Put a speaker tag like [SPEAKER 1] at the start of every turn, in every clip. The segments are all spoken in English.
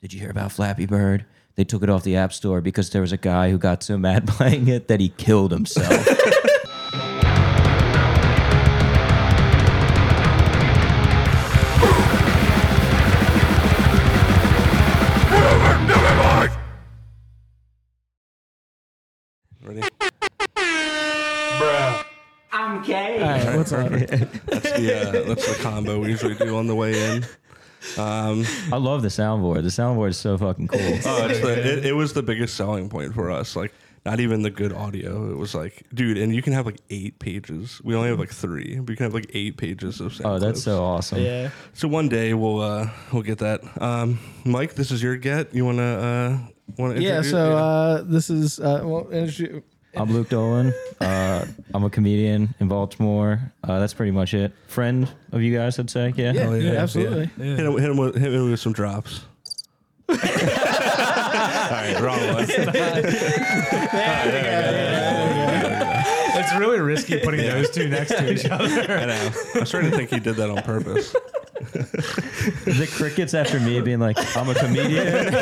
[SPEAKER 1] Did you hear about Flappy Bird? They took it off the App Store because there was a guy who got so mad playing it that he killed himself.
[SPEAKER 2] Ready?
[SPEAKER 3] I'm gay.
[SPEAKER 4] All right, what's up?
[SPEAKER 2] That's the, uh, that's the combo we usually do on the way in. Um,
[SPEAKER 1] I love the soundboard. The soundboard is so fucking cool.
[SPEAKER 2] oh, it's the, it, it was the biggest selling point for us. Like, not even the good audio. It was like, dude, and you can have like eight pages. We only have like three. But you can have like eight pages of. sound
[SPEAKER 1] Oh, that's
[SPEAKER 2] clips.
[SPEAKER 1] so awesome.
[SPEAKER 4] Yeah.
[SPEAKER 2] So one day we'll uh, we'll get that. Um, Mike, this is your get. You wanna uh, wanna
[SPEAKER 4] Yeah.
[SPEAKER 2] introduce-
[SPEAKER 4] So uh, this is uh, well, intro-
[SPEAKER 1] I'm Luke Dolan. Uh, I'm a comedian in Baltimore. Uh, that's pretty much it. Friend of you guys, I'd say. Yeah.
[SPEAKER 4] yeah,
[SPEAKER 2] Oh,
[SPEAKER 4] yeah, absolutely.
[SPEAKER 2] Hit him, hit him with, hit him with some drops. All right, wrong one.
[SPEAKER 5] It's really risky putting those two next to each other.
[SPEAKER 2] I know. I'm starting to think he did that on purpose.
[SPEAKER 1] The crickets after me being like, I'm a comedian.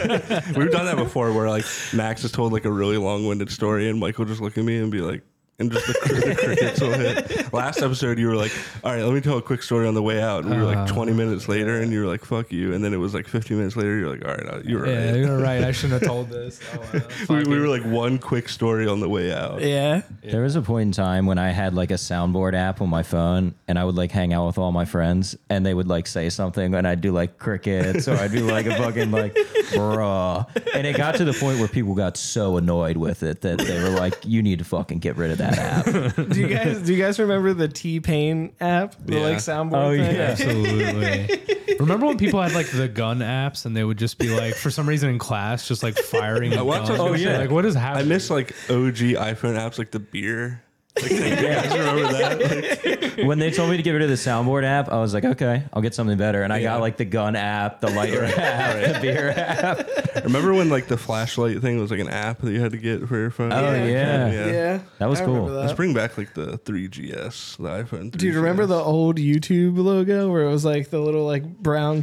[SPEAKER 2] We've done that before, where like Max has told like a really long-winded story, and Michael just look at me and be like, and just the, cr- the crickets will hit. Last episode, you were like, "All right, let me tell a quick story on the way out." And we were
[SPEAKER 5] Uh.
[SPEAKER 2] like 20 minutes later, and you were like, "Fuck you," and then it was like 15 minutes later, you're like, "All right, uh, you're
[SPEAKER 5] Yeah,
[SPEAKER 2] right."
[SPEAKER 5] you're right. I shouldn't have told this. Oh, well,
[SPEAKER 2] we,
[SPEAKER 5] fuck
[SPEAKER 2] we
[SPEAKER 5] it.
[SPEAKER 2] were like one quick story on the way out.
[SPEAKER 4] Yeah.
[SPEAKER 1] There was a point in time when I had like a soundboard app on my phone and I would like hang out with all my friends and they would like say something and I'd do like crickets or I'd do like a fucking like bruh. And it got to the point where people got so annoyed with it that they were like, you need to fucking get rid of that app.
[SPEAKER 4] Do you guys do you guys remember the T Pain app? The
[SPEAKER 2] Yeah.
[SPEAKER 4] like soundboard.
[SPEAKER 1] Oh,
[SPEAKER 4] thing?
[SPEAKER 1] yeah.
[SPEAKER 5] Absolutely. Remember when people had like the gun apps and they would just be like, for some reason in class, just like firing. a
[SPEAKER 2] What's-
[SPEAKER 5] gun.
[SPEAKER 2] oh,
[SPEAKER 1] yeah.
[SPEAKER 5] Like, what is
[SPEAKER 2] I
[SPEAKER 5] happening?
[SPEAKER 2] miss like OG iPhone apps like the beer. Like, You guys remember that? Like,
[SPEAKER 1] when they told me to get rid of the soundboard app, I was like, okay, I'll get something better. And I got like the gun app, the lighter app, the beer app.
[SPEAKER 2] remember when like the flashlight thing was like an app that you had to get for your phone?
[SPEAKER 1] Oh, yeah.
[SPEAKER 2] yeah.
[SPEAKER 4] Yeah.
[SPEAKER 1] That was
[SPEAKER 4] I remember
[SPEAKER 1] cool.
[SPEAKER 4] that.
[SPEAKER 2] Let's bring back like the 3GS, the iPhone. 3GS.
[SPEAKER 4] Dude, remember the old YouTube logo where it was like the little like brown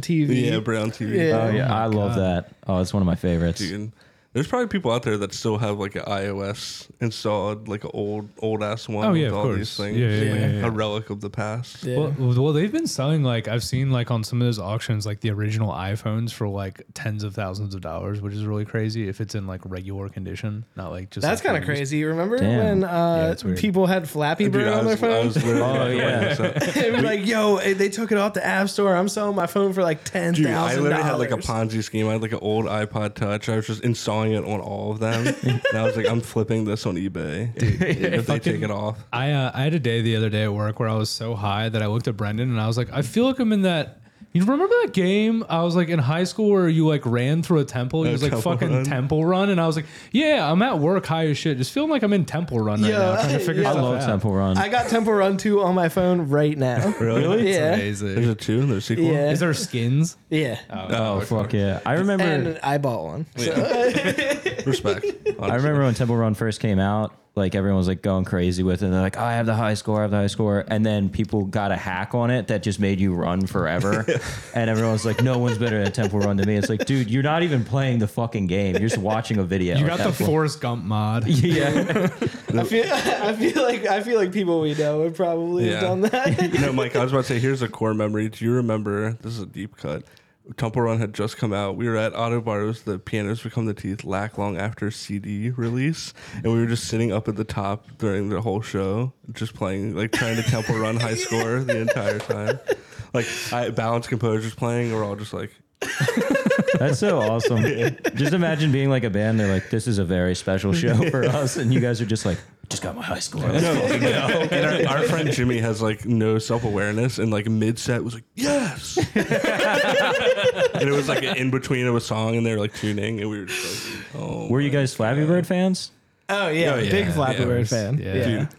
[SPEAKER 4] TV?
[SPEAKER 2] yeah brown TV?
[SPEAKER 4] Yeah.
[SPEAKER 1] Oh, yeah.
[SPEAKER 5] my
[SPEAKER 1] I love
[SPEAKER 5] God.
[SPEAKER 1] that. Oh, it's one of my favorites.
[SPEAKER 2] Dude, there's probably people out there that still have like an iOS installed, like an old old ass one.
[SPEAKER 5] Oh,
[SPEAKER 2] with
[SPEAKER 5] yeah, of
[SPEAKER 2] all
[SPEAKER 5] course.
[SPEAKER 2] these things.
[SPEAKER 5] Yeah, yeah,
[SPEAKER 2] Like,
[SPEAKER 5] yeah, yeah, yeah.
[SPEAKER 2] A relic of the past.
[SPEAKER 4] Yeah.
[SPEAKER 5] Well, well, they've been selling like I've seen like on some of those auctions like the original iPhones for like tens of thousands of dollars, which is really crazy if it's in like regular condition, not like just.
[SPEAKER 4] That's
[SPEAKER 5] like,
[SPEAKER 4] kind of
[SPEAKER 5] used.
[SPEAKER 4] crazy. Remember
[SPEAKER 1] Damn.
[SPEAKER 4] when uh,
[SPEAKER 5] it's weird.
[SPEAKER 4] people had Flappy Bird
[SPEAKER 2] Dude, I
[SPEAKER 4] on their
[SPEAKER 2] was, I
[SPEAKER 4] phone?
[SPEAKER 2] was literally
[SPEAKER 5] Oh,
[SPEAKER 2] about to
[SPEAKER 1] yeah.
[SPEAKER 2] bring this up.
[SPEAKER 4] they were like, "Yo, eh, they took it off the App Store. I'm selling my phone for like ten
[SPEAKER 2] Dude, I
[SPEAKER 4] thousand
[SPEAKER 2] literally
[SPEAKER 4] dollars."
[SPEAKER 2] had like a Ponzi scheme. I had like an old iPod Touch. I was just installing it on all of them, and I was like, I'm flipping this on eBay if they take it off.
[SPEAKER 5] I uh, I had a day the other day at work where I was so high that I looked at Brendan and I was like, I feel like I'm in that. You remember that game I was like in high school where you like ran through a temple? It was like
[SPEAKER 2] Temple
[SPEAKER 5] fucking
[SPEAKER 2] Run.
[SPEAKER 5] Temple Run, and I was like, yeah, I'm at work high as shit, just feeling like I'm in Temple Run right
[SPEAKER 4] Yeah,
[SPEAKER 5] now, trying to figure
[SPEAKER 4] yeah.
[SPEAKER 1] I
[SPEAKER 5] stuff
[SPEAKER 1] love
[SPEAKER 5] out.
[SPEAKER 1] Temple Run.
[SPEAKER 4] I got Temple Run two on my phone right now.
[SPEAKER 2] Really?
[SPEAKER 4] Yeah.
[SPEAKER 2] There's a two. There's a sequel.
[SPEAKER 4] Yeah.
[SPEAKER 5] Is there skins?
[SPEAKER 4] Yeah.
[SPEAKER 1] oh, fuck yeah. I remember.
[SPEAKER 4] and I bought one.
[SPEAKER 2] Respect.
[SPEAKER 1] I remember when Temple Run first came out, like everyone was like going crazy with it. And they're like, oh, I have the high score, I have the high score. And then people got a hack on it that just made you run forever. and everyone's like, no one's better at Temple Run than me. It's like, dude, you're not even playing the fucking game. You're just watching a video.
[SPEAKER 5] You got the
[SPEAKER 1] That's-
[SPEAKER 5] Forrest Gump mod.
[SPEAKER 1] Oh, Yeah.
[SPEAKER 4] I feel, I feel like I feel like people we know would probably
[SPEAKER 2] Yeah.
[SPEAKER 4] have done that.
[SPEAKER 2] You know, Mike, I was about to say, here's a core memory. Do you remember? This is a deep cut. Temple Run had just come out. We were at Auto Bars, the Pianos Become the Teeth, lack long after CD release. And we were just sitting up at the top during the whole show, just playing, like trying to Temple Run high score the entire time. Like, I, Balance Composer's playing, we're all just like,
[SPEAKER 1] That's so awesome. Just imagine being like a band. They're like, this is a very special show for us. And you guys are just like, just got my high score.
[SPEAKER 2] no. And our, our friend Jimmy has like no self awareness, and like mid set was like, yes. and it was like in between of a song, and they were like tuning, and we were just like, oh.
[SPEAKER 1] Were you guys Flappy Bird fans?
[SPEAKER 4] Oh yeah,
[SPEAKER 2] yeah.
[SPEAKER 4] big Flappy
[SPEAKER 2] Yeah.
[SPEAKER 4] Bird fan.
[SPEAKER 5] Yeah.
[SPEAKER 4] Yeah.
[SPEAKER 2] Dude,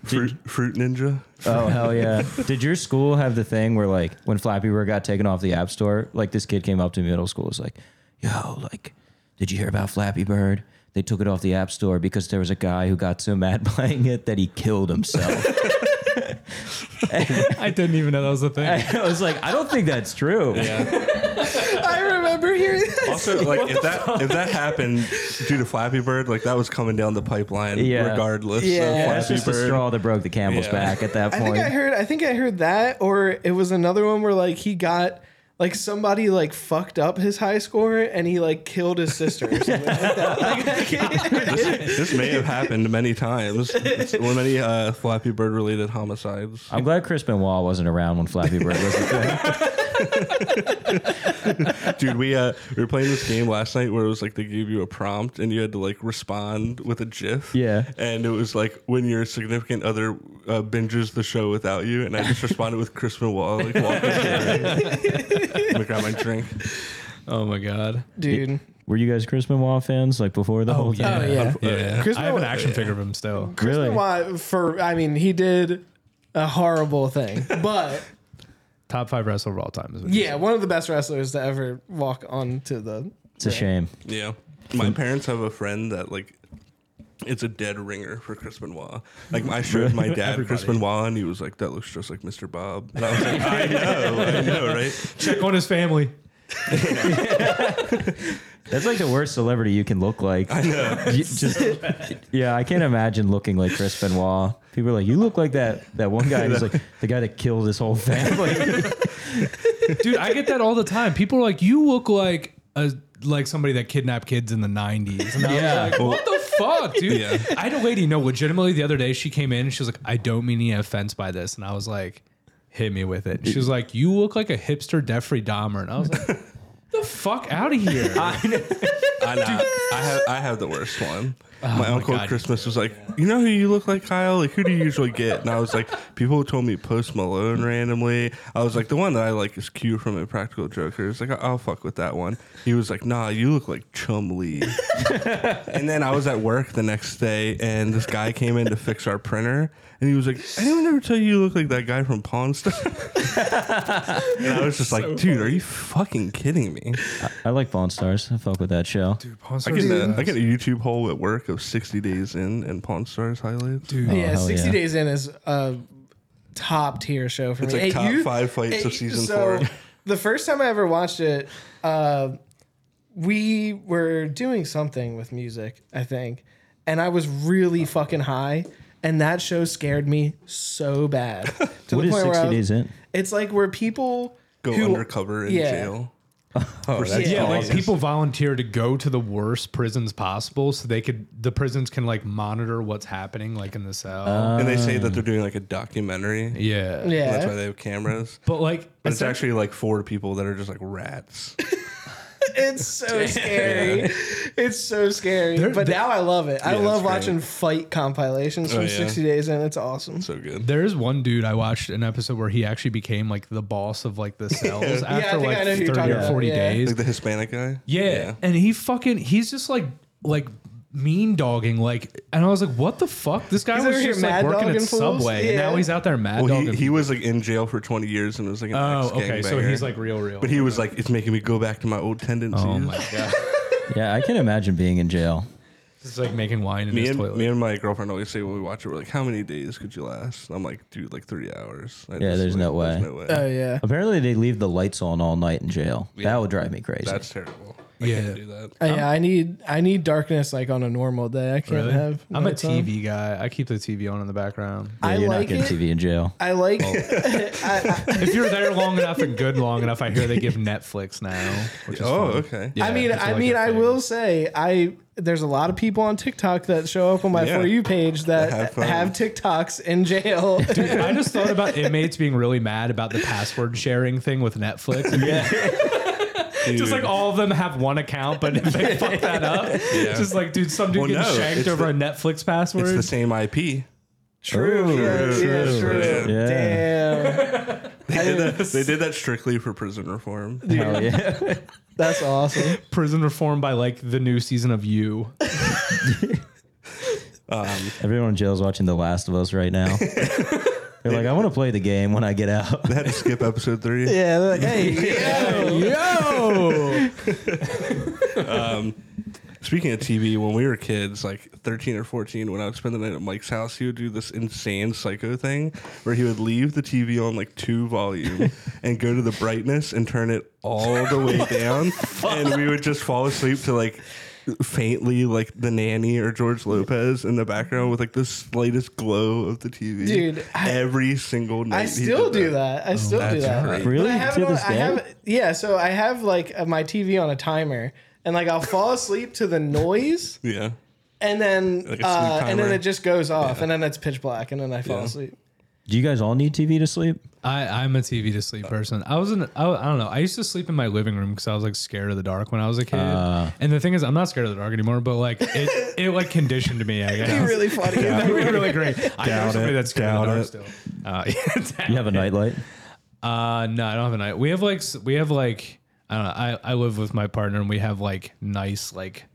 [SPEAKER 2] fruit, fruit Ninja.
[SPEAKER 1] Oh hell yeah! Did your school have the thing where like when Flappy Bird got taken off the App Store, like this kid came up to me middle school was like, "Yo, like, did you hear about Flappy Bird? They took it off the App Store because there was a guy who got so mad playing it that he killed himself."
[SPEAKER 5] I didn't even know that was a thing.
[SPEAKER 1] I was like, "I don't think that's true."
[SPEAKER 4] I remember hearing
[SPEAKER 2] Also, like if that if that happened due to Flappy Bird, like that was coming down the pipeline
[SPEAKER 1] Yeah.
[SPEAKER 2] regardless
[SPEAKER 6] Yeah.
[SPEAKER 2] of
[SPEAKER 6] Yeah,
[SPEAKER 2] Flappy
[SPEAKER 1] That's just
[SPEAKER 2] Bird.
[SPEAKER 1] the straw that broke the camel's
[SPEAKER 2] Yeah.
[SPEAKER 1] back at that
[SPEAKER 6] I
[SPEAKER 1] point.
[SPEAKER 6] think I heard. I think I heard that, or it was another one where like he got like somebody like fucked up his high score and he like killed his sister. Or something like that. Like, I can't-
[SPEAKER 2] this, this may have happened many times. It's one of many uh, Flappy Bird related homicides.
[SPEAKER 1] I'm glad Chris Benoit wasn't around when Flappy Bird was a thing.
[SPEAKER 2] Dude, we uh, we were playing this game last night where it was like they gave you a prompt and you had to like respond with a GIF.
[SPEAKER 1] Yeah.
[SPEAKER 2] And it was like when your significant other uh, binges the show without you, and I just responded with Chris Benoit. Like, walk Let me grab my drink.
[SPEAKER 5] Oh my god.
[SPEAKER 6] Dude,
[SPEAKER 1] Were you guys Chris Benoit fans like before the whole
[SPEAKER 5] Oh, yeah.
[SPEAKER 1] thing?
[SPEAKER 6] yeah.
[SPEAKER 5] Yeah.
[SPEAKER 6] Chris
[SPEAKER 5] I have an
[SPEAKER 6] Benoit-
[SPEAKER 5] action figure of him still.
[SPEAKER 1] Really?
[SPEAKER 6] why? For I mean, he did a horrible thing, but
[SPEAKER 5] Top five wrestler of all time. Is what you
[SPEAKER 6] yeah, one of the best wrestlers to ever walk onto the.
[SPEAKER 1] It's a shame.
[SPEAKER 2] Yeah. My parents have a friend that like it's a dead ringer for Chris Benoit. Like I showed my dad Chris Benoit and he was like, That looks just like Mr. Bob. And I was like, I know, I know, right?
[SPEAKER 5] said. Check on his family.
[SPEAKER 1] That's like the worst celebrity you can look like. I know. just, yeah, I can't imagine looking like Chris Benoit. People are like, you look like that that one guy. He's like the guy that killed his whole family.
[SPEAKER 5] Dude, I get that all the time. People are like, you look like a like somebody that kidnapped kids in the 90s. And I
[SPEAKER 1] Yeah.
[SPEAKER 5] was like, what the fuck, dude?
[SPEAKER 2] Yeah.
[SPEAKER 5] I had a lady, no, legitimately the other day she came in and she was like, I don't mean any offense by this. And I was like, hit me with it. She was like, you look like a hipster Jeffrey Dahmer. And I was like, "Get the fuck out of here.
[SPEAKER 2] I know. I have I have the worst one. Oh my uncle
[SPEAKER 5] God.
[SPEAKER 2] at Christmas was like, You know who you look like, Kyle? Like who do you usually get? And I was like, people told me post Malone randomly. I was like, the one that I like is Q from Impractical Jokers. Like I'll fuck with that one. He was like, nah, you look like Chum Lee. And then I was at work the next day, and this guy came in to fix our printer, and he was like, "Anyone ever tell you you look like that guy from Pawn Star?" and I was just like, "Dude, are you fucking kidding me?"
[SPEAKER 1] I like Pawn Stars. I fuck with that show.
[SPEAKER 2] I get a, I get a YouTube hole at work of sixty days in and Pawn Stars highlights.
[SPEAKER 5] Dude.
[SPEAKER 6] yeah,
[SPEAKER 1] Oh, hell
[SPEAKER 6] sixty
[SPEAKER 1] yeah.
[SPEAKER 6] days in is a top tier show for
[SPEAKER 2] It's
[SPEAKER 6] me.
[SPEAKER 2] like top five fights of season four.
[SPEAKER 6] The first time I ever watched it, uh, we were doing something with music, I think, and I was really fucking high, and that show scared me so bad. To
[SPEAKER 1] What is
[SPEAKER 6] where I
[SPEAKER 1] 60
[SPEAKER 6] was-
[SPEAKER 1] Days In?
[SPEAKER 6] It's like where people
[SPEAKER 2] Go
[SPEAKER 6] who-
[SPEAKER 2] undercover in
[SPEAKER 6] yeah.
[SPEAKER 2] jail. For
[SPEAKER 6] that's
[SPEAKER 2] six
[SPEAKER 5] Oh, Yeah, like
[SPEAKER 2] months.
[SPEAKER 5] people volunteer to go to the worst prisons possible so they could the prisons can like monitor what's happening like in the cell.
[SPEAKER 2] and they say that they're doing like a documentary.
[SPEAKER 5] Um, yeah.
[SPEAKER 6] Yeah.
[SPEAKER 2] That's why they have cameras.
[SPEAKER 5] But like
[SPEAKER 2] But it's actually like four people that are just like rats.
[SPEAKER 6] It's so scary. It's so scary.
[SPEAKER 5] They're-
[SPEAKER 6] but
[SPEAKER 5] they-
[SPEAKER 6] now I love it. I
[SPEAKER 2] Yeah,
[SPEAKER 6] love
[SPEAKER 2] it's great.
[SPEAKER 6] watching fight compilations from
[SPEAKER 2] Oh, yeah.
[SPEAKER 6] 60 Days In. It's awesome.
[SPEAKER 2] so good.
[SPEAKER 5] There's one dude I watched an episode where he actually became like the boss of like the cells
[SPEAKER 6] I
[SPEAKER 5] after
[SPEAKER 6] think I
[SPEAKER 5] like
[SPEAKER 6] know who you're
[SPEAKER 5] 30
[SPEAKER 6] talking
[SPEAKER 5] or
[SPEAKER 6] about,
[SPEAKER 5] 40
[SPEAKER 6] yeah.
[SPEAKER 5] days.
[SPEAKER 2] Like the Hispanic guy.
[SPEAKER 5] Yeah. And he fucking he's just like like mean dogging like and I was like what the fuck? This guy
[SPEAKER 6] He's
[SPEAKER 5] was
[SPEAKER 6] over
[SPEAKER 5] just
[SPEAKER 6] here
[SPEAKER 5] like
[SPEAKER 6] mad
[SPEAKER 5] working at
[SPEAKER 6] dogging fools?
[SPEAKER 5] Subway and
[SPEAKER 6] Yeah.
[SPEAKER 5] now he's out there mad
[SPEAKER 2] Well,
[SPEAKER 5] dogging.
[SPEAKER 2] he, he was like in jail for 20 years and was like an
[SPEAKER 5] oh,
[SPEAKER 2] ex
[SPEAKER 5] okay. So he's like real real.
[SPEAKER 2] but he was like, it's making me go back to my old tendencies.
[SPEAKER 5] Oh my god.
[SPEAKER 1] Yeah, I can imagine being in jail.
[SPEAKER 5] It's like making wine in
[SPEAKER 2] me
[SPEAKER 5] his
[SPEAKER 2] and
[SPEAKER 5] toilet.
[SPEAKER 2] me and my girlfriend always say when we watch it, we're like, how many days could you last? And I'm like, dude, like three hours. I just,
[SPEAKER 1] there's
[SPEAKER 2] like,
[SPEAKER 1] no way.
[SPEAKER 2] There's no way.
[SPEAKER 6] Oh, yeah.
[SPEAKER 1] Apparently, they leave the lights on all night in jail.
[SPEAKER 2] Yeah.
[SPEAKER 1] That would drive me crazy.
[SPEAKER 2] That's terrible. I
[SPEAKER 5] Yeah.
[SPEAKER 2] can't do that.
[SPEAKER 6] Uh, yeah, I need I need darkness like on a normal day. I can't
[SPEAKER 5] Really?
[SPEAKER 6] have.
[SPEAKER 5] I'm a
[SPEAKER 6] lights on.
[SPEAKER 5] TV guy. I keep the TV on in the background.
[SPEAKER 1] yeah,
[SPEAKER 6] I
[SPEAKER 1] you're
[SPEAKER 6] like
[SPEAKER 1] not getting
[SPEAKER 6] it.
[SPEAKER 1] TV in jail.
[SPEAKER 6] I like. I, I,
[SPEAKER 5] if you're there long enough and good long enough, I hear they give Netflix now. Which is
[SPEAKER 2] Oh,
[SPEAKER 5] fun.
[SPEAKER 2] okay.
[SPEAKER 5] Yeah,
[SPEAKER 6] I mean,
[SPEAKER 5] that's
[SPEAKER 6] I
[SPEAKER 5] like
[SPEAKER 6] mean,
[SPEAKER 5] a
[SPEAKER 6] I
[SPEAKER 5] thing.
[SPEAKER 6] will say, I there's a lot of people on TikTok that show up on my
[SPEAKER 2] Yeah.
[SPEAKER 6] for you page that
[SPEAKER 2] Have
[SPEAKER 6] have,
[SPEAKER 2] fun.
[SPEAKER 6] TikToks in jail.
[SPEAKER 5] Dude, I just thought about inmates being really mad about the password sharing thing with Netflix. Yeah. just like all of them have one account, but if they fuck that up, just like, dude, some dude
[SPEAKER 2] Well,
[SPEAKER 5] getting
[SPEAKER 2] no,
[SPEAKER 5] shanked
[SPEAKER 2] it's
[SPEAKER 5] over
[SPEAKER 2] the-
[SPEAKER 5] a Netflix
[SPEAKER 2] It's
[SPEAKER 5] password.
[SPEAKER 2] the same IP.
[SPEAKER 6] true, yeah,
[SPEAKER 2] true,
[SPEAKER 6] yeah, true.
[SPEAKER 2] true.
[SPEAKER 1] Yeah.
[SPEAKER 6] Damn,
[SPEAKER 2] They did, that, they did that strictly for prison reform.
[SPEAKER 1] Hell yeah.
[SPEAKER 6] that's awesome.
[SPEAKER 5] Prison reform by like the new season of You.
[SPEAKER 1] Everyone in jail is watching The Last of Us right now. They're like, I want to play the game when I get out.
[SPEAKER 2] They had to skip episode three.
[SPEAKER 6] Yeah, they're like, hey,
[SPEAKER 5] Yo!
[SPEAKER 2] Speaking of TV, when we were kids, like 13 or 14, when I would spend the night at Mike's house, he would do this insane psycho thing where he would leave the TV on like two volume and go to the brightness and turn it all the way down. and we would just fall asleep to like faintly like the nanny or George Lopez in the background with like the slightest glow of the TV.
[SPEAKER 4] Dude, I-
[SPEAKER 2] every single night.
[SPEAKER 4] I
[SPEAKER 2] he
[SPEAKER 4] still
[SPEAKER 2] did Oh,
[SPEAKER 4] do that. I still do
[SPEAKER 2] that's
[SPEAKER 4] that.
[SPEAKER 2] great.
[SPEAKER 4] But
[SPEAKER 1] Really?
[SPEAKER 4] I have
[SPEAKER 1] To
[SPEAKER 4] it on-
[SPEAKER 1] this
[SPEAKER 4] I
[SPEAKER 1] day?
[SPEAKER 4] have it- yeah, so I have like uh, my TV on a timer, and like I'll fall asleep to the noise,
[SPEAKER 2] Yeah.
[SPEAKER 4] and then
[SPEAKER 2] Like a sleep
[SPEAKER 4] uh, and then
[SPEAKER 2] timer.
[SPEAKER 4] it just goes off, and then it's pitch black, and then I fall
[SPEAKER 2] Yeah.
[SPEAKER 4] asleep.
[SPEAKER 1] Do you guys all need TV to sleep?
[SPEAKER 5] I, I'm a TV to sleep person. I was in, I, I don't know. I used to sleep in my living room because I was like scared of the dark when I was a kid.
[SPEAKER 2] Uh.
[SPEAKER 5] and the thing is, I'm not scared of the dark anymore, but like it, it like conditioned me, I guess.
[SPEAKER 4] It'd be really funny.
[SPEAKER 5] That would be really great. I know
[SPEAKER 2] Doubt
[SPEAKER 5] somebody
[SPEAKER 2] it,
[SPEAKER 5] that's scared of the
[SPEAKER 2] doubt
[SPEAKER 5] dark
[SPEAKER 2] it.
[SPEAKER 5] still. Uh, yeah, doubt
[SPEAKER 1] You have a
[SPEAKER 5] it.
[SPEAKER 1] nightlight?
[SPEAKER 5] Uh, no, I don't have a night. We have like s- we have like I don't know. I, I live with my partner and we have like nice like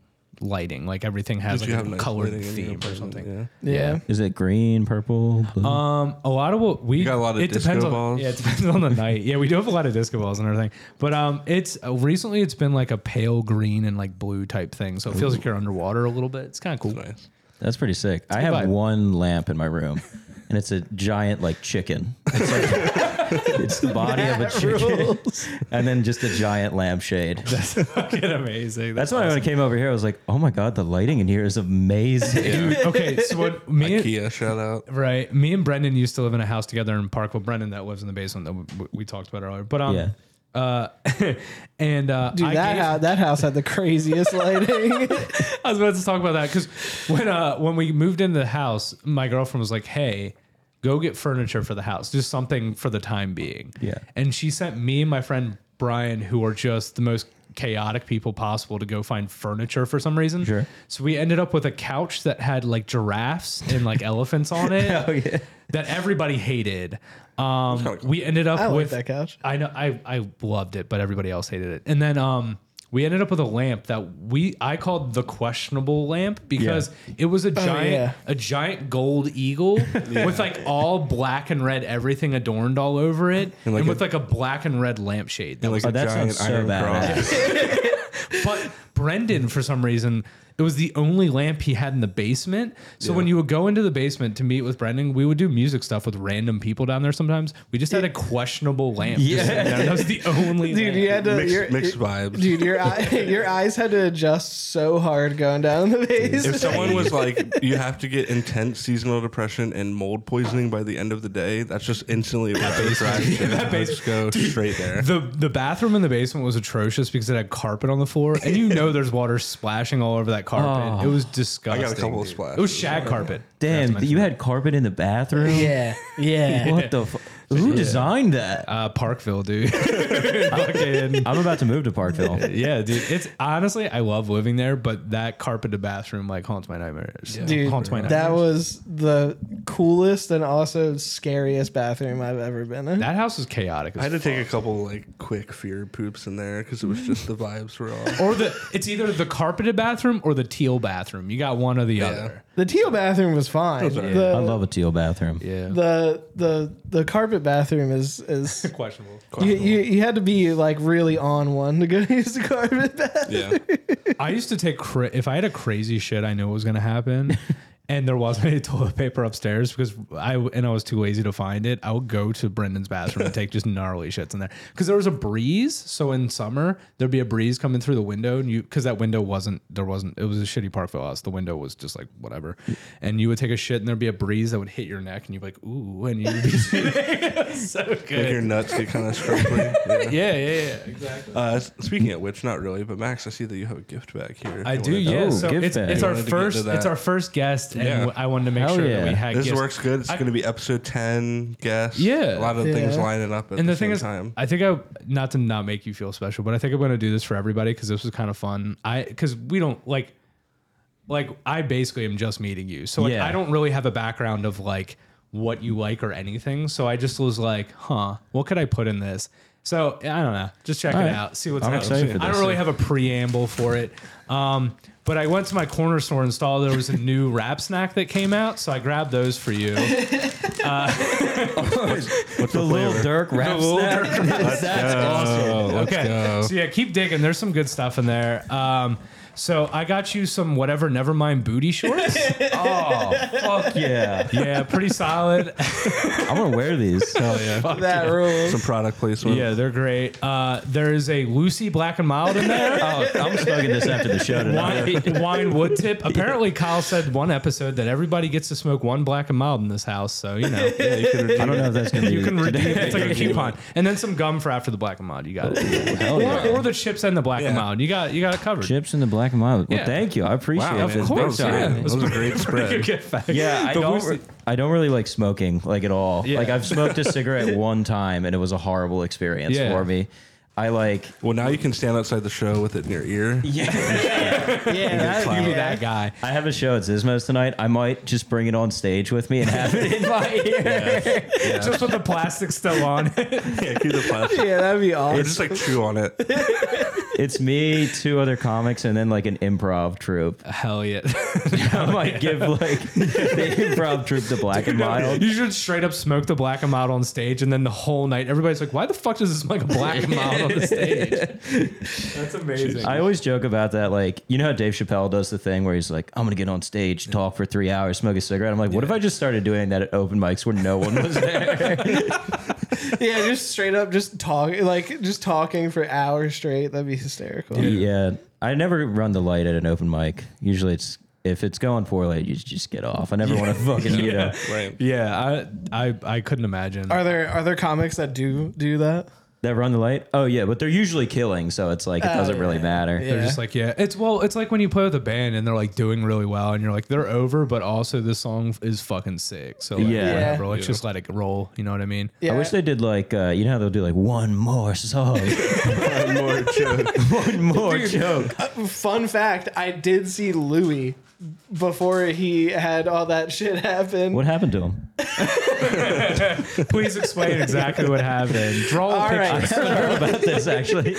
[SPEAKER 5] lighting. Like everything
[SPEAKER 2] Did
[SPEAKER 5] has like
[SPEAKER 2] you
[SPEAKER 5] a
[SPEAKER 2] have nice
[SPEAKER 5] colored
[SPEAKER 2] lighting in your
[SPEAKER 5] theme or
[SPEAKER 2] apartment?
[SPEAKER 5] something.
[SPEAKER 2] Yeah.
[SPEAKER 4] Yeah.
[SPEAKER 1] Is it green, purple? blue?
[SPEAKER 5] Um, a lot of what we
[SPEAKER 2] got a lot of
[SPEAKER 5] it
[SPEAKER 2] disco
[SPEAKER 5] depends on,
[SPEAKER 2] balls?
[SPEAKER 5] Yeah, it depends on the night. Yeah, we do have a lot of disco balls and everything. But um, it's uh, recently it's been like a pale green and like blue type thing, so it feels like you're underwater a little bit. It's kind of cool.
[SPEAKER 2] Nice.
[SPEAKER 1] That's pretty sick. I have
[SPEAKER 5] vibe.
[SPEAKER 1] one lamp in my room, and it's a giant like chicken. It's, like, it's the body of a chicken, and then just a giant lampshade. That's,
[SPEAKER 5] That's fucking amazing.
[SPEAKER 1] why when I came over here, I was like, "Oh my god, the lighting in here is amazing."
[SPEAKER 5] Dude, okay, so what me and,
[SPEAKER 2] Kia, shout out.
[SPEAKER 5] right, me and Brendan used to live in a house together in Parkville. Brendan that lives in the basement that we, we talked about earlier. But um,
[SPEAKER 1] Yeah.
[SPEAKER 5] uh, and uh,
[SPEAKER 4] Dude,
[SPEAKER 5] I
[SPEAKER 4] that
[SPEAKER 5] gave-
[SPEAKER 4] house, that house had the craziest lighting.
[SPEAKER 5] I was about to talk about that because when uh, when we moved into the house, my girlfriend was like, "Hey, go get furniture for the house, just something for the time being."
[SPEAKER 1] Yeah.
[SPEAKER 5] And she sent me and my friend Brian, who are just the most chaotic people possible, to go find furniture for some reason.
[SPEAKER 1] Sure.
[SPEAKER 5] So we ended up with a couch that had like giraffes and like elephants on it
[SPEAKER 1] Oh yeah.
[SPEAKER 5] that everybody hated. Um,
[SPEAKER 2] kinda cool.
[SPEAKER 5] we ended up
[SPEAKER 4] I like
[SPEAKER 5] with
[SPEAKER 4] that couch.
[SPEAKER 5] I know I I loved it, but everybody else hated it. And then um we ended up with a lamp that we I called the questionable lamp because it was a giant
[SPEAKER 4] Oh, yeah.
[SPEAKER 5] a giant gold eagle with like all black and red everything adorned all over it and,
[SPEAKER 2] like
[SPEAKER 5] with
[SPEAKER 2] a-
[SPEAKER 5] like a black and red lampshade. "Oh, That
[SPEAKER 2] Like
[SPEAKER 5] was
[SPEAKER 2] a
[SPEAKER 1] that
[SPEAKER 2] giant
[SPEAKER 1] sounds so
[SPEAKER 2] iron
[SPEAKER 1] badass.
[SPEAKER 2] cross.
[SPEAKER 5] but Brendan for some reason it was the only lamp he had in the basement. So when you would go into the basement to meet with Brendan, we would do music stuff with random people down there sometimes. We just had a questionable lamp. just
[SPEAKER 1] Yeah.
[SPEAKER 5] sitting there. That was the only
[SPEAKER 4] Dude,
[SPEAKER 5] lamp.
[SPEAKER 4] you had to
[SPEAKER 2] Mixed-
[SPEAKER 4] your,
[SPEAKER 2] mixed vibes.
[SPEAKER 4] Dude, your eye, your eyes had to adjust so hard going down the base.
[SPEAKER 2] If someone was like, you have to get intense seasonal depression and mold poisoning by the end of the day, that's just instantly a distraction. that just go straight there.
[SPEAKER 5] The the bathroom in the basement was atrocious because it had carpet on the floor, and you know there's water splashing all over that carpet. It was disgusting.
[SPEAKER 2] couple of
[SPEAKER 5] dude. Oh,
[SPEAKER 2] splashes.
[SPEAKER 5] It was shag carpet.
[SPEAKER 1] Damn, you had carpet in the bathroom.
[SPEAKER 4] yeah, yeah.
[SPEAKER 1] What the? Fu- Who designed that?
[SPEAKER 5] uh, Parkville, dude. Fucking-
[SPEAKER 1] I'm about to move to Parkville.
[SPEAKER 5] Yeah, dude. It's honestly, I love living there, but that carpeted bathroom like haunts my nightmares.
[SPEAKER 4] Dude,
[SPEAKER 5] haunts my nightmares.
[SPEAKER 4] that was the coolest and also scariest bathroom I've ever been in.
[SPEAKER 5] that house is chaotic. As
[SPEAKER 2] I had to take a couple like quick fear poops in there because it was just the vibes were off.
[SPEAKER 5] or the it's either the carpeted bathroom or the teal bathroom. You got one or the other.
[SPEAKER 4] The teal bathroom was fine.
[SPEAKER 2] Those are-
[SPEAKER 4] The,
[SPEAKER 1] I love a teal bathroom.
[SPEAKER 5] Yeah,
[SPEAKER 4] the the the carpet bathroom is is
[SPEAKER 5] questionable.
[SPEAKER 4] you, you, you had to be like really on one to go use the carpet bath.
[SPEAKER 2] Yeah,
[SPEAKER 5] I used to take cra- if I had a crazy shit, I knew it was gonna happen. And there wasn't any toilet paper upstairs because I and I was too lazy to find it. I would go to Brendan's bathroom and take just gnarly shits in there because there was a breeze. So in summer there'd be a breeze coming through the window, and you because that window wasn't there wasn't it was a shitty Parkville house. The window was just like whatever, and you would take a shit and there'd be a breeze that would hit your neck, and you'd be like ooh, and you'd be so
[SPEAKER 2] like your
[SPEAKER 5] good.
[SPEAKER 2] nuts get kind of scrumpy. Yeah.
[SPEAKER 5] Yeah, yeah, yeah, exactly.
[SPEAKER 2] Uh, s- speaking of which, not really, but Max, I see that you have a gift back here.
[SPEAKER 5] I
[SPEAKER 2] You
[SPEAKER 5] do,
[SPEAKER 2] wanna-
[SPEAKER 5] yeah.
[SPEAKER 1] Oh,
[SPEAKER 5] so
[SPEAKER 1] give
[SPEAKER 5] it's,
[SPEAKER 1] that.
[SPEAKER 5] it's
[SPEAKER 1] You
[SPEAKER 5] our
[SPEAKER 2] wanted to get into
[SPEAKER 5] first, it's
[SPEAKER 2] that.
[SPEAKER 5] our first guest, and
[SPEAKER 2] Yeah.
[SPEAKER 5] w- I wanted to make
[SPEAKER 1] Hell
[SPEAKER 5] sure
[SPEAKER 1] yeah.
[SPEAKER 5] that we had
[SPEAKER 2] This
[SPEAKER 5] gifts.
[SPEAKER 2] works good. It's
[SPEAKER 5] I-
[SPEAKER 2] going to be episode ten guest.
[SPEAKER 5] Yeah.
[SPEAKER 2] a lot of things
[SPEAKER 4] Yeah.
[SPEAKER 2] lining up at
[SPEAKER 5] And
[SPEAKER 2] the,
[SPEAKER 5] the, thing
[SPEAKER 2] same
[SPEAKER 5] is,
[SPEAKER 2] time.
[SPEAKER 5] I think I not to not make you feel special, but I think I'm going to do this for everybody because this was kind of fun. I because we don't like, like I basically am just meeting you, so like
[SPEAKER 1] Yeah.
[SPEAKER 5] I don't really have a background of like what you like or anything. So I just was like, huh, what could I put in this? So I don't know. Just check it
[SPEAKER 1] right.
[SPEAKER 5] out, see what's
[SPEAKER 1] I'm
[SPEAKER 5] out.
[SPEAKER 1] excited for
[SPEAKER 5] I
[SPEAKER 1] this.
[SPEAKER 5] don't really have a preamble for it. Um, but I went to my corner store and saw there was a new wrap snack that came out, so I grabbed those for you.
[SPEAKER 2] What's
[SPEAKER 1] The little
[SPEAKER 2] flavor?
[SPEAKER 1] Dirk rap
[SPEAKER 5] Lil
[SPEAKER 1] snack. That's awesome.
[SPEAKER 5] okay. So yeah, keep digging. There's some good stuff in there. Um, So I got you some whatever, never mind booty shorts.
[SPEAKER 1] Fuck yeah.
[SPEAKER 5] yeah, pretty solid.
[SPEAKER 1] I'm gonna wear these.
[SPEAKER 2] Hell yeah.
[SPEAKER 6] that rules.
[SPEAKER 2] Some product placement.
[SPEAKER 5] yeah, they're great. Uh, there is a Lucy Black and Mild in there.
[SPEAKER 1] Oh, I'm smoking this after the show tonight.
[SPEAKER 5] wine, wine wood tip. Apparently, Kyle said one episode that everybody gets to smoke one black and mild in this house. So you know,
[SPEAKER 2] Yeah, you could
[SPEAKER 1] I
[SPEAKER 2] redeem
[SPEAKER 1] don't know if that's gonna be
[SPEAKER 5] you can
[SPEAKER 1] today.
[SPEAKER 5] redeem. It's like a coupon, and then some gum for after the black and mild. You got it.
[SPEAKER 1] Hell yeah.
[SPEAKER 5] Or, or the chips and the black and
[SPEAKER 2] Yeah.
[SPEAKER 5] mild. You got you got it covered.
[SPEAKER 1] Chips and the black and mild. Well,
[SPEAKER 5] Yeah.
[SPEAKER 1] thank you. I appreciate
[SPEAKER 2] Wow,
[SPEAKER 1] it.
[SPEAKER 2] of
[SPEAKER 1] It's
[SPEAKER 2] course,
[SPEAKER 1] big
[SPEAKER 5] Course,
[SPEAKER 1] time.
[SPEAKER 5] yeah.
[SPEAKER 2] That was a great
[SPEAKER 5] Pretty
[SPEAKER 2] spread.
[SPEAKER 5] good fact.
[SPEAKER 1] Yeah, I
[SPEAKER 5] The
[SPEAKER 1] don't.
[SPEAKER 5] Lucy-
[SPEAKER 1] re- I don't really like smoking like at all.
[SPEAKER 5] Yeah.
[SPEAKER 1] Like I've smoked a cigarette one time and it was a horrible experience
[SPEAKER 5] Yeah.
[SPEAKER 1] for me. I like
[SPEAKER 2] Well, now you can stand outside the show with it in your ear.
[SPEAKER 6] Yeah, that,
[SPEAKER 5] you
[SPEAKER 6] yeah.
[SPEAKER 5] be that guy.
[SPEAKER 1] I have a show at Zizmo's tonight. I might just bring it on stage with me and have it in my ear.
[SPEAKER 5] Just with the plastic still on.
[SPEAKER 2] Yeah, keep the plastic.
[SPEAKER 6] Yeah, that'd be
[SPEAKER 2] Or
[SPEAKER 6] awesome.
[SPEAKER 2] just like chew on it.
[SPEAKER 1] It's me, two other comics, and then like an improv troupe.
[SPEAKER 5] Hell yeah. Oh,
[SPEAKER 1] I might give like the improv troupe the black and mild.
[SPEAKER 5] You should straight up smoke the black and mild on stage, and then the whole night everybody's like, "Why the fuck does this smoke a black and mild on the stage?" That's amazing.
[SPEAKER 1] I always joke about that. Like, you know how Dave Chappelle does the thing where he's like, I'm going to get on stage, talk for three hours, smoke a cigarette. I'm like, what if I just started doing that at open mics where no one was there?
[SPEAKER 6] yeah, just straight up, just talking, like just talking for hours straight. That'd be hysterical.
[SPEAKER 1] yeah. I never run the light at an open mic. Usually it's, if it's going poorly, you just get off. I never want to fucking, you know.
[SPEAKER 2] Right.
[SPEAKER 5] Yeah, I I, I couldn't imagine.
[SPEAKER 6] Are there are there comics that do do that?
[SPEAKER 1] That run the light? Oh, yeah. But they're usually killing. So it's like, it doesn't really matter.
[SPEAKER 6] Yeah.
[SPEAKER 5] They're just like, yeah, it's well, it's like when you play with a band and they're like doing really well, and you're like, they're over, but also this song is fucking sick. So like,
[SPEAKER 1] Yeah.
[SPEAKER 5] whatever, let's just let it roll. You know what I mean?
[SPEAKER 6] Yeah.
[SPEAKER 1] I wish they did like, uh, you know how they'll do like one more song,
[SPEAKER 2] One more joke.
[SPEAKER 1] one more joke.
[SPEAKER 6] Fun fact: I did see Louis before he had all that shit happen.
[SPEAKER 1] What happened to him?
[SPEAKER 5] Please explain exactly what happened. Draw a
[SPEAKER 6] All
[SPEAKER 5] picture.
[SPEAKER 6] right.
[SPEAKER 1] I haven't heard about this actually.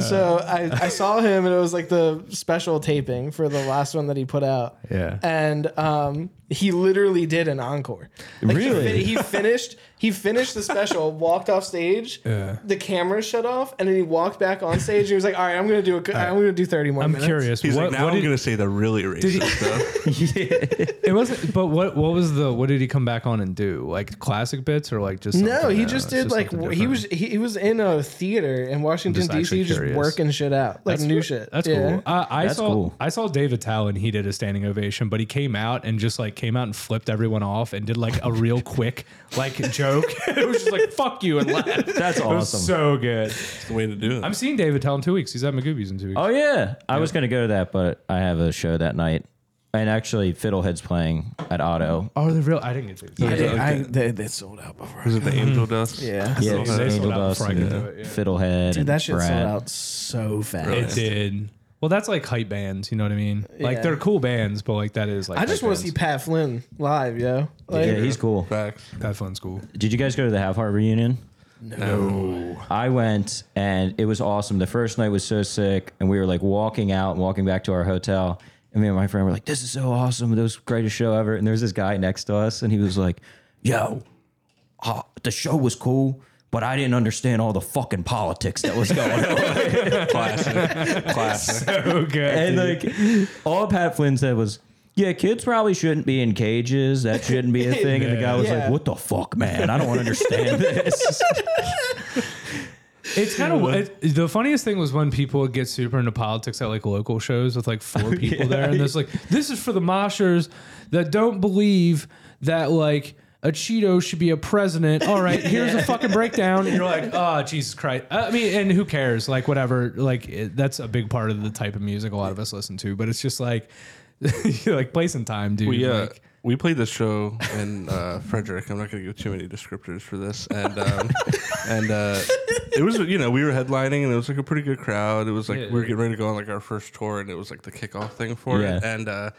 [SPEAKER 6] so I, I saw him and it was like the special taping for the last one that he put out.
[SPEAKER 5] Yeah.
[SPEAKER 6] And um, he literally did an encore. Like, he
[SPEAKER 1] Really?
[SPEAKER 6] fin- He, finished he finished the special, walked off stage, the camera shut off, and then he walked back on stage. He was like, All right, I'm gonna do a, I'm gonna do 30 more
[SPEAKER 5] I'm
[SPEAKER 6] minutes.
[SPEAKER 5] curious.
[SPEAKER 2] He's
[SPEAKER 5] what,
[SPEAKER 2] like, now
[SPEAKER 5] what
[SPEAKER 2] I'm
[SPEAKER 5] did,
[SPEAKER 2] going to say the really
[SPEAKER 5] he-
[SPEAKER 2] racist stuff.
[SPEAKER 5] it wasn't, but what what was the what did he come back on and do? Like classic bits or like just
[SPEAKER 6] No,
[SPEAKER 5] something
[SPEAKER 6] he
[SPEAKER 5] else?
[SPEAKER 6] just did like
[SPEAKER 5] something
[SPEAKER 6] he was he, he was in a theater in Washington
[SPEAKER 5] just
[SPEAKER 6] D.C.
[SPEAKER 5] actually
[SPEAKER 6] just
[SPEAKER 5] curious.
[SPEAKER 6] working shit out like new shit.
[SPEAKER 5] That's
[SPEAKER 6] Yeah.
[SPEAKER 5] cool. Uh, I
[SPEAKER 1] That's
[SPEAKER 5] saw
[SPEAKER 1] cool.
[SPEAKER 5] I saw David Talon. He did a standing ovation, but he came out and just like came out and flipped everyone off and did like a real quick like joke. it was just like fuck you and laughed.
[SPEAKER 1] That's
[SPEAKER 5] It was
[SPEAKER 1] awesome.
[SPEAKER 5] so good.
[SPEAKER 2] That's the way to do it.
[SPEAKER 5] I'm seeing David Talon in two weeks. He's at Magoobies in two weeks.
[SPEAKER 1] oh yeah, I was gonna go to that, but I have a show that night, and actually Fiddlehead's playing at Auto.
[SPEAKER 5] Oh, the real. I didn't get to.
[SPEAKER 6] I
[SPEAKER 5] Yeah.
[SPEAKER 6] did- I- they, they sold out before.
[SPEAKER 2] Is it the
[SPEAKER 5] Mm-hmm.
[SPEAKER 2] angel dust?
[SPEAKER 6] Yeah.
[SPEAKER 1] Yeah,
[SPEAKER 5] sold out. They sold out before I could do it, yeah.
[SPEAKER 1] Fiddlehead.
[SPEAKER 6] Dude, that
[SPEAKER 1] and
[SPEAKER 6] shit sold
[SPEAKER 1] Brad.
[SPEAKER 6] out so fast.
[SPEAKER 5] It did. Well, that's like hype bands. You know what I mean? Like
[SPEAKER 6] Yeah.
[SPEAKER 5] they're cool bands, but like that is like.
[SPEAKER 6] I just
[SPEAKER 5] hype
[SPEAKER 6] want to see
[SPEAKER 5] bands.
[SPEAKER 6] Pat Flynn live, yo. Like,
[SPEAKER 1] Yeah, he's cool.
[SPEAKER 2] Facts.
[SPEAKER 5] That fun school.
[SPEAKER 1] Did you guys go to the Half Heart reunion?
[SPEAKER 2] No.
[SPEAKER 1] I went and it was awesome. The first night was so sick, and we were like walking out and walking back to our hotel. And me and my friend were like, "This is so awesome! This was the greatest show ever!" And there was this guy next to us, and he was like, "Yo, uh, the show was cool, but I didn't understand all the fucking politics that was going on."
[SPEAKER 2] Classic. Classic.
[SPEAKER 5] So good.
[SPEAKER 1] and like, all Pat Flynn said was. Yeah, kids probably shouldn't be in cages. That shouldn't be a thing. And the guy was
[SPEAKER 6] Yeah.
[SPEAKER 1] like, "What the fuck, man? I don't understand this."
[SPEAKER 5] It's kind of it, the funniest thing was when people would get super into politics at like local shows with like four people there, and there's like this is for the moshers that don't believe that like a Cheeto should be a president. All right, here's a fucking breakdown. And you're like, oh Jesus Christ. I mean, and who cares? Like whatever. Like it, that's a big part of the type of music a lot of us listen to, but it's just like you're like place and time, dude.
[SPEAKER 2] We, uh,
[SPEAKER 5] Like,
[SPEAKER 2] we played this show in uh, Frederick. I'm not going to give too many descriptors for this. And um, and uh, it was, you know, we were headlining and it was like a pretty good crowd. It was like
[SPEAKER 5] Yeah.
[SPEAKER 2] we were getting ready to go on like our first tour and it was like the kickoff thing for it.
[SPEAKER 1] Yeah.
[SPEAKER 2] And, uh,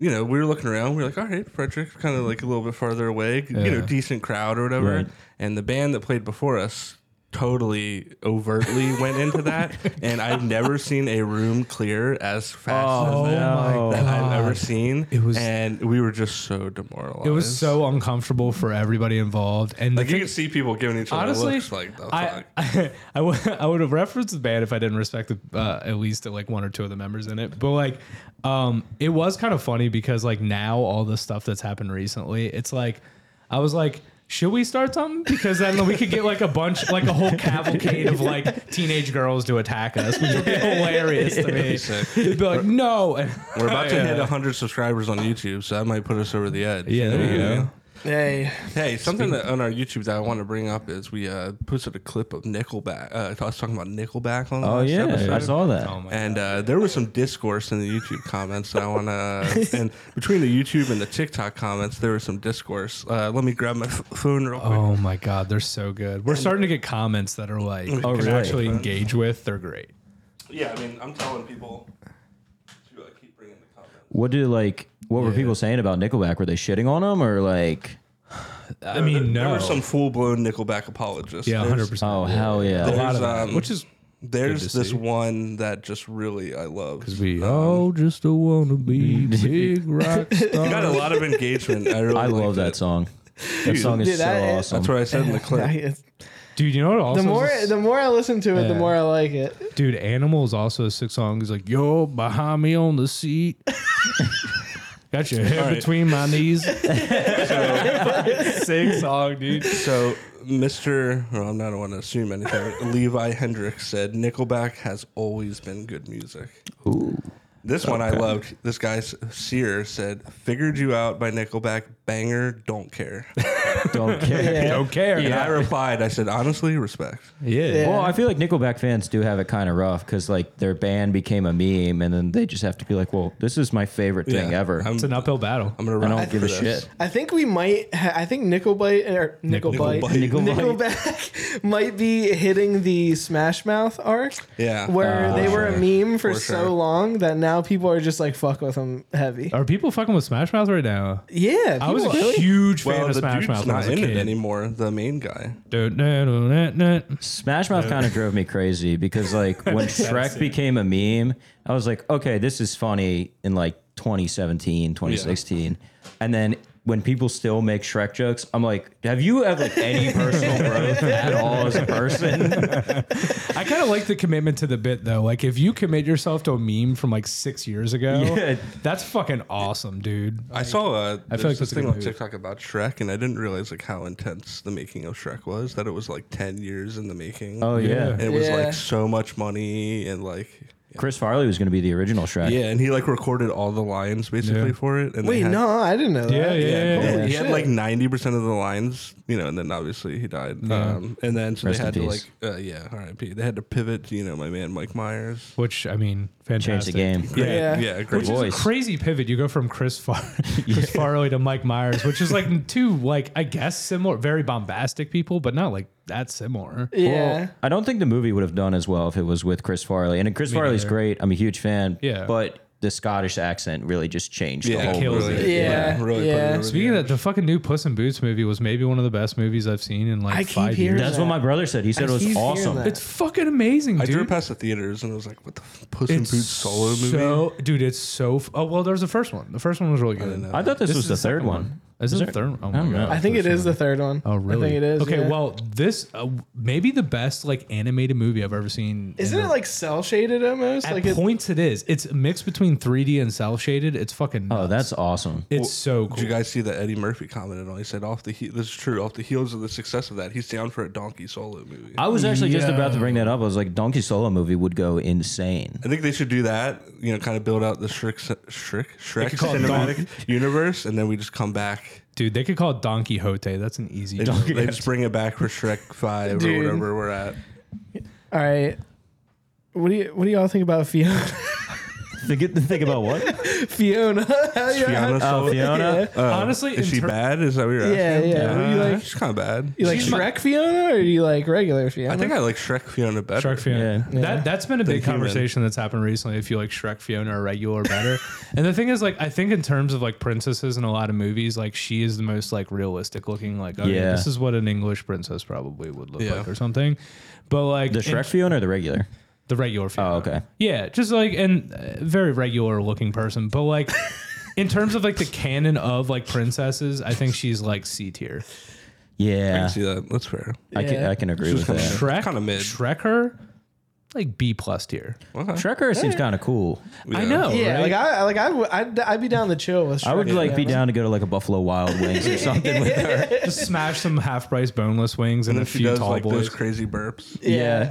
[SPEAKER 2] you know, we were looking around. We were like, all right, Frederick's kind of like a little bit farther away, you know, decent crowd or whatever.
[SPEAKER 1] Right.
[SPEAKER 2] And the band that played before us totally overtly went into that, and I've never seen a room clear as fast
[SPEAKER 1] Oh
[SPEAKER 5] oh
[SPEAKER 2] as that,
[SPEAKER 1] no.
[SPEAKER 2] that I've ever seen.
[SPEAKER 5] It was-
[SPEAKER 2] and we were just so demoralized.
[SPEAKER 5] It was so uncomfortable for everybody involved. And the
[SPEAKER 2] like you
[SPEAKER 5] thing-
[SPEAKER 2] can see people giving each other
[SPEAKER 5] honestly,
[SPEAKER 2] looks like the
[SPEAKER 5] I,
[SPEAKER 2] fuck.
[SPEAKER 5] I, I, would, I would have referenced the band if I didn't respect the, uh, at least like one or two of the members in it. But like, um, it was kind of funny because like now all the stuff that's happened recently, it's like, I was like, should we start something? Because then we could get like a bunch, like a whole cavalcade of like teenage girls to attack us, which would be hilarious to me. It'd be like, no. And-
[SPEAKER 2] We're about to
[SPEAKER 5] Yeah.
[SPEAKER 2] hit 100 subscribers on YouTube, so that might put us over the edge.
[SPEAKER 5] Yeah, there you go.
[SPEAKER 4] Hey,
[SPEAKER 2] Hey, something that on our YouTube that I want to bring up is we uh, posted a clip of Nickelback. Uh, I was talking about Nickelback on the
[SPEAKER 1] Oh
[SPEAKER 2] last
[SPEAKER 1] yeah,
[SPEAKER 2] episode.
[SPEAKER 1] I saw that.
[SPEAKER 5] Oh my
[SPEAKER 2] And uh, there was some discourse in the YouTube comments that I want to. And between the YouTube and the TikTok comments, there was some discourse. Uh, let me grab my f- phone real quick.
[SPEAKER 5] Oh my god, they're so good. We're starting to get comments that are like
[SPEAKER 2] Oh,
[SPEAKER 5] you can
[SPEAKER 1] really?
[SPEAKER 5] actually engage with. They're great.
[SPEAKER 2] Yeah, I mean, I'm telling people to uh, keep bringing the comments.
[SPEAKER 1] What do like? What were people saying about Nickelback? Were they shitting on them or like?
[SPEAKER 5] I mean,
[SPEAKER 2] There
[SPEAKER 5] no,
[SPEAKER 2] were some full blown Nickelback apologists.
[SPEAKER 5] yeah,
[SPEAKER 2] There's-
[SPEAKER 5] hundred percent.
[SPEAKER 1] Oh hell yeah!
[SPEAKER 5] a
[SPEAKER 2] There's,
[SPEAKER 5] lot of that,
[SPEAKER 2] um,
[SPEAKER 5] which is
[SPEAKER 2] There's
[SPEAKER 5] to
[SPEAKER 2] this
[SPEAKER 5] see.
[SPEAKER 2] one that just really I love.
[SPEAKER 5] we all just a wanna be big rock
[SPEAKER 2] It got a
[SPEAKER 5] star.
[SPEAKER 2] lot of engagement. I, really
[SPEAKER 1] I love
[SPEAKER 2] liked it.
[SPEAKER 1] that song. That song is
[SPEAKER 4] Dude,
[SPEAKER 1] so
[SPEAKER 4] that-
[SPEAKER 1] awesome.
[SPEAKER 2] That's what I said in the clip.
[SPEAKER 5] Dude, you know what? Also,
[SPEAKER 4] the more
[SPEAKER 5] is-
[SPEAKER 4] the more I listen to it, the
[SPEAKER 5] Yeah.
[SPEAKER 4] more I like it.
[SPEAKER 5] dude, Animals also has six songs like "Yo, behind me on the seat." Got your head
[SPEAKER 2] All right.
[SPEAKER 5] between my knees. Six song, dude.
[SPEAKER 2] So, Mr. Well, I'm not want to assume anything. Levi Hendrix said Nickelback has always been good music.
[SPEAKER 1] Ooh.
[SPEAKER 2] This one I loved. This guy S- Sear said, "Figured you out by Nickelback, banger, don't care."
[SPEAKER 1] Don't care.
[SPEAKER 5] Don't care.
[SPEAKER 2] And I replied, I said, "Honestly, respect."
[SPEAKER 5] yeah.
[SPEAKER 1] Well, I feel like Nickelback fans do have it kind of rough because like their band became a meme, and then they just have to be like, "Well, this is my favorite thing
[SPEAKER 2] Yeah,
[SPEAKER 1] ever."
[SPEAKER 2] I'm,
[SPEAKER 5] It's an uphill battle.
[SPEAKER 2] I'm gonna.
[SPEAKER 1] I
[SPEAKER 2] ride
[SPEAKER 1] don't give a
[SPEAKER 2] for this.
[SPEAKER 1] shit.
[SPEAKER 4] I think we might. Ha- I think Nickelbite or Nickelbite,
[SPEAKER 2] Nickelbite.
[SPEAKER 1] Nickelbite.
[SPEAKER 4] Nickelback might be hitting the Smash Mouth arc.
[SPEAKER 2] Yeah.
[SPEAKER 4] where
[SPEAKER 2] Uh,
[SPEAKER 4] they
[SPEAKER 2] for
[SPEAKER 4] were a
[SPEAKER 2] sure.
[SPEAKER 4] meme for,
[SPEAKER 2] For
[SPEAKER 4] so
[SPEAKER 2] sure.
[SPEAKER 4] long that now people are just like fuck with them heavy.
[SPEAKER 5] Are people fucking with Smash Mouth right now?
[SPEAKER 4] Yeah,
[SPEAKER 5] Uh, I was a
[SPEAKER 4] people-
[SPEAKER 5] huge fan
[SPEAKER 2] Well,
[SPEAKER 5] of
[SPEAKER 2] the
[SPEAKER 5] Smash
[SPEAKER 2] dude's
[SPEAKER 5] Mouth.
[SPEAKER 2] not in
[SPEAKER 5] when I was a
[SPEAKER 2] it
[SPEAKER 5] kid.
[SPEAKER 2] anymore. The main guy.
[SPEAKER 5] Dun, dun, dun, dun, dun.
[SPEAKER 1] Smash Mouth kind of drove me crazy because like when Shrek became a meme, I was like, okay, this is funny in like 2017, 2016. And then when people still make Shrek jokes, I'm like, have you ever any personal growth at all as a person?
[SPEAKER 5] I kind of like the commitment to the bit though. Like if you commit yourself to a meme from like six years ago,
[SPEAKER 1] Yeah.
[SPEAKER 5] that's fucking awesome, dude.
[SPEAKER 2] I saw uh, I
[SPEAKER 5] feel
[SPEAKER 2] this
[SPEAKER 5] like that's a
[SPEAKER 2] thing
[SPEAKER 5] good
[SPEAKER 2] on
[SPEAKER 5] move.
[SPEAKER 2] TikTok about Shrek, and I didn't realize like how intense the making of Shrek was. That it was like ten years in the making.
[SPEAKER 1] Oh yeah.
[SPEAKER 5] Yeah.
[SPEAKER 2] and it was
[SPEAKER 4] Yeah.
[SPEAKER 2] like so much money and like
[SPEAKER 1] Chris Farley was going to be the original Shrek.
[SPEAKER 2] yeah, and he like recorded all the lines basically
[SPEAKER 5] Yeah.
[SPEAKER 2] for it. And they
[SPEAKER 4] Wait,
[SPEAKER 2] had-
[SPEAKER 4] no, I didn't know that.
[SPEAKER 5] Yeah, yeah, yeah,
[SPEAKER 4] Holy
[SPEAKER 5] yeah.
[SPEAKER 2] he had
[SPEAKER 4] shit.
[SPEAKER 2] like ninety percent of the lines, you know, and then obviously he died. Um, and then so
[SPEAKER 1] Rest
[SPEAKER 2] they
[SPEAKER 1] in
[SPEAKER 2] had to
[SPEAKER 1] peace.
[SPEAKER 2] like, uh, yeah, R.I.P. They had to pivot. to, You know, my man Mike Myers.
[SPEAKER 5] Which I mean,
[SPEAKER 1] Change
[SPEAKER 5] fantastic.
[SPEAKER 1] the game.
[SPEAKER 4] Yeah.
[SPEAKER 2] yeah, great.
[SPEAKER 5] Which
[SPEAKER 1] Voice.
[SPEAKER 5] is a crazy pivot. You go from Chris, Far- Chris Farley to Mike Myers, which is like two like I guess similar, very bombastic people, but not like that similar.
[SPEAKER 4] yeah.
[SPEAKER 1] Well, I don't think the movie would have done as well if it was with Chris Farley. And Chris Farley's
[SPEAKER 5] neither.
[SPEAKER 1] great. I'm a huge fan.
[SPEAKER 5] Yeah.
[SPEAKER 1] But the Scottish accent really just changed
[SPEAKER 2] yeah,
[SPEAKER 1] the whole
[SPEAKER 5] kills
[SPEAKER 1] movie.
[SPEAKER 5] it.
[SPEAKER 4] Yeah,
[SPEAKER 2] really.
[SPEAKER 4] yeah.
[SPEAKER 2] Put it over
[SPEAKER 5] Speaking
[SPEAKER 2] the
[SPEAKER 5] of that, the fucking new Puss in Boots movie was maybe one of the best movies I've seen in like
[SPEAKER 4] I keep
[SPEAKER 5] five
[SPEAKER 4] hearing
[SPEAKER 5] years.
[SPEAKER 1] That's what my brother said. He said
[SPEAKER 4] I
[SPEAKER 1] it was
[SPEAKER 4] keep hearing
[SPEAKER 1] awesome.
[SPEAKER 4] that.
[SPEAKER 5] It's fucking amazing,
[SPEAKER 2] edge. I
[SPEAKER 5] dude.
[SPEAKER 2] drove past the theaters and I was like, "What the f- Puss in Boots solo movie?"
[SPEAKER 5] So, dude, it's so. F- oh well, there was the first one. The first one was really good.
[SPEAKER 1] I thought this, was
[SPEAKER 5] is
[SPEAKER 1] the third
[SPEAKER 5] second
[SPEAKER 1] one.
[SPEAKER 5] Is, it the third? one? Oh my
[SPEAKER 1] don't know.
[SPEAKER 5] god!
[SPEAKER 4] I think it is the third one.
[SPEAKER 5] Oh really?
[SPEAKER 4] I think it is.
[SPEAKER 5] Okay,
[SPEAKER 4] yeah.
[SPEAKER 5] well, this uh, maybe the best like animated movie I've ever seen. in
[SPEAKER 4] isn't
[SPEAKER 5] a-
[SPEAKER 4] it like cell shaded almost?
[SPEAKER 5] at
[SPEAKER 4] Like it,
[SPEAKER 5] points it is? It's a mix between 3D and cell shaded. It's fucking.
[SPEAKER 1] Oh,
[SPEAKER 5] nuts.
[SPEAKER 1] that's awesome.
[SPEAKER 5] it's so cool.
[SPEAKER 2] Did you guys see that Eddie Murphy commented on? He said, "Off the he- this is true. Off the heels of the success of that, he's down for a Donkey solo movie."
[SPEAKER 1] I was actually just about to
[SPEAKER 5] Yeah.
[SPEAKER 1] bring that up. I was like, Donkey Solo movie would go insane.
[SPEAKER 2] I think they should do that. You know, kind of build out the Shrek Shrek Shrek
[SPEAKER 5] could call it
[SPEAKER 2] cinematic universe, and then we just come back.
[SPEAKER 5] Dude, they could call it Don Quixote. That's an easy.
[SPEAKER 2] They just, they just bring it back for Shrek Five or
[SPEAKER 4] Dude.
[SPEAKER 2] whatever we're at.
[SPEAKER 4] all right. What do you what do y'all think about Fiona?
[SPEAKER 1] Think, think about what?
[SPEAKER 4] Fiona. How you-
[SPEAKER 2] Fiona.
[SPEAKER 4] how-
[SPEAKER 1] Oh,
[SPEAKER 2] so-
[SPEAKER 1] Fiona.
[SPEAKER 2] Uh,
[SPEAKER 5] Honestly,
[SPEAKER 2] is
[SPEAKER 5] in
[SPEAKER 2] she
[SPEAKER 5] ter-
[SPEAKER 2] bad? Is that what you're
[SPEAKER 4] Yeah,
[SPEAKER 2] asking?
[SPEAKER 4] yeah.
[SPEAKER 2] Uh,
[SPEAKER 4] You like-
[SPEAKER 2] she's kind of bad.
[SPEAKER 4] You like
[SPEAKER 5] She's my-
[SPEAKER 4] Shrek Fiona or do you like regular Fiona?
[SPEAKER 2] I think I like Shrek Fiona better.
[SPEAKER 5] Shrek Fiona.
[SPEAKER 4] Yeah. Yeah.
[SPEAKER 5] That that's been a big
[SPEAKER 2] human.
[SPEAKER 5] conversation that's happened recently. If you like Shrek Fiona or regular better, and the thing is, like, I think in terms of like princesses in a lot of movies, like she is the most like realistic looking. Like, okay,
[SPEAKER 1] Yeah.
[SPEAKER 5] this is what an English princess probably would look
[SPEAKER 2] Yeah.
[SPEAKER 5] like or something. But like
[SPEAKER 1] The
[SPEAKER 5] in-
[SPEAKER 1] Shrek Fiona or the regular?
[SPEAKER 5] the regular Fiona.
[SPEAKER 1] Oh, okay.
[SPEAKER 5] Yeah, just like and uh, very regular looking person, but like. In terms of like the canon of like princesses, I think she's like C tier.
[SPEAKER 2] I
[SPEAKER 1] Yeah,
[SPEAKER 2] can see that. That's fair.
[SPEAKER 1] I can
[SPEAKER 4] Yeah.
[SPEAKER 1] I can agree with that.
[SPEAKER 2] She's
[SPEAKER 5] Shrek,
[SPEAKER 2] kinda mid.
[SPEAKER 5] Shrek her, like B plus tier.
[SPEAKER 2] Okay.
[SPEAKER 1] Shrekker seems kind of cool.
[SPEAKER 5] I
[SPEAKER 2] Yeah.
[SPEAKER 5] know.
[SPEAKER 4] yeah,
[SPEAKER 5] right?
[SPEAKER 4] like I like I would I'd, I'd be down to chill with. Shrek
[SPEAKER 1] I would like be
[SPEAKER 4] Fiona.
[SPEAKER 1] down to go to like a Buffalo Wild Wings or something with her.
[SPEAKER 5] just smash some half price boneless wings and,
[SPEAKER 2] And then
[SPEAKER 5] a
[SPEAKER 2] she
[SPEAKER 5] few
[SPEAKER 2] does
[SPEAKER 5] tall
[SPEAKER 2] like
[SPEAKER 5] boys.
[SPEAKER 2] those crazy burps.
[SPEAKER 4] Yeah,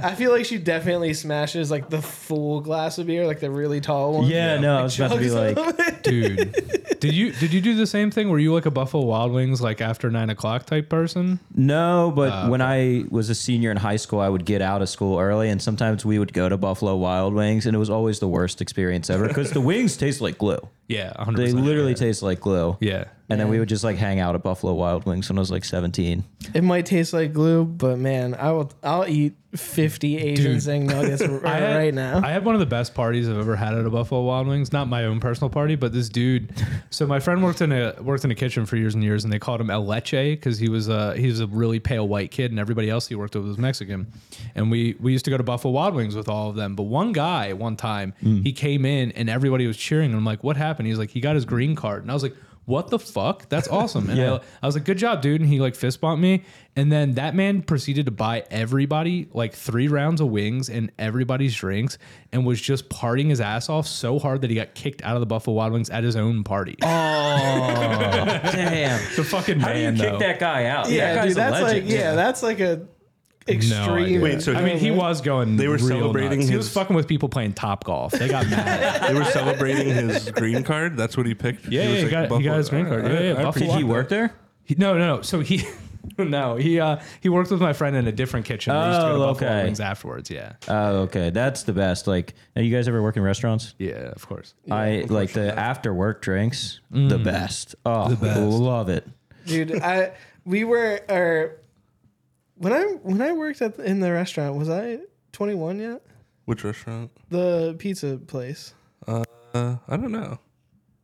[SPEAKER 1] Yeah.
[SPEAKER 4] I feel like she definitely smashes like the full glass of beer, like the really tall one.
[SPEAKER 1] Yeah, no, I was about to be
[SPEAKER 4] chugs
[SPEAKER 1] like,
[SPEAKER 5] Dude, did you did you do the same thing? Were you like a Buffalo Wild Wings like after nine o'clock type person?
[SPEAKER 1] no, Uh, but when I was a senior in high school, I would get out of school early, and sometimes we would go to Buffalo Wild Wings, and it was always the worst experience ever because the wings taste like glue.
[SPEAKER 5] Yeah, 100%.
[SPEAKER 1] They literally taste like glue.
[SPEAKER 5] Yeah.
[SPEAKER 1] And then we would just like hang out at Buffalo Wild Wings when I was like 17.
[SPEAKER 4] It might taste like glue, but man, I will. I'll eat fifty Asian
[SPEAKER 5] Dude.
[SPEAKER 4] Zing nuggets r-
[SPEAKER 5] I had-
[SPEAKER 4] right now.
[SPEAKER 5] I had one of the best parties I've ever had at a Buffalo Wild Wings. Not my own personal party, but this dude. So my friend worked in a worked in a kitchen for years and years, and they called him El Leche because he was a he was a really pale white kid, and everybody else he worked with was Mexican. And we we used to go to Buffalo Wild Wings with all of them. But one guy, one time,
[SPEAKER 4] Hmm.
[SPEAKER 5] he came in and everybody was cheering. And I'm like, "What happened?" He's like, "He got his green card," and I was like. What the fuck? That's awesome. And
[SPEAKER 1] Yeah.
[SPEAKER 5] I, I was like, good job, dude. And he like fist bumped me. And then that man proceeded to buy everybody like three rounds of wings and everybody's drinks and was just partying his ass off so hard that he got kicked out of the Buffalo Wild Wings at his own party.
[SPEAKER 1] Damn.
[SPEAKER 5] the fucking
[SPEAKER 1] Oh. How do you
[SPEAKER 5] man,
[SPEAKER 1] kick
[SPEAKER 5] though.
[SPEAKER 1] that guy out? that
[SPEAKER 4] yeah,
[SPEAKER 1] guy's
[SPEAKER 4] dude,
[SPEAKER 1] a
[SPEAKER 4] that's like
[SPEAKER 1] legend.
[SPEAKER 4] yeah, that's like a
[SPEAKER 5] No idea.
[SPEAKER 4] extreme.
[SPEAKER 2] Wait, so
[SPEAKER 5] I mean, he was going.
[SPEAKER 2] They were
[SPEAKER 5] real
[SPEAKER 2] celebrating
[SPEAKER 5] nuts. He
[SPEAKER 2] his-
[SPEAKER 5] was fucking with people playing top golf. They got mad.
[SPEAKER 2] They were celebrating his green card. That's what he picked.
[SPEAKER 5] Yeah, yeah,
[SPEAKER 2] was
[SPEAKER 5] he got- he
[SPEAKER 2] Buffalo-
[SPEAKER 5] got his green card.
[SPEAKER 2] I-
[SPEAKER 5] Yeah, yeah,
[SPEAKER 2] I
[SPEAKER 5] Buffalo.
[SPEAKER 2] appreciate
[SPEAKER 1] Did he
[SPEAKER 2] that.
[SPEAKER 1] work there?
[SPEAKER 5] He- no, no, no. So he, no, he uh he worked with my friend in a different kitchen. They used to go to
[SPEAKER 1] Oh,
[SPEAKER 5] Buffalo
[SPEAKER 1] okay.
[SPEAKER 5] Wings afterwards. Yeah,
[SPEAKER 1] Oh, okay. That's the best. Like, have you guys ever work in restaurants?
[SPEAKER 5] yeah, of course.
[SPEAKER 1] I like the after work drinks, the best. Oh, love it.
[SPEAKER 4] dude. I we were or when I when I worked at in the restaurant was I twenty one yet?
[SPEAKER 2] Which restaurant?
[SPEAKER 4] The pizza place.
[SPEAKER 2] Uh, I don't know.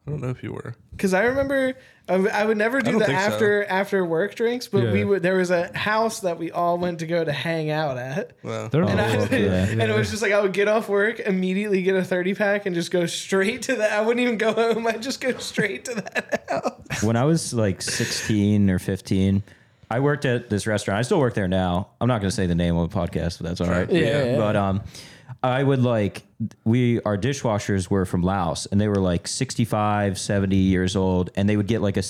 [SPEAKER 2] I don't know if you were.
[SPEAKER 4] Because I remember I w- I would never do
[SPEAKER 2] don't
[SPEAKER 4] the
[SPEAKER 2] think so.
[SPEAKER 4] after after work drinks, but we
[SPEAKER 5] Yeah.
[SPEAKER 4] would there was a house that we all went to go to hang out at.
[SPEAKER 2] Well,
[SPEAKER 5] They're
[SPEAKER 4] Oh, And, I,
[SPEAKER 5] all
[SPEAKER 1] okay.
[SPEAKER 4] and it was just like I would get off work, immediately get a thirty pack, and just go straight to that. I wouldn't even go home. I'd just go straight to that house.
[SPEAKER 1] When I was like 16 or 15, I worked at this restaurant. I still work there now. I'm not going to say the name of the podcast, but that's all right.
[SPEAKER 4] Yeah, yeah.
[SPEAKER 1] But um, I would like we our dishwashers were from Laos, and they were like 65, 70 years old, and they would get like a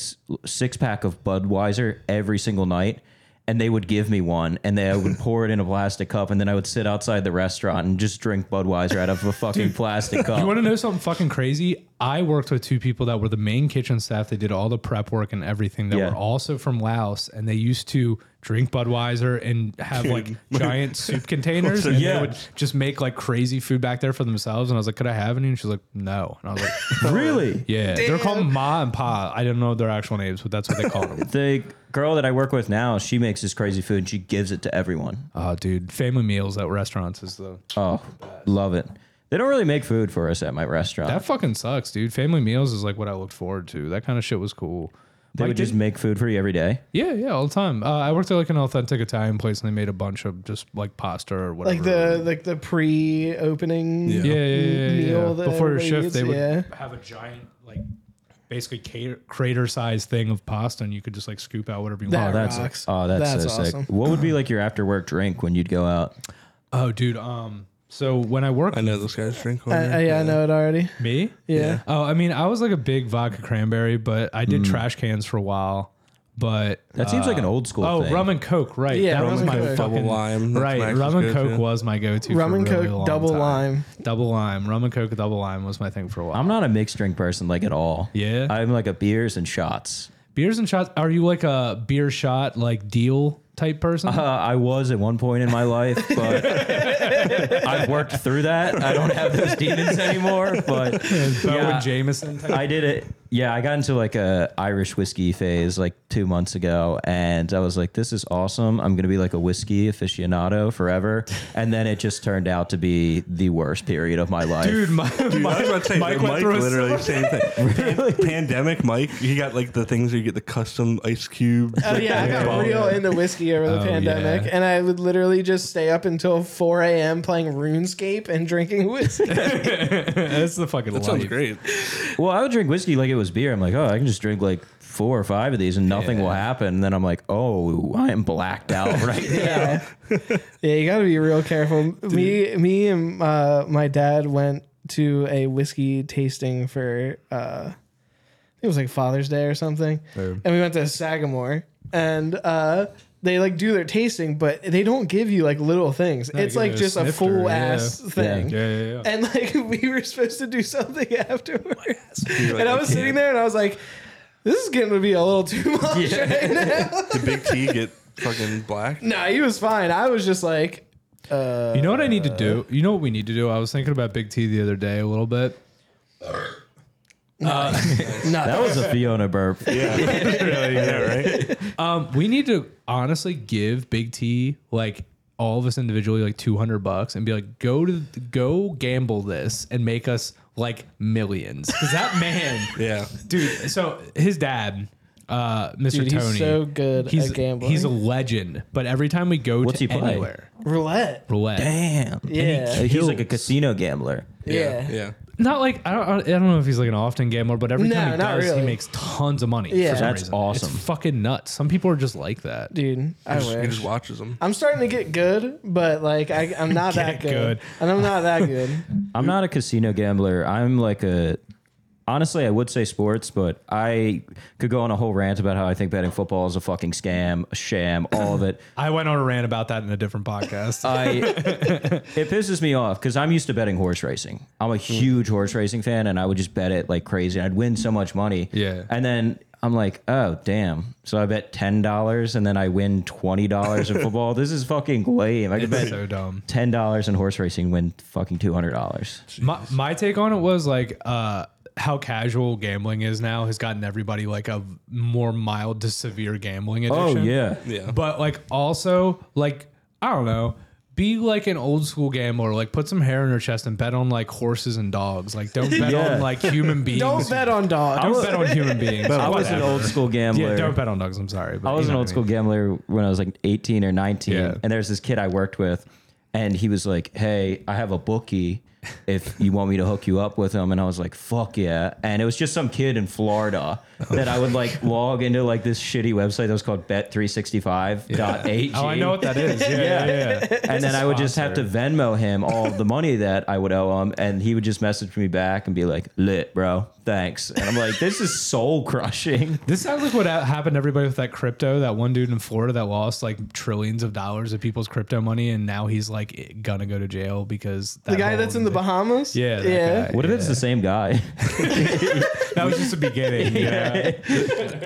[SPEAKER 1] six pack of Budweiser every single night. And they would give me one, and they I would pour it in a plastic cup, and then I would sit outside the restaurant and just drink Budweiser out of a fucking plastic cup.
[SPEAKER 5] You want to know something fucking crazy? I worked with two people that were the main kitchen staff. They did all the prep work and everything. That
[SPEAKER 1] Yeah.
[SPEAKER 5] were also from Laos, and they used to drink Budweiser and have like giant soup containers. and
[SPEAKER 1] Yeah.
[SPEAKER 5] they would just make like crazy food back there for themselves. And I was like, "Could I have any?" And she's like, "No." And I was like,
[SPEAKER 1] really?
[SPEAKER 5] "Yeah." They're called Ma and Pa. I don't know their actual names, but that's what they call them.
[SPEAKER 1] The girl that I work with now, she makes this crazy food and she gives it to everyone.
[SPEAKER 5] Oh, dude, family meals at restaurants is the
[SPEAKER 1] Oh, love it. They don't really make food for us at my restaurant.
[SPEAKER 5] that fucking sucks, dude. Family meals is like what I looked forward to. That kind of shit was cool.
[SPEAKER 1] they
[SPEAKER 5] Mike,
[SPEAKER 1] would just
[SPEAKER 5] didn't-
[SPEAKER 1] make food for you every day.
[SPEAKER 5] Yeah, yeah, all the time. Uh, I worked at like an authentic Italian place, and they made a bunch of just like pasta or whatever.
[SPEAKER 4] Like the like the pre-opening.
[SPEAKER 2] Yeah.
[SPEAKER 5] yeah, yeah, yeah, yeah, yeah.
[SPEAKER 4] meal that
[SPEAKER 5] before your
[SPEAKER 4] everybody
[SPEAKER 5] shift,
[SPEAKER 4] eats,
[SPEAKER 5] they would
[SPEAKER 4] yeah.
[SPEAKER 5] have a giant like basically cater, crater sized thing of pasta, and you could just like scoop out whatever you
[SPEAKER 4] That
[SPEAKER 5] want.
[SPEAKER 1] That's
[SPEAKER 4] rocks.
[SPEAKER 1] oh, that's,
[SPEAKER 4] That's
[SPEAKER 1] so sick.
[SPEAKER 4] awesome.
[SPEAKER 1] What would be like your after work drink when you'd go out?
[SPEAKER 5] Oh, dude. Um. So when I worked,
[SPEAKER 2] I know those guys
[SPEAKER 5] Uh,
[SPEAKER 2] drink.
[SPEAKER 4] I, I, yeah, I know it already.
[SPEAKER 5] me.
[SPEAKER 4] Yeah.
[SPEAKER 5] Oh, I mean, I was like a big vodka cranberry, but I did
[SPEAKER 2] Mm.
[SPEAKER 5] trash cans for a while. But
[SPEAKER 1] That seems like an old school.
[SPEAKER 5] oh,
[SPEAKER 1] thing.
[SPEAKER 5] rum and coke, right?
[SPEAKER 4] Yeah,
[SPEAKER 5] that
[SPEAKER 4] rum
[SPEAKER 5] was
[SPEAKER 4] and
[SPEAKER 5] my
[SPEAKER 4] coke.
[SPEAKER 5] fucking
[SPEAKER 2] Double lime, that's
[SPEAKER 5] Right,
[SPEAKER 2] Max's
[SPEAKER 5] rum and
[SPEAKER 2] go-to.
[SPEAKER 5] coke was my go-to.
[SPEAKER 4] Rum
[SPEAKER 5] for a
[SPEAKER 4] and
[SPEAKER 5] really
[SPEAKER 4] coke,
[SPEAKER 5] long
[SPEAKER 4] double
[SPEAKER 5] time.
[SPEAKER 4] lime.
[SPEAKER 5] double lime, rum and coke, double lime was my thing for a while.
[SPEAKER 1] I'm not a mixed drink person like at all.
[SPEAKER 5] Yeah?
[SPEAKER 1] I'm like a beers and shots.
[SPEAKER 5] Beers and shots. Are you like a beer shot like deal type person?
[SPEAKER 1] Uh, I was at one point in my life, but I've worked through that. I don't have those demons anymore. But
[SPEAKER 5] Bo
[SPEAKER 1] yeah,
[SPEAKER 5] and Jameson. Type.
[SPEAKER 1] I did it. Yeah, I got into like a Irish whiskey phase like two months ago, and I was like, "This is awesome. I'm gonna be like a whiskey aficionado forever." And then it just turned out to be the worst period of my life.
[SPEAKER 5] Dude, my,
[SPEAKER 2] Dude, I
[SPEAKER 5] my,
[SPEAKER 2] was about to say,
[SPEAKER 5] Mike
[SPEAKER 2] Mike,
[SPEAKER 5] went through a
[SPEAKER 2] literally same thing. Pan- pandemic Mike, he got like the things where you get the custom ice cube.
[SPEAKER 6] Oh
[SPEAKER 2] like,
[SPEAKER 6] yeah, I got
[SPEAKER 2] bottle.
[SPEAKER 6] real into whiskey over the
[SPEAKER 5] Oh,
[SPEAKER 6] pandemic,
[SPEAKER 5] yeah.
[SPEAKER 6] and I would literally just stay up until 4 a.m. playing RuneScape and drinking whiskey.
[SPEAKER 5] that's the fucking
[SPEAKER 2] That
[SPEAKER 5] life.
[SPEAKER 2] sounds great.
[SPEAKER 1] Well, I would drink whiskey like it was beer. I'm like, oh, I can just drink like four or five of these and nothing will happen. And then I'm like, oh, I am blacked out right now.
[SPEAKER 6] yeah, yeah, you got to be real careful. Me, me, and uh, my dad went to a whiskey tasting for uh, it was like Father's Day or something,
[SPEAKER 5] Oh.
[SPEAKER 6] and we went to Sagamore, and uh, they like do their tasting, but they don't give you like little things.
[SPEAKER 5] they
[SPEAKER 6] it's
[SPEAKER 5] give
[SPEAKER 6] like
[SPEAKER 5] you a
[SPEAKER 6] just a
[SPEAKER 5] snifter,
[SPEAKER 6] full ass
[SPEAKER 5] yeah.
[SPEAKER 6] thing.
[SPEAKER 5] Yeah, yeah, yeah.
[SPEAKER 6] And like we were supposed to do something afterwards, and I was
[SPEAKER 2] I
[SPEAKER 6] sitting there and I was like, "This is getting to be a little too much." right now.
[SPEAKER 2] Did Big T get fucking black?
[SPEAKER 6] No, he was fine. I was just like,
[SPEAKER 5] You know what I need to do? You know what we need to do? I was thinking about Big T the other day a little bit.
[SPEAKER 1] That was a Fiona burp.
[SPEAKER 2] Yeah, really, yeah, right.
[SPEAKER 5] Um, we need to honestly give Big T like all of us individually like 200 bucks and be like go to go gamble this and make us like millions cuz that man
[SPEAKER 2] Yeah,
[SPEAKER 5] dude so his dad uh Mr.
[SPEAKER 6] Dude, he's
[SPEAKER 5] Tony
[SPEAKER 6] so good
[SPEAKER 5] he's,
[SPEAKER 6] at gambling.
[SPEAKER 5] He's a legend, but every time we go
[SPEAKER 1] What's
[SPEAKER 5] to
[SPEAKER 1] he play?
[SPEAKER 5] anywhere
[SPEAKER 6] roulette.
[SPEAKER 5] roulette
[SPEAKER 1] Damn.
[SPEAKER 6] Yeah.
[SPEAKER 1] He's like a casino gambler.
[SPEAKER 6] Yeah.
[SPEAKER 2] yeah.
[SPEAKER 5] Not like I don't, I don't know if he's like an often gambler, but every
[SPEAKER 6] No,
[SPEAKER 5] time he
[SPEAKER 6] not
[SPEAKER 5] does,
[SPEAKER 6] really.
[SPEAKER 5] he makes tons of money. for
[SPEAKER 6] Yeah.
[SPEAKER 5] some
[SPEAKER 1] That's
[SPEAKER 5] reason.
[SPEAKER 1] awesome.
[SPEAKER 5] It's fucking nuts. Some people are just like that.
[SPEAKER 6] Dude, I
[SPEAKER 2] Just, he
[SPEAKER 6] wish.
[SPEAKER 2] just watches them.
[SPEAKER 6] I'm starting to get good, but like I, I'm not that
[SPEAKER 5] Get
[SPEAKER 6] good.
[SPEAKER 5] good.
[SPEAKER 6] and I'm not that good.
[SPEAKER 1] I'm not a casino gambler. I'm like a. Honestly, I would say sports, but I could go on a whole rant about how I think betting football is a fucking scam, a sham, all of it.
[SPEAKER 5] I went on a rant about that in a different podcast.
[SPEAKER 1] I it pisses me off because I'm used to betting horse racing. I'm a huge horse racing fan, and I would just bet it like crazy. I'd win so much money.
[SPEAKER 5] Yeah.
[SPEAKER 1] and then I'm like, oh damn! So I bet ten dollars, and then I win twenty dollars in football. This is fucking lame. I could
[SPEAKER 5] it's
[SPEAKER 1] bet
[SPEAKER 5] so dumb.
[SPEAKER 1] ten dollars in horse racing, and win fucking two hundred dollars.
[SPEAKER 5] My, my take on it was like uh, how casual gambling is now has gotten everybody like a more mild to severe gambling
[SPEAKER 1] Oh
[SPEAKER 5] addiction.
[SPEAKER 1] yeah,
[SPEAKER 2] Yeah,
[SPEAKER 5] But like also like I don't know, be like an old school gambler. Like put some hair in your chest and bet on like horses and dogs. Like don't bet
[SPEAKER 1] Yeah.
[SPEAKER 5] on like human beings.
[SPEAKER 6] Don't bet on dogs.
[SPEAKER 5] Don't bet on human beings.
[SPEAKER 1] I was an
[SPEAKER 5] Whatever.
[SPEAKER 1] old school gambler.
[SPEAKER 5] Yeah, don't bet on dogs. I'm sorry. But
[SPEAKER 1] I was an old school gambler when I was like 18 or 19.
[SPEAKER 5] Yeah.
[SPEAKER 1] And there's this kid I worked with, and he was like, Hey, I have a bookie if you want me to hook you up with him. And I was like, Fuck yeah. And it was just some kid in Florida that I would like log into like this shitty website that was called bet365.ag.
[SPEAKER 5] Oh, I know what that is. Yeah, yeah, yeah.
[SPEAKER 1] And then I would just have to Venmo him all of the money that I would owe him, and he would just message me back and be like, "Lit, bro, thanks." And I'm like, "This is soul crushing."
[SPEAKER 5] This sounds like what ha- happened to everybody with that crypto. That one dude in Florida that lost like trillions of dollars of people's crypto money, and now he's like i- gonna go to jail because that
[SPEAKER 6] The guy
[SPEAKER 5] whole-
[SPEAKER 6] that's in the Bahamas.
[SPEAKER 5] Yeah, that
[SPEAKER 6] yeah.
[SPEAKER 5] guy.
[SPEAKER 1] What if it's the same guy?
[SPEAKER 5] That was just the beginning. Yeah.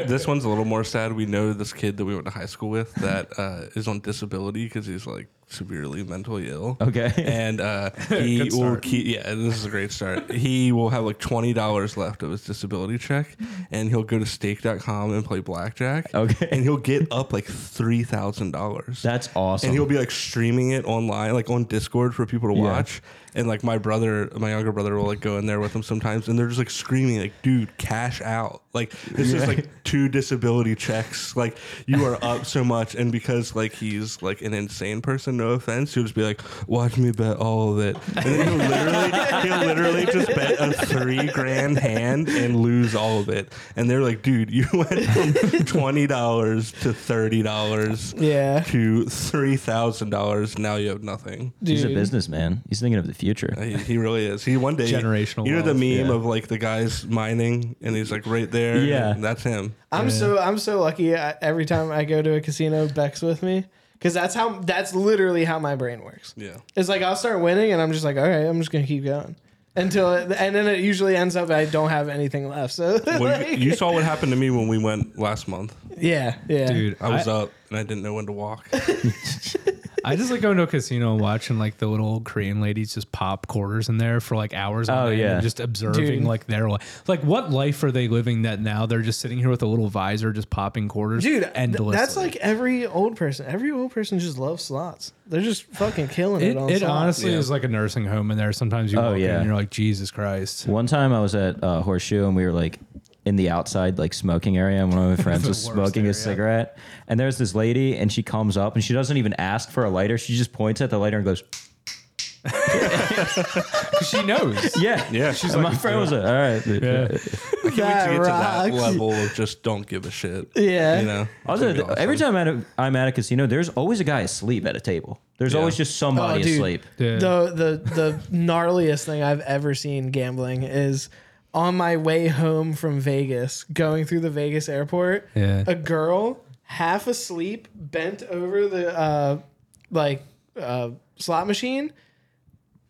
[SPEAKER 2] this one's a little more sad. We know this kid that we went to high school with that uh, is on disability because he's like severely mentally ill.
[SPEAKER 1] Okay.
[SPEAKER 2] and uh, he
[SPEAKER 5] Good
[SPEAKER 2] will
[SPEAKER 5] start.
[SPEAKER 2] keep. Yeah, this is a great start. he will have like twenty dollars left of his disability check, and he'll go to Steak.com and play blackjack.
[SPEAKER 1] Okay.
[SPEAKER 2] and he'll get up like three thousand dollars.
[SPEAKER 1] That's awesome.
[SPEAKER 2] And he'll be like streaming it online, like on Discord for people to watch. And like my brother, my younger brother will like go in there with him sometimes and they're just like screaming, like, dude, cash out. Like this is like two disability checks. Like you are up so much. And because like he's like an insane person, no offense, he'll just be like, watch me bet all of it. And then he'll literally he'll literally just bet a three grand hand and lose all of it. And they're like, dude, you went from twenty dollars to thirty dollars
[SPEAKER 6] Yeah.
[SPEAKER 2] to three thousand dollars. Now you have nothing.
[SPEAKER 1] He's a
[SPEAKER 6] Dude.
[SPEAKER 1] businessman. He's thinking of the future.
[SPEAKER 2] He, he really is. He one day
[SPEAKER 5] Generational
[SPEAKER 2] You know the
[SPEAKER 5] wealth,
[SPEAKER 2] meme
[SPEAKER 5] yeah.
[SPEAKER 2] of like the guys mining, and he's like right there.
[SPEAKER 1] Yeah.
[SPEAKER 2] and that's him.
[SPEAKER 6] I'm so I'm so lucky. I, every time I go to a casino, Beck's with me because that's how that's literally how my brain works.
[SPEAKER 2] Yeah,
[SPEAKER 6] It's like I'll start winning, and I'm just like, all right, I'm just gonna keep going. until it, and then it usually ends up I don't have anything left. So
[SPEAKER 2] Well,
[SPEAKER 6] like-
[SPEAKER 2] you saw what happened to me when we went last month.
[SPEAKER 6] yeah, yeah.
[SPEAKER 5] Dude,
[SPEAKER 2] I was up and I didn't know when to walk.
[SPEAKER 5] I just like going to a casino and watching like the little Korean ladies just pop quarters in there for like hours. on
[SPEAKER 1] Oh,
[SPEAKER 5] end
[SPEAKER 1] yeah.
[SPEAKER 5] and just observing
[SPEAKER 6] Dude.
[SPEAKER 5] like their life. Like what life are they living that now they're just sitting here with a little visor just popping quarters?
[SPEAKER 6] Dude,
[SPEAKER 5] endlessly.
[SPEAKER 6] th- that's like every old person. Every old person just loves slots. They're just fucking killing it.
[SPEAKER 5] it.
[SPEAKER 6] on
[SPEAKER 5] It
[SPEAKER 6] slots.
[SPEAKER 5] honestly
[SPEAKER 2] Yeah.
[SPEAKER 5] is like a nursing home in there. Sometimes you
[SPEAKER 1] Oh,
[SPEAKER 5] walk in
[SPEAKER 1] yeah.
[SPEAKER 5] and you're like Jesus Christ.
[SPEAKER 1] One time I was at uh, Horseshoe and we were like in the outside like smoking area and one of my friends
[SPEAKER 5] The
[SPEAKER 1] was
[SPEAKER 5] worst
[SPEAKER 1] smoking
[SPEAKER 5] area.
[SPEAKER 1] a cigarette and there's this lady and she comes up and she doesn't even ask for a lighter she just points at the lighter and goes
[SPEAKER 5] 'Cause she knows.
[SPEAKER 1] yeah
[SPEAKER 2] Yeah. She's
[SPEAKER 1] and my friend was like all right
[SPEAKER 5] Yeah.
[SPEAKER 2] I can't wait
[SPEAKER 6] That
[SPEAKER 2] to get to that
[SPEAKER 6] rocks.
[SPEAKER 2] level of just don't give a shit.
[SPEAKER 6] Yeah.
[SPEAKER 2] You know?
[SPEAKER 1] I was
[SPEAKER 2] It's
[SPEAKER 1] at,
[SPEAKER 2] gonna be
[SPEAKER 1] every
[SPEAKER 2] awesome.
[SPEAKER 1] time I'm at, a, I'm at a casino there's always a guy asleep at a table there's
[SPEAKER 2] Yeah.
[SPEAKER 1] always just
[SPEAKER 6] Oh,
[SPEAKER 1] somebody
[SPEAKER 6] dude.
[SPEAKER 1] asleep
[SPEAKER 5] Yeah.
[SPEAKER 6] The the the gnarliest thing I've ever seen gambling is on my way home from Vegas, going through the Vegas airport.
[SPEAKER 5] Yeah.
[SPEAKER 6] A girl half asleep, bent over the uh, like uh, slot machine,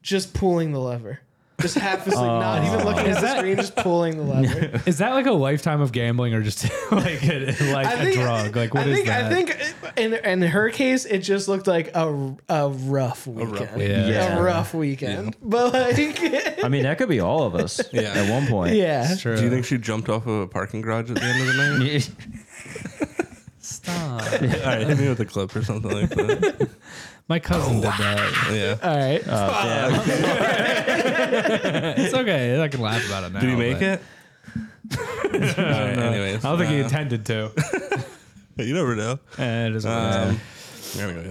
[SPEAKER 6] just pulling the lever. Just half asleep,
[SPEAKER 5] Oh.
[SPEAKER 6] not even looking at the screen, just pulling the lever.
[SPEAKER 5] Is that like a lifetime of gambling or just like a, like
[SPEAKER 6] I think,
[SPEAKER 5] a drug? Like
[SPEAKER 6] I
[SPEAKER 5] what is
[SPEAKER 6] think,
[SPEAKER 5] that?
[SPEAKER 6] I think in, in her case, it just looked like a, a rough weekend. A rough weekend.
[SPEAKER 5] yeah.
[SPEAKER 1] Yeah.
[SPEAKER 6] But like,
[SPEAKER 1] I mean that could be all of us
[SPEAKER 2] Yeah.
[SPEAKER 1] at one point
[SPEAKER 6] yeah.
[SPEAKER 5] It's true.
[SPEAKER 2] Do you think she jumped off of a parking garage at the end of the night?
[SPEAKER 5] Stop.
[SPEAKER 2] All right, hit me with a clip or something like that.
[SPEAKER 5] My cousin did that.
[SPEAKER 2] Yeah.
[SPEAKER 6] All right.
[SPEAKER 5] It's okay. I can laugh about it now.
[SPEAKER 2] Did he make
[SPEAKER 5] but-
[SPEAKER 2] it? All right, anyways,
[SPEAKER 5] I don't think he
[SPEAKER 2] uh,
[SPEAKER 5] intended to.
[SPEAKER 2] You never know.
[SPEAKER 5] Eh, it is what it is.
[SPEAKER 2] Um, there we go. That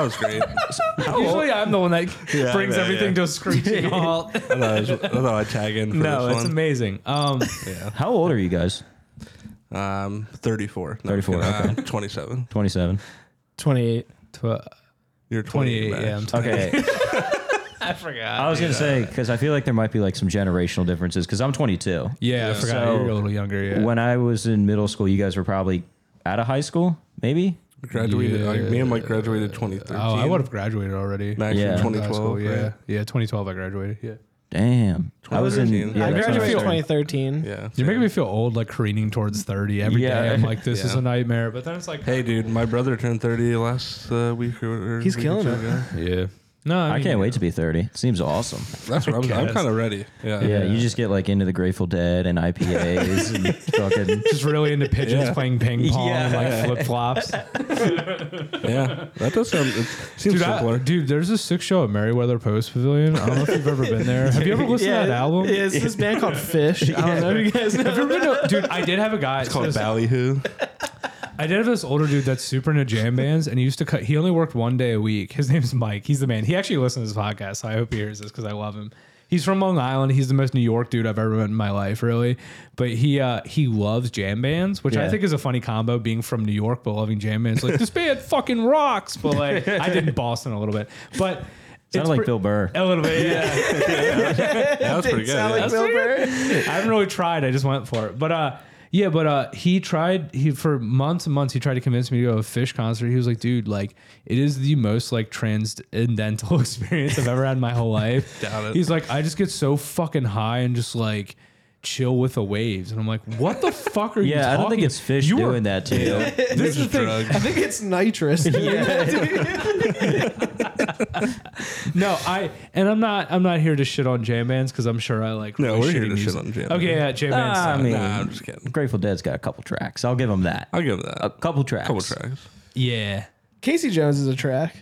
[SPEAKER 2] was great. That was great.
[SPEAKER 5] Usually I'm the one that
[SPEAKER 2] Yeah,
[SPEAKER 5] brings
[SPEAKER 2] yeah,
[SPEAKER 5] everything
[SPEAKER 2] yeah.
[SPEAKER 5] to a screeching halt.
[SPEAKER 2] I thought I, was, I, thought I'd tag in for
[SPEAKER 5] no,
[SPEAKER 2] this
[SPEAKER 5] it's
[SPEAKER 2] one.
[SPEAKER 5] amazing. Um,
[SPEAKER 1] how old are you guys
[SPEAKER 2] Um, 34. No,
[SPEAKER 1] 34,
[SPEAKER 2] uh, 27.
[SPEAKER 1] 27
[SPEAKER 6] 28.
[SPEAKER 5] tw-
[SPEAKER 2] You're
[SPEAKER 5] 28.
[SPEAKER 2] 28.
[SPEAKER 5] Yeah, I'm
[SPEAKER 2] Max.
[SPEAKER 5] t-
[SPEAKER 1] okay
[SPEAKER 5] I forgot.
[SPEAKER 1] I was gonna say because I feel like there might be like some generational differences because I'm 22
[SPEAKER 5] yeah, I forgot.
[SPEAKER 1] So-
[SPEAKER 5] You're a little younger. Yeah.
[SPEAKER 1] When I was in middle school, you guys were probably out of high school, maybe.
[SPEAKER 2] We graduated. like, me and Mike graduated 2013.
[SPEAKER 5] oh, I would have graduated already.
[SPEAKER 2] Max
[SPEAKER 1] Yeah. High
[SPEAKER 2] in
[SPEAKER 1] school,
[SPEAKER 5] High
[SPEAKER 2] 2012.
[SPEAKER 5] school, yeah,
[SPEAKER 2] right?
[SPEAKER 5] yeah. 2012, I graduated. Yeah.
[SPEAKER 1] Damn, I was in.
[SPEAKER 2] 2013.
[SPEAKER 1] Yeah,
[SPEAKER 6] I
[SPEAKER 1] that's when
[SPEAKER 6] graduated
[SPEAKER 1] started.
[SPEAKER 6] 2013.
[SPEAKER 2] Yeah.
[SPEAKER 5] You're making me feel old, like careening towards 30 every day.
[SPEAKER 1] Yeah.
[SPEAKER 5] I'm like, this is
[SPEAKER 2] Yeah.
[SPEAKER 5] a nightmare. But then it's like,
[SPEAKER 2] Hey, dude, my brother turned 30 last uh, week. Or, or
[SPEAKER 6] He's
[SPEAKER 2] week
[SPEAKER 6] killing
[SPEAKER 2] or two
[SPEAKER 6] it.
[SPEAKER 2] ago.
[SPEAKER 5] yeah. No, I,
[SPEAKER 1] I
[SPEAKER 5] mean,
[SPEAKER 1] can't wait to be 30. It seems awesome.
[SPEAKER 2] That's what I'm, I'm
[SPEAKER 5] Yes.
[SPEAKER 2] kind of ready. Yeah.
[SPEAKER 1] Yeah, you just get like into the Grateful Dead and IPAs and fucking.
[SPEAKER 5] Just really into pigeons
[SPEAKER 2] Yeah.
[SPEAKER 5] playing ping pong and
[SPEAKER 1] Yeah.
[SPEAKER 5] like flip flops.
[SPEAKER 2] Yeah. That does sound, it seems
[SPEAKER 5] Dude, I-
[SPEAKER 2] simpler.
[SPEAKER 5] dude, there's a sick show at Merriweather Post Pavilion. I don't know if you've ever been there. Have you ever listened to that album?
[SPEAKER 6] Yeah, it's this band called Fish. I don't know if you guys know.
[SPEAKER 5] Have you ever been to- dude, I did have a guy.
[SPEAKER 2] it's called
[SPEAKER 5] so this-
[SPEAKER 2] Ballyhoo.
[SPEAKER 5] I did have this older dude that's super into jam bands, and he used to cut. He only worked one day a week. His name's Mike. He's the man. He actually listens to this podcast, so I hope he hears this because I love him. He's from Long Island. He's the most New York dude I've ever met in my life, really. But he uh, he loves jam bands, which I
[SPEAKER 1] Yeah.
[SPEAKER 5] think is a funny combo, being from New York but loving jam bands. Like this band fucking rocks, but like I did in Boston a little bit, but
[SPEAKER 1] Sounded like Bill Burr.
[SPEAKER 5] A little bit, yeah.
[SPEAKER 2] That was pretty good.
[SPEAKER 6] Sound
[SPEAKER 2] yeah.
[SPEAKER 6] like Bill Burr.
[SPEAKER 5] I haven't really tried. I just went for it. But uh, yeah. But uh, he tried. He for months and months he tried to convince me to go to a Fish concert. He was like, "Dude, like it is the most like transcendental experience I've ever had in my whole life."
[SPEAKER 2] Doubt it.
[SPEAKER 5] He's like, "I just get so fucking high and just like." Chill with the waves, and I'm like, "What the fuck are you?"
[SPEAKER 1] Yeah, I don't think
[SPEAKER 5] talking-
[SPEAKER 1] it's fish
[SPEAKER 5] You are-
[SPEAKER 1] doing that to you.
[SPEAKER 5] This is the thing.
[SPEAKER 6] I think it's nitrous.
[SPEAKER 5] No, I and I'm not. I'm not here to shit on jam bands because I'm sure I like.
[SPEAKER 2] No,
[SPEAKER 5] really
[SPEAKER 2] we're here
[SPEAKER 5] shitty
[SPEAKER 2] to shit
[SPEAKER 5] music.
[SPEAKER 2] on jam
[SPEAKER 5] Okay,
[SPEAKER 2] bands.
[SPEAKER 5] yeah, jam bands.
[SPEAKER 1] Ah, I
[SPEAKER 5] suck.
[SPEAKER 1] mean,
[SPEAKER 2] Nah, I'm just kidding.
[SPEAKER 1] Grateful Dead's got a couple tracks. I'll give them that.
[SPEAKER 2] I'll give that
[SPEAKER 1] A couple tracks.
[SPEAKER 2] a couple tracks.
[SPEAKER 5] yeah,
[SPEAKER 6] Casey Jones is a track.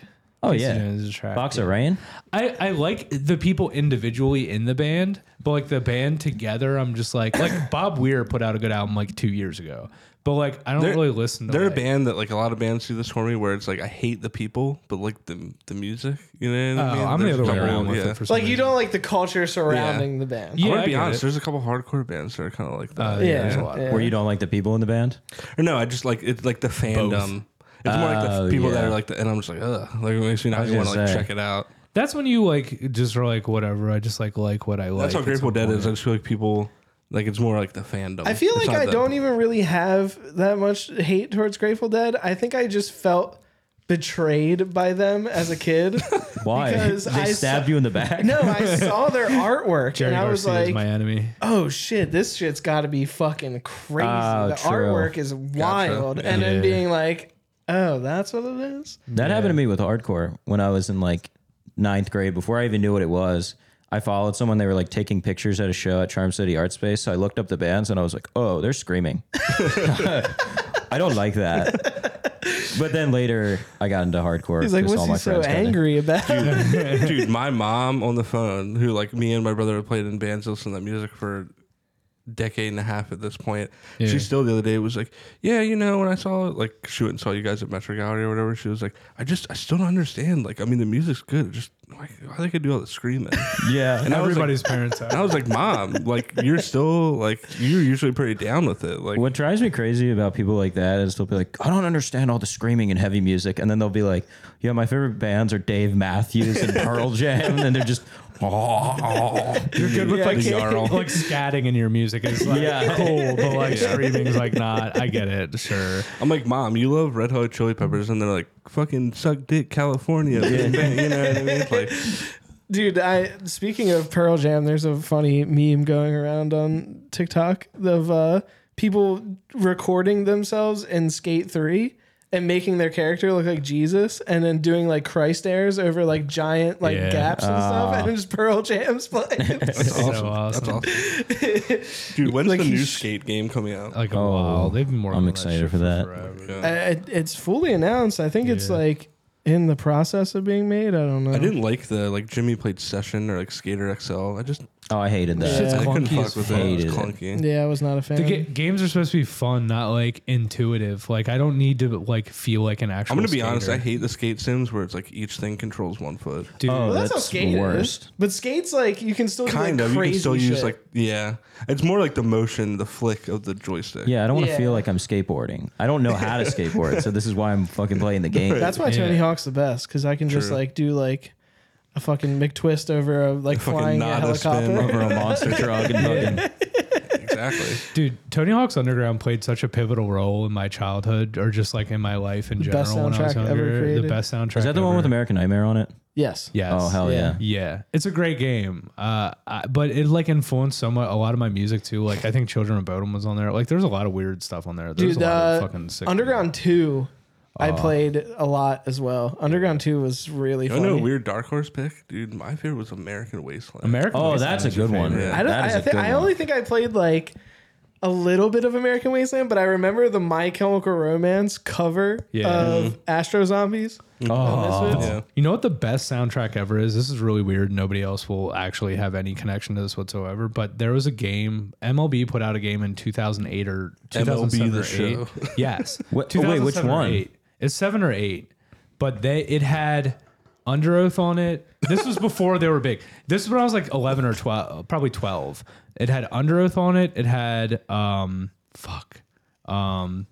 [SPEAKER 1] Oh
[SPEAKER 5] Casey
[SPEAKER 1] yeah.
[SPEAKER 5] Jones is a track,
[SPEAKER 1] Box
[SPEAKER 5] yeah.
[SPEAKER 1] of Rain.
[SPEAKER 5] I, I like the people individually in the band, but like the band together, I'm just like like Bob Weir put out a good album like two years ago, but like I don't
[SPEAKER 2] They're-
[SPEAKER 5] really listen to.
[SPEAKER 2] They're a
[SPEAKER 5] like-
[SPEAKER 2] band that like a lot of bands do this for me, where it's like I hate the people, but like the the music. You know what
[SPEAKER 5] Oh,
[SPEAKER 2] I mean?
[SPEAKER 5] I'm the
[SPEAKER 2] There's
[SPEAKER 5] other
[SPEAKER 2] a
[SPEAKER 5] way
[SPEAKER 2] couple-
[SPEAKER 5] around with
[SPEAKER 2] yeah.
[SPEAKER 5] it for some
[SPEAKER 6] Like, you
[SPEAKER 5] reason.
[SPEAKER 6] don't like the culture surrounding the band.
[SPEAKER 5] Yeah,
[SPEAKER 2] I'm gonna
[SPEAKER 5] I
[SPEAKER 2] be
[SPEAKER 5] get
[SPEAKER 2] honest.
[SPEAKER 5] it.
[SPEAKER 2] There's a couple hardcore bands that are kind of like that.
[SPEAKER 5] Uh,
[SPEAKER 6] Yeah.
[SPEAKER 5] yeah, there's a lot.
[SPEAKER 6] yeah.
[SPEAKER 1] Where you don't like the people in the band.
[SPEAKER 2] Or no, I just like it's like the fandom. It's more like
[SPEAKER 5] Uh,
[SPEAKER 2] the
[SPEAKER 1] Oh,
[SPEAKER 2] f- people that
[SPEAKER 1] yeah.
[SPEAKER 2] are like, the, and I'm just like, ugh, like it makes me not
[SPEAKER 1] was
[SPEAKER 2] want to
[SPEAKER 1] gonna
[SPEAKER 2] like
[SPEAKER 1] say.
[SPEAKER 2] check it out.
[SPEAKER 5] That's when you like just are like whatever. I just like like what I like.
[SPEAKER 2] That's how
[SPEAKER 5] at
[SPEAKER 2] Grateful
[SPEAKER 5] some
[SPEAKER 2] Dead
[SPEAKER 5] point.
[SPEAKER 2] is. I just feel like people, like it's more like the fandom.
[SPEAKER 6] I feel
[SPEAKER 2] It's
[SPEAKER 6] like
[SPEAKER 2] not
[SPEAKER 6] I
[SPEAKER 2] the-
[SPEAKER 6] don't even really have that much hate towards Grateful Dead. I think I just felt
[SPEAKER 4] betrayed by them as a kid.
[SPEAKER 1] Why?
[SPEAKER 4] Because
[SPEAKER 1] they
[SPEAKER 4] I
[SPEAKER 1] stabbed
[SPEAKER 4] saw-
[SPEAKER 1] you in the back?
[SPEAKER 4] no, I saw their artwork
[SPEAKER 6] Jerry
[SPEAKER 4] and I was
[SPEAKER 6] Garcia is
[SPEAKER 4] like,
[SPEAKER 6] my enemy.
[SPEAKER 4] oh shit, this shit's got to be fucking crazy.
[SPEAKER 1] Oh,
[SPEAKER 4] the
[SPEAKER 1] true.
[SPEAKER 4] artwork is wild. And
[SPEAKER 6] Yeah.
[SPEAKER 4] then being like, oh, that's what it is?
[SPEAKER 1] That happened to me with hardcore when I was in like ninth grade. Before I even knew what it was, I followed someone. They were like taking pictures at a show at Charm City Art Space. So I looked up the bands and I was like, oh, they're screaming. I don't like that. But then later, I got into hardcore.
[SPEAKER 4] He's like,
[SPEAKER 1] because
[SPEAKER 4] what's
[SPEAKER 1] all
[SPEAKER 4] he
[SPEAKER 1] my
[SPEAKER 4] so
[SPEAKER 1] friends got in.
[SPEAKER 4] angry about?
[SPEAKER 2] Dude, my mom on the phone, who like me and my brother have played in bands, listened to that music for a decade and a half at this point.
[SPEAKER 6] Yeah.
[SPEAKER 2] She still the other day was like, Yeah, you know, when I saw it, like she went and saw you guys at Metro Gallery or whatever, she was like, I just I still don't understand. Like, I mean the music's good. Just why why they could do all the screaming.
[SPEAKER 1] Yeah.
[SPEAKER 2] And I was like-
[SPEAKER 6] Everybody's parents
[SPEAKER 2] And I
[SPEAKER 6] are.
[SPEAKER 2] was like, Mom, like you're still like you're usually pretty down with it. Like
[SPEAKER 1] What drives me crazy about people like that is they'll be like, I don't understand all the screaming and heavy music. And then they'll be like, yeah, my favorite bands are Dave Matthews and Pearl Jam. And they're just, "Oh,
[SPEAKER 6] You're good with
[SPEAKER 4] Yeah,
[SPEAKER 6] like,
[SPEAKER 4] I can't-
[SPEAKER 6] like scatting in your music is like
[SPEAKER 1] Yeah.
[SPEAKER 6] cool, but like screaming's like not. I get it, sure.
[SPEAKER 2] I'm like, Mom, you love red hot chili peppers and they're like, fucking suck dick California. you know what I mean? Like
[SPEAKER 4] Dude, I speaking of Pearl Jam, there's a funny meme going around on TikTok of uh, people recording themselves in Skate 3 and making their character look like Jesus and then doing like Christ airs over like giant like
[SPEAKER 6] Yeah.
[SPEAKER 4] gaps and stuff and then just Pearl Jam's playing.
[SPEAKER 2] that's
[SPEAKER 6] So
[SPEAKER 2] awesome. That's
[SPEAKER 6] awesome.
[SPEAKER 2] awesome. Dude, when's
[SPEAKER 4] Like
[SPEAKER 2] the new
[SPEAKER 4] he's-
[SPEAKER 2] skate game coming out?
[SPEAKER 6] Like
[SPEAKER 1] Oh,
[SPEAKER 6] oh, wow, they've been working.
[SPEAKER 1] I'm
[SPEAKER 6] on
[SPEAKER 1] excited
[SPEAKER 6] shit
[SPEAKER 1] for that.
[SPEAKER 6] forever.
[SPEAKER 2] Yeah.
[SPEAKER 4] I- I- it's fully announced. I think it's
[SPEAKER 6] Yeah.
[SPEAKER 4] like in the process of being made. I don't know.
[SPEAKER 2] I didn't like the like Jimmy played session or like Skater XL. I just
[SPEAKER 1] oh, I hated that.
[SPEAKER 6] Shit's
[SPEAKER 2] I couldn't
[SPEAKER 6] clunky
[SPEAKER 2] fuck
[SPEAKER 6] as
[SPEAKER 2] with
[SPEAKER 1] fuck.
[SPEAKER 2] it. It
[SPEAKER 1] Hated
[SPEAKER 2] was
[SPEAKER 1] it.
[SPEAKER 2] clunky.
[SPEAKER 4] Yeah, I was not a fan.
[SPEAKER 6] The ga- games are supposed to be fun, not like intuitive. Like I don't need to like feel like an
[SPEAKER 2] I'm
[SPEAKER 6] actual.
[SPEAKER 2] gonna be honest. I
[SPEAKER 6] skater.
[SPEAKER 2] hate the skate sims where it's like each thing controls one foot.
[SPEAKER 6] Dude,
[SPEAKER 1] Oh,
[SPEAKER 4] well, that's,
[SPEAKER 1] that's
[SPEAKER 4] how skate
[SPEAKER 1] worst.
[SPEAKER 4] is. But skate's like you can still
[SPEAKER 2] Kind
[SPEAKER 4] do like
[SPEAKER 2] of. You
[SPEAKER 4] crazy
[SPEAKER 2] can still use
[SPEAKER 4] shit.
[SPEAKER 2] like yeah. It's more like the motion, the flick of the joystick.
[SPEAKER 1] Yeah, I don't want to
[SPEAKER 4] Yeah.
[SPEAKER 1] feel like I'm skateboarding. I don't know how to skateboard, so this is why I'm fucking playing the game.
[SPEAKER 4] That's why Tony
[SPEAKER 6] Yeah.
[SPEAKER 4] Hawk's the best because I can just
[SPEAKER 2] True.
[SPEAKER 4] like do like a fucking McTwist over a like
[SPEAKER 2] fucking
[SPEAKER 4] flying a
[SPEAKER 2] nod a spin
[SPEAKER 1] over
[SPEAKER 4] helicopter.
[SPEAKER 1] a monster truck and fucking.
[SPEAKER 2] exactly.
[SPEAKER 6] Dude, Tony Hawk's Underground played such a pivotal role in my childhood, or just like in my life in general.
[SPEAKER 4] best
[SPEAKER 6] when I was
[SPEAKER 4] soundtrack ever
[SPEAKER 6] younger. The
[SPEAKER 4] created.
[SPEAKER 6] best soundtrack.
[SPEAKER 1] Is that the one
[SPEAKER 6] ever.
[SPEAKER 1] with American Nightmare on it?
[SPEAKER 4] Yes.
[SPEAKER 6] Yes.
[SPEAKER 1] Oh hell yeah!
[SPEAKER 4] Yeah.
[SPEAKER 6] Yeah, it's a great game. Uh, I, but it like influenced somewhat a lot of my music too. Like I think Children of Bodom was on there. Like there's a lot of weird stuff on there. There's
[SPEAKER 4] Dude,
[SPEAKER 6] a lot
[SPEAKER 4] uh,
[SPEAKER 6] of fucking sick
[SPEAKER 4] Underground Two, I played a lot as well. Underground Two was really
[SPEAKER 2] You
[SPEAKER 4] funny.
[SPEAKER 2] know, a weird dark horse pick, dude. My favorite was American Wasteland.
[SPEAKER 6] American.
[SPEAKER 1] Oh,
[SPEAKER 6] Wasteland
[SPEAKER 1] that's a
[SPEAKER 6] is your
[SPEAKER 1] good one.
[SPEAKER 2] favorite.
[SPEAKER 4] I don't.
[SPEAKER 1] That is
[SPEAKER 4] I,
[SPEAKER 1] a
[SPEAKER 4] thi-
[SPEAKER 1] good
[SPEAKER 4] I
[SPEAKER 1] one.
[SPEAKER 4] only think I played like a little bit of American Wasteland, but I remember the My Chemical Romance cover
[SPEAKER 6] Yeah.
[SPEAKER 5] Mm-hmm.
[SPEAKER 4] of Astro Zombies.
[SPEAKER 1] Oh,
[SPEAKER 4] on this one.
[SPEAKER 2] Yeah.
[SPEAKER 6] You know what the best soundtrack ever is? This is really weird. Nobody else will actually have any connection to this whatsoever. But there was a game. MLB put out a game in 2008 or 2007
[SPEAKER 2] the
[SPEAKER 6] or
[SPEAKER 2] show.
[SPEAKER 6] eight. Yes.
[SPEAKER 1] What- oh, wait, which
[SPEAKER 6] 2007 or
[SPEAKER 1] one?
[SPEAKER 6] eight. It's seven or eight. But they it had Under Oath on it. This was before they were big. This was when I was like 11 or 12, probably 12. It had Under Oath on it. It had um fuck. Um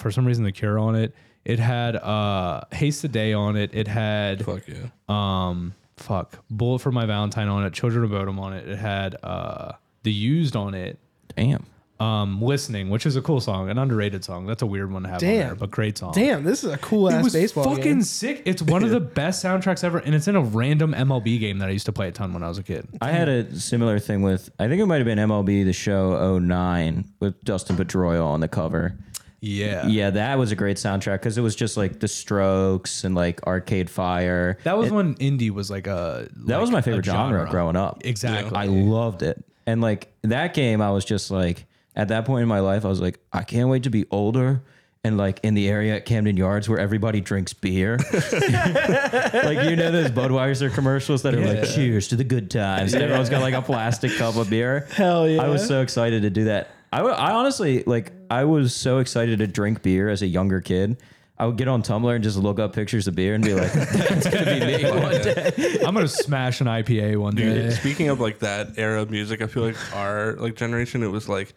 [SPEAKER 6] for some reason the cure on it. It had uh Haste the Day on it. It had
[SPEAKER 2] Fuck yeah.
[SPEAKER 6] um fuck bullet for my valentine on it children of bodom on it it had uh the used on it
[SPEAKER 1] damn!
[SPEAKER 6] um listening which is a cool song an underrated song that's a weird one to have on there
[SPEAKER 4] Damn.
[SPEAKER 6] but great song
[SPEAKER 4] Damn, this is a cool
[SPEAKER 6] it
[SPEAKER 4] ass
[SPEAKER 6] was
[SPEAKER 4] baseball
[SPEAKER 6] fucking
[SPEAKER 4] game.
[SPEAKER 6] sick it's one of the best soundtracks ever and it's in a random mlb game that i used to play a ton when i was a kid
[SPEAKER 1] I had a similar thing with. I think it might have been MLB the Show 09 with Dustin Pedroia on the cover.
[SPEAKER 6] yeah
[SPEAKER 1] Yeah, that was a great soundtrack because it was just like The Strokes and like Arcade Fire.
[SPEAKER 6] that was when indie was like a
[SPEAKER 1] That was my favorite genre, growing up.
[SPEAKER 6] exactly
[SPEAKER 1] I loved it. And like that game, I was just like, at that point in my life, I was like, I can't wait to be older and like in the area at Camden Yards where everybody drinks beer. like, you know, those Budweiser commercials that are like, cheers to the good times. And everyone's got like a plastic cup of beer.
[SPEAKER 4] Hell yeah.
[SPEAKER 1] I was so excited to do that. I, wa- I honestly, like, I was so excited to drink beer as a younger kid. I would get on Tumblr and just look up pictures of beer and be like, that's going to be me one day.
[SPEAKER 6] i'm gonna smash an ipa one
[SPEAKER 2] Dude,
[SPEAKER 6] day
[SPEAKER 2] speaking of like that era of music, I feel like our like generation, it was like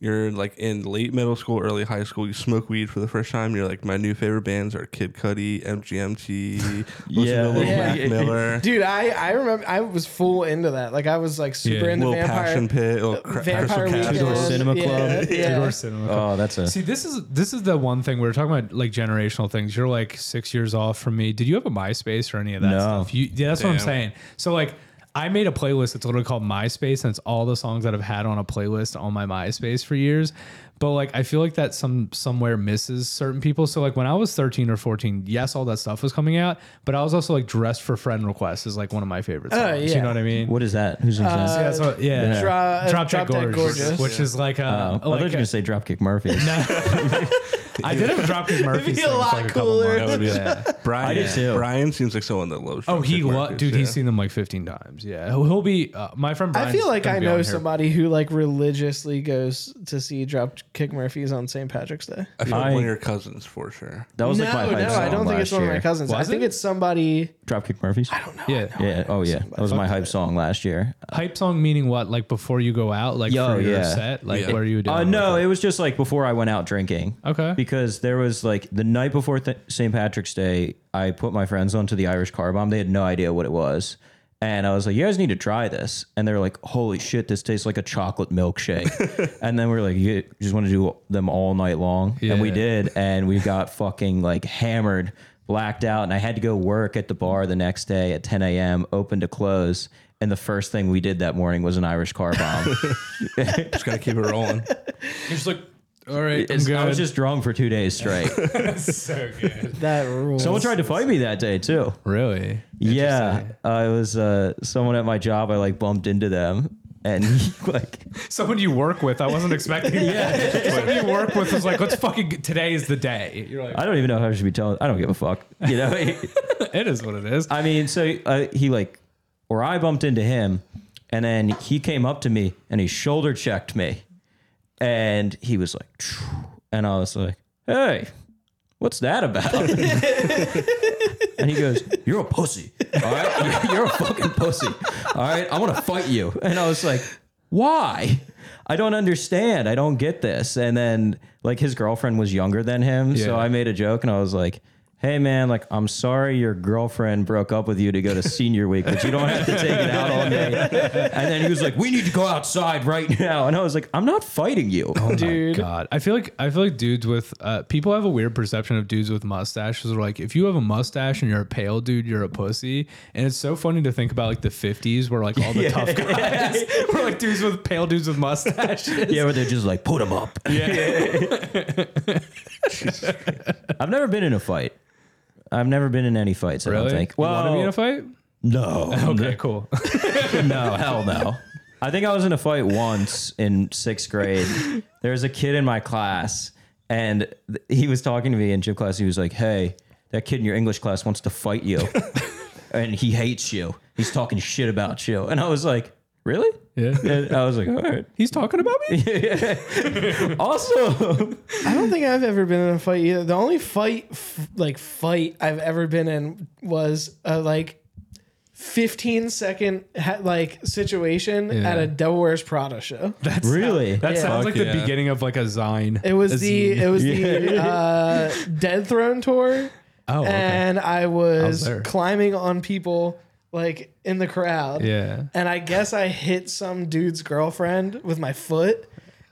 [SPEAKER 2] you're like in late middle school, early high school, you smoke weed for the first time, you're like, my new favorite bands are Kid Cudi, MGMT, listen
[SPEAKER 1] Yeah.
[SPEAKER 2] to Lil
[SPEAKER 1] Yeah.
[SPEAKER 2] Mac Miller,
[SPEAKER 4] Dude, I, I remember I was full into that. Like I was like super
[SPEAKER 5] Yeah.
[SPEAKER 4] into
[SPEAKER 2] Lil
[SPEAKER 4] vampire
[SPEAKER 2] Passion Pit, Lil
[SPEAKER 4] uh,
[SPEAKER 2] Cra- Crystal
[SPEAKER 4] vampire
[SPEAKER 2] Cast.
[SPEAKER 4] weekend.
[SPEAKER 1] Tudor Cinema
[SPEAKER 4] yeah,
[SPEAKER 1] Club.
[SPEAKER 4] Yeah.
[SPEAKER 5] Tudor cinema.
[SPEAKER 1] Oh, that's a.
[SPEAKER 5] See, this is this is the one thing we were talking about, like generational things. You're like six years off from me. Did you have a MySpace or any of that
[SPEAKER 1] No.
[SPEAKER 5] stuff? You, yeah, that's what I'm
[SPEAKER 2] Damn.
[SPEAKER 5] saying. So like, I made a playlist that's literally called MySpace, and it's all the songs that I've had on a playlist on my MySpace for years. But like, I feel like that some somewhere misses certain people. So like, when I was 13 or 14, yes, all that stuff was coming out, but I was also like dressed for friend requests is like one of my favorite songs. You
[SPEAKER 4] yeah.
[SPEAKER 5] know what I mean?
[SPEAKER 1] What is that? Who's in
[SPEAKER 5] So
[SPEAKER 1] uh,
[SPEAKER 5] that's what- yeah,
[SPEAKER 4] Dra-
[SPEAKER 5] drop,
[SPEAKER 4] Uh, Drop
[SPEAKER 5] Dead
[SPEAKER 4] Dead
[SPEAKER 5] gorgeous,
[SPEAKER 4] Gorgeous.
[SPEAKER 5] which is like a,
[SPEAKER 1] Oh, I thought you were
[SPEAKER 5] like
[SPEAKER 1] going
[SPEAKER 4] uh,
[SPEAKER 5] a-
[SPEAKER 1] to say Dropkick Murphys.
[SPEAKER 5] I did have Dropkick Murphy.
[SPEAKER 4] be a lot cooler.
[SPEAKER 2] That would be- Brian,
[SPEAKER 1] I do too.
[SPEAKER 2] Brian seems like someone that loves.
[SPEAKER 5] Oh,
[SPEAKER 2] Dropkick
[SPEAKER 5] he lo-
[SPEAKER 2] Murphys,
[SPEAKER 5] dude,
[SPEAKER 2] yeah.
[SPEAKER 5] he's seen them like 15 times. Yeah, he'll, he'll be uh, my friend.
[SPEAKER 4] I feel
[SPEAKER 5] Brian's
[SPEAKER 4] like
[SPEAKER 5] gonna
[SPEAKER 4] I
[SPEAKER 5] be on
[SPEAKER 4] know
[SPEAKER 5] here.
[SPEAKER 4] somebody who like religiously goes to see Dropkick Murphys on St. Patrick's Day.
[SPEAKER 2] I feel like
[SPEAKER 1] I-
[SPEAKER 2] one of your cousins for sure.
[SPEAKER 1] That was
[SPEAKER 4] no,
[SPEAKER 1] like my hype
[SPEAKER 4] no,
[SPEAKER 1] song
[SPEAKER 4] I don't think
[SPEAKER 1] last
[SPEAKER 4] it's one of
[SPEAKER 1] year.
[SPEAKER 4] my cousins. I
[SPEAKER 5] Was
[SPEAKER 4] think
[SPEAKER 5] it?
[SPEAKER 4] it's somebody.
[SPEAKER 1] Dropkick Murphys. I don't know.
[SPEAKER 5] Yeah.
[SPEAKER 1] Yeah. Oh yeah. That was my hype song last year.
[SPEAKER 5] hype song meaning what? Like before you go out, like
[SPEAKER 1] Yo,
[SPEAKER 5] for your
[SPEAKER 1] yeah.
[SPEAKER 5] set, like
[SPEAKER 2] Yeah.
[SPEAKER 5] where you doing?
[SPEAKER 1] Uh, no, it was just like before I went out drinking.
[SPEAKER 5] Okay.
[SPEAKER 1] Because there was like the night before th- St. Patrick's Day, I put my friends onto the Irish car bomb. They had no idea what it was. And I was like, you guys need to try this. And they're like, holy shit, this tastes like a chocolate milkshake. and then we are like, you just want to do them all night long. And we
[SPEAKER 5] Yeah.
[SPEAKER 1] did. And we got fucking like hammered, blacked out. And I had to go work at the bar the next day at 10 a.m., open to close. And the first thing we did that morning was an Irish car bomb.
[SPEAKER 2] Just gotta keep it rolling.
[SPEAKER 5] You're just like, all right, I'm
[SPEAKER 1] It's-
[SPEAKER 5] good.
[SPEAKER 1] I was just drunk for two days straight.
[SPEAKER 5] so good.
[SPEAKER 4] That rules.
[SPEAKER 1] Someone tried to fight me that day too.
[SPEAKER 5] Really?
[SPEAKER 1] Yeah, I was uh, someone at my job. I like bumped into them, and like
[SPEAKER 5] Someone you work with, I wasn't expecting. yeah, someone you work with was like, let's fucking. Get, today is the day. You're like,
[SPEAKER 1] I don't even know how I should be telling. I don't give a fuck. You know,
[SPEAKER 5] it is what it is.
[SPEAKER 1] I mean, so uh, he like, or I bumped into him, and then he came up to me and he shoulder checked me, and he was like, "Phew," and I was like, hey. What's that about? and he goes, "You're a pussy. All right, you're a fucking pussy. All right, I want to fight you." And I was like, "Why? I don't understand. I don't get this." And then like his girlfriend was younger than him, so
[SPEAKER 5] Yeah.
[SPEAKER 1] I made a joke and I was like, "Hey man, like I'm sorry your girlfriend broke up with you to go to senior week, but you don't have to take it out on me." And then he was like, "We need to go outside right now." And I was like, "I'm not fighting you."
[SPEAKER 4] dude.
[SPEAKER 5] God, I feel like I feel like dudes with uh, people have a weird perception of dudes with mustaches. Are like, if you have a mustache and you're a pale dude, you're a pussy. And it's so funny to think about like the '50s, where like all the tough guys were like dudes with pale dudes with mustaches.
[SPEAKER 1] Yeah, where they're just like, "Put him up." I've never been in a fight. I've never been in any fights. I
[SPEAKER 5] really?
[SPEAKER 1] don't think.
[SPEAKER 5] Well, want to be in a Oh,
[SPEAKER 1] Well,
[SPEAKER 5] fight?
[SPEAKER 1] no,
[SPEAKER 5] Okay, cool.
[SPEAKER 1] no, hell no. I think I was in a fight once in sixth grade. There was a kid in my class, and th- he was talking to me in gym class. He was like, "Hey, that kid in your English class wants to fight you, and he hates you. He's talking shit about you." And I was like, "Really?"
[SPEAKER 5] Yeah.
[SPEAKER 1] And I was like, "All right."
[SPEAKER 5] He's talking about me.
[SPEAKER 1] Also,
[SPEAKER 4] I don't think I've ever been in a fight either. The only fight, f- like fight, I've ever been in was a like 15 second ha- like situation
[SPEAKER 5] Yeah.
[SPEAKER 4] at a Devil Wears Prada show.
[SPEAKER 1] really,
[SPEAKER 5] That
[SPEAKER 4] Yeah.
[SPEAKER 5] sounds
[SPEAKER 2] Fuck
[SPEAKER 5] like the
[SPEAKER 2] yeah.
[SPEAKER 5] beginning of like a Zine.
[SPEAKER 4] It was
[SPEAKER 5] A
[SPEAKER 4] the
[SPEAKER 5] zine.
[SPEAKER 4] it was the uh, Dead Throne tour,
[SPEAKER 5] oh, okay.
[SPEAKER 4] and I
[SPEAKER 5] was
[SPEAKER 4] was,
[SPEAKER 5] there.
[SPEAKER 4] climbing on people like in the crowd.
[SPEAKER 5] yeah.
[SPEAKER 4] and I guess I hit some dude's girlfriend with my foot,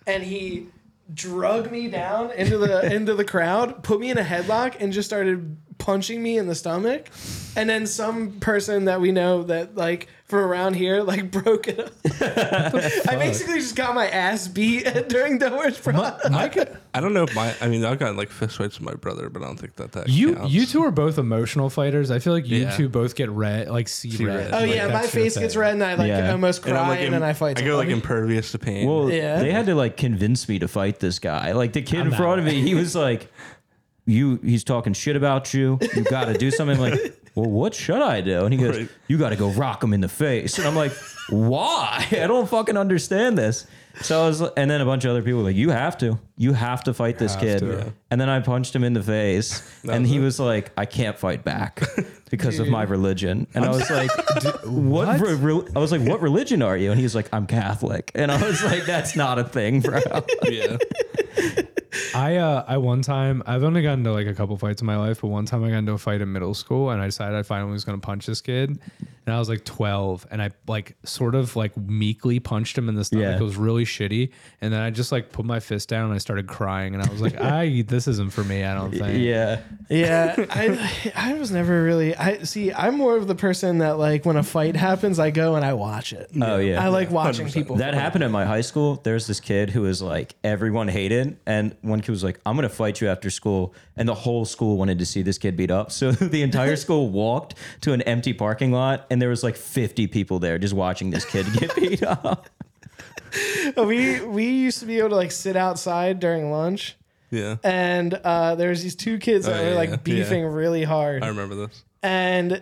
[SPEAKER 4] and he drug me down into the into the crowd, put me in a headlock, and just started punching me in the stomach. And then some person that we know that like from around here like broke it up. I basically just got my ass beat during Delware's Prada.
[SPEAKER 5] I could.
[SPEAKER 2] I don't know if my. I mean, I've gotten like fist fights with my brother, but I don't think that that
[SPEAKER 5] You
[SPEAKER 2] counts.
[SPEAKER 5] you two are both emotional fighters. I feel like you
[SPEAKER 2] Yeah.
[SPEAKER 5] two both get red, like see,
[SPEAKER 2] See
[SPEAKER 5] red.
[SPEAKER 2] red.
[SPEAKER 4] Oh
[SPEAKER 5] Like,
[SPEAKER 4] yeah, my
[SPEAKER 5] that's your
[SPEAKER 4] face gets
[SPEAKER 5] thing.
[SPEAKER 4] red and I like
[SPEAKER 1] Yeah.
[SPEAKER 4] almost cry
[SPEAKER 2] And
[SPEAKER 4] and,
[SPEAKER 2] I'm like,
[SPEAKER 4] then
[SPEAKER 2] im-
[SPEAKER 4] I fight.
[SPEAKER 2] I go like
[SPEAKER 4] somebody.
[SPEAKER 2] impervious to pain.
[SPEAKER 1] Well,
[SPEAKER 4] Yeah.
[SPEAKER 1] they had to like convince me to fight this guy. Like the kid in
[SPEAKER 5] not.
[SPEAKER 1] front of me, he was like, "You, he's talking shit about you. You got to do something." I'm like, well, what should I do? And he goes,
[SPEAKER 2] Right.
[SPEAKER 1] you got to go rock him in the face. And I'm like, why? I don't fucking understand this. So I was, and then a bunch of other people were like, you have to, you have to fight this
[SPEAKER 5] have
[SPEAKER 1] kid.
[SPEAKER 5] to. Yeah.
[SPEAKER 1] And then I punched him in the face and he was like, I can't fight back because of my religion. And I was like, what? re- re- I was like, what religion are you? And he was like, I'm Catholic. And I was like, that's not a thing, bro.
[SPEAKER 2] yeah.
[SPEAKER 5] I uh, I one time I've only gotten into like a couple fights in my life, but one time I got into a fight in middle school, and I decided I finally was gonna punch this kid, and I was like twelve, and I like sort of like meekly punched him in the stomach.
[SPEAKER 1] Yeah.
[SPEAKER 5] It was really shitty, and then I just like put my fist down and I started crying, and I was like, I this isn't for me. I don't think.
[SPEAKER 1] yeah.
[SPEAKER 4] Yeah, I I was never really I see I'm more of the person that like when a fight happens I go and I watch it.
[SPEAKER 1] Oh, yeah.
[SPEAKER 4] I like watching people.
[SPEAKER 1] That happened at my high school. There's this kid who was like everyone hated, and one kid was like, "I'm gonna fight you after school," and the whole school wanted to see this kid beat up. So the entire school walked to an empty parking lot, and there was like 50 people there just watching this kid get beat up.
[SPEAKER 4] we we used to be able to like sit outside during lunch
[SPEAKER 2] Yeah.
[SPEAKER 4] and uh there was these two kids that
[SPEAKER 2] Oh,
[SPEAKER 4] were
[SPEAKER 2] yeah,
[SPEAKER 4] like
[SPEAKER 2] yeah.
[SPEAKER 4] beefing really hard
[SPEAKER 2] I remember this.
[SPEAKER 4] and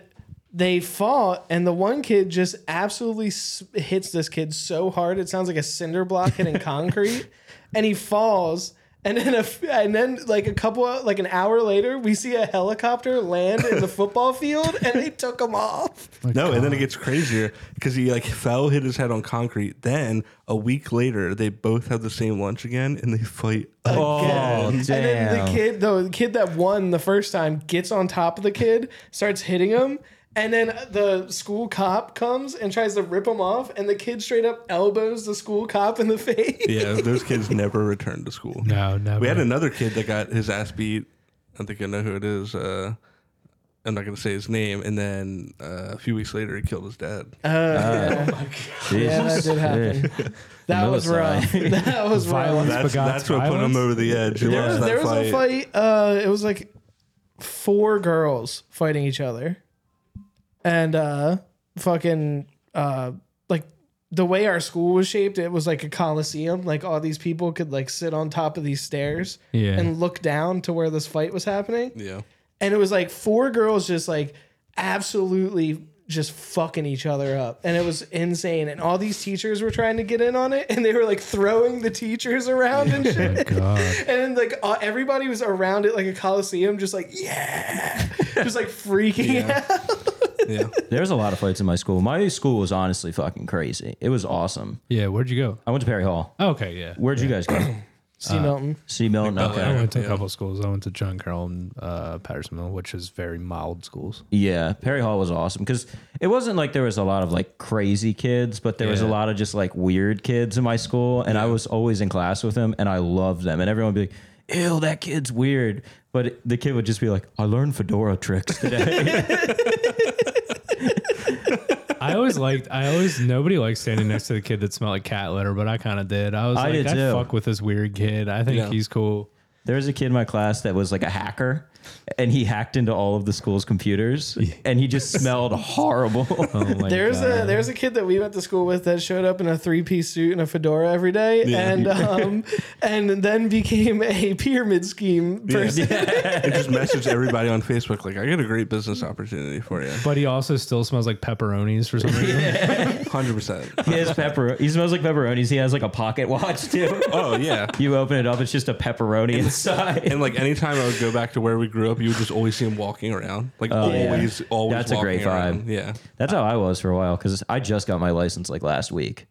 [SPEAKER 4] they fought and the one kid just absolutely s- hits this kid so hard it sounds like a cinder block hitting concrete and he falls and then a f and then like a couple like an hour later we see a helicopter land in the football field and they took him off
[SPEAKER 2] no, and then it gets crazier because he like fell, hit his head on concrete. Then a week later, they both have the same lunch again, and they fight.
[SPEAKER 1] Oh,
[SPEAKER 4] And then the
[SPEAKER 1] damn.
[SPEAKER 4] kid, though, the kid that won the first time gets on top of the kid, starts hitting him, and then the school cop comes and tries to rip him off, and the kid straight up elbows the school cop in the face.
[SPEAKER 2] yeah, those kids never returned to school.
[SPEAKER 5] No, never.
[SPEAKER 2] We had another kid that got his ass beat. I think I know who it is. Uh, I'm not gonna say his name. And then uh, a few weeks later, he killed his dad.
[SPEAKER 4] Yeah, that did happen. That
[SPEAKER 1] Another
[SPEAKER 4] was rough. That was
[SPEAKER 5] Violence.
[SPEAKER 4] rough.
[SPEAKER 2] That's
[SPEAKER 5] Begot
[SPEAKER 2] that's what put
[SPEAKER 5] violence?
[SPEAKER 2] him over the edge. It
[SPEAKER 4] There was,
[SPEAKER 2] that
[SPEAKER 4] there was a fight. Uh, it was like four girls fighting each other, and uh, fucking uh, like the way our school was shaped, it was like a coliseum. Like all these people could like sit on top of these stairs
[SPEAKER 5] Yeah.
[SPEAKER 4] and look down to where this fight was happening
[SPEAKER 2] Yeah,
[SPEAKER 4] and it was like four girls just like absolutely just fucking each other up and it was insane and all these teachers were trying to get in on it and they were like throwing the teachers around and shit
[SPEAKER 5] God.
[SPEAKER 4] and like uh, everybody was around it like a coliseum just like yeah just like freaking out
[SPEAKER 2] yeah.
[SPEAKER 1] There's a lot of fights in my school. My school was honestly fucking crazy. It was awesome.
[SPEAKER 5] Yeah. Where'd you go?
[SPEAKER 1] I went to Perry Hall.
[SPEAKER 5] Oh, okay. Yeah.
[SPEAKER 1] Where'd you guys go?
[SPEAKER 4] see milton
[SPEAKER 1] See Milton.
[SPEAKER 5] I
[SPEAKER 1] Okay.
[SPEAKER 5] went to a couple schools. I went to John Carroll and uh, Pattersonville, which is very mild schools.
[SPEAKER 1] Yeah, Perry Hall was awesome because it wasn't like there was a lot of like crazy kids, but there was a
[SPEAKER 5] Yeah.
[SPEAKER 1] lot of just like weird kids in my school, and I was always in class with them, and I loved them, and everyone would be like, "Ew, that kid's weird," but it- the kid would just be like, "I learned fedora tricks today."
[SPEAKER 5] I always liked. I always nobody likes standing next to the kid that smelled like cat litter, but I kind of did. I was
[SPEAKER 1] I
[SPEAKER 5] like,
[SPEAKER 1] did
[SPEAKER 5] I
[SPEAKER 1] too.
[SPEAKER 5] fuck with this weird kid. I think
[SPEAKER 2] Yeah.
[SPEAKER 5] he's cool.
[SPEAKER 1] there was a kid in my class that was like a hacker, and he hacked into all of the school's computers, and he just smelled horrible.
[SPEAKER 4] there's a there's a kid that we went to school with that showed up in a three piece suit and a fedora every day, and um, and then became a pyramid scheme person.
[SPEAKER 2] I just messaged everybody on Facebook like, I got a great business opportunity for you.
[SPEAKER 5] but he also still smells like pepperonis for some reason.
[SPEAKER 2] Hundred percent.
[SPEAKER 1] he has pepper. He smells like pepperonis. He has like a pocket watch too.
[SPEAKER 2] Oh yeah.
[SPEAKER 1] you open it up, it's just a pepperoni inside.
[SPEAKER 2] And like anytime I would go back to where we grew up, you would just always see him walking around. Like
[SPEAKER 1] yeah.
[SPEAKER 2] always, always.
[SPEAKER 1] That's a great
[SPEAKER 2] walking around.
[SPEAKER 1] vibe.
[SPEAKER 2] Yeah.
[SPEAKER 1] That's how I was for a while because I just got my license like last week.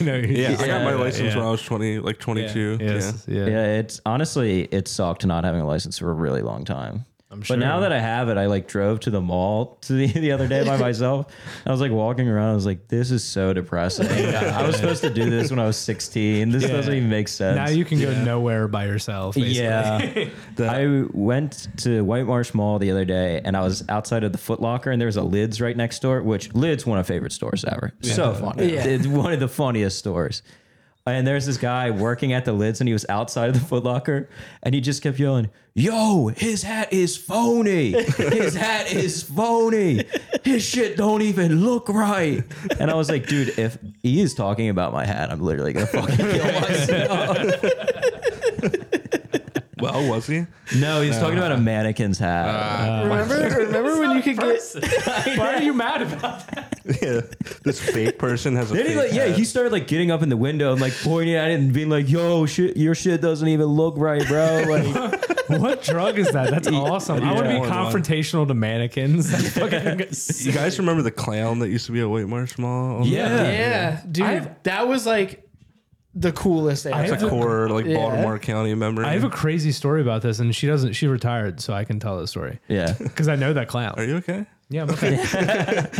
[SPEAKER 5] no, he's-
[SPEAKER 2] Yeah, I got my
[SPEAKER 5] yeah,
[SPEAKER 2] license
[SPEAKER 5] yeah.
[SPEAKER 2] when I was twenty, like twenty-two. Yeah,
[SPEAKER 5] Yes, yeah.
[SPEAKER 1] Yeah, it's honestly it sucked not having a license for a really long time.
[SPEAKER 5] I'm
[SPEAKER 1] But now
[SPEAKER 5] sure.
[SPEAKER 1] that I have it, I like drove to the mall to the, the other day by myself. I was like walking around. I was like, this is so depressing. I was supposed to do this when I was 16. This doesn't even make sense.
[SPEAKER 5] Now you can go nowhere by yourself. Basically.
[SPEAKER 1] Yeah. I went to White Marsh Mall the other day and I was outside of the Foot Locker and there was a Lids right next door, which Lids one of my favorite stores ever. So funny.
[SPEAKER 4] Yeah.
[SPEAKER 1] It's one of the funniest stores. And there's this guy working at the Lids and he was outside of the Foot Locker and he just kept yelling, Yo, his hat is phony. His hat is phony. His shit don't even look right. And I was like, dude, if he is talking about my hat, I'm literally gonna fucking kill myself.
[SPEAKER 2] well, was he?
[SPEAKER 1] No, he's talking about a mannequin's hat.
[SPEAKER 4] Ah. remember, remember when you could get
[SPEAKER 5] Why are you mad about
[SPEAKER 2] yeah. This fake person has a
[SPEAKER 1] Then
[SPEAKER 2] fake
[SPEAKER 1] he like, yeah,
[SPEAKER 2] hat.
[SPEAKER 1] he started like getting up in the window and like pointing at it and being like, "Yo, shit, your shit doesn't even look right, bro." Like,
[SPEAKER 5] that? What drug is that? That's awesome. I want to
[SPEAKER 2] Yeah.
[SPEAKER 5] be confrontational to mannequins. That's fucking-
[SPEAKER 2] You guys remember the clown that used to be a White Oh, Marshmallow?
[SPEAKER 1] yeah.
[SPEAKER 4] Yeah, dude,
[SPEAKER 5] I've-
[SPEAKER 4] that was like the coolest. Era.
[SPEAKER 5] I
[SPEAKER 2] It's
[SPEAKER 5] have
[SPEAKER 2] a core like
[SPEAKER 4] Yeah.
[SPEAKER 2] Baltimore County member.
[SPEAKER 5] I have a crazy story about this, and she doesn't. She retired, so I can tell the story
[SPEAKER 1] yeah.
[SPEAKER 5] because I know that clown.
[SPEAKER 2] Are you okay?
[SPEAKER 5] Yeah, I'm okay.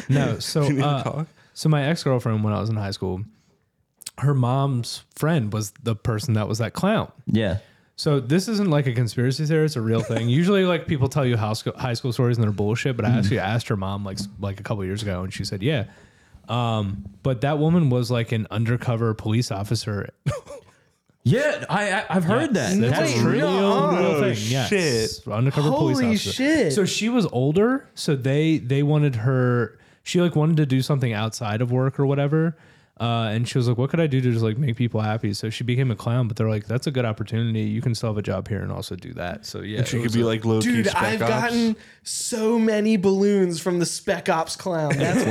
[SPEAKER 5] no, so
[SPEAKER 2] Do you need
[SPEAKER 5] uh,
[SPEAKER 2] to talk?
[SPEAKER 5] so my ex girlfriend when I was in high school, her mom's friend was the person that was that clown.
[SPEAKER 1] Yeah.
[SPEAKER 5] So this isn't like a conspiracy theory; it's a real thing. Usually, like people tell you house high school stories and they're bullshit.
[SPEAKER 4] Mm-hmm.
[SPEAKER 5] But I actually asked her mom like s- like a couple years ago, and she said, "Yeah." Um, but that woman was like an undercover police officer.
[SPEAKER 1] Yeah, I, I I've heard that.
[SPEAKER 4] No.
[SPEAKER 1] That's
[SPEAKER 4] Wait,
[SPEAKER 1] true.
[SPEAKER 4] no.
[SPEAKER 5] real thing.
[SPEAKER 2] shit.
[SPEAKER 5] Yes. Undercover police
[SPEAKER 4] Holy
[SPEAKER 5] officer.
[SPEAKER 4] shit.
[SPEAKER 5] So she was older, so they they wanted her she like wanted to do something outside of work or whatever. Uh, and she was like, "What could I do to just like make people happy?" So she became a clown, but they're like, "That's a good opportunity. You can still have a job here and also do that." So yeah,
[SPEAKER 2] She
[SPEAKER 5] it
[SPEAKER 2] could
[SPEAKER 5] was
[SPEAKER 2] be
[SPEAKER 5] a-
[SPEAKER 2] like low
[SPEAKER 4] Dude,
[SPEAKER 2] key spec
[SPEAKER 4] I've
[SPEAKER 2] ops.
[SPEAKER 4] gotten so many balloons from the Spec Ops clown. That's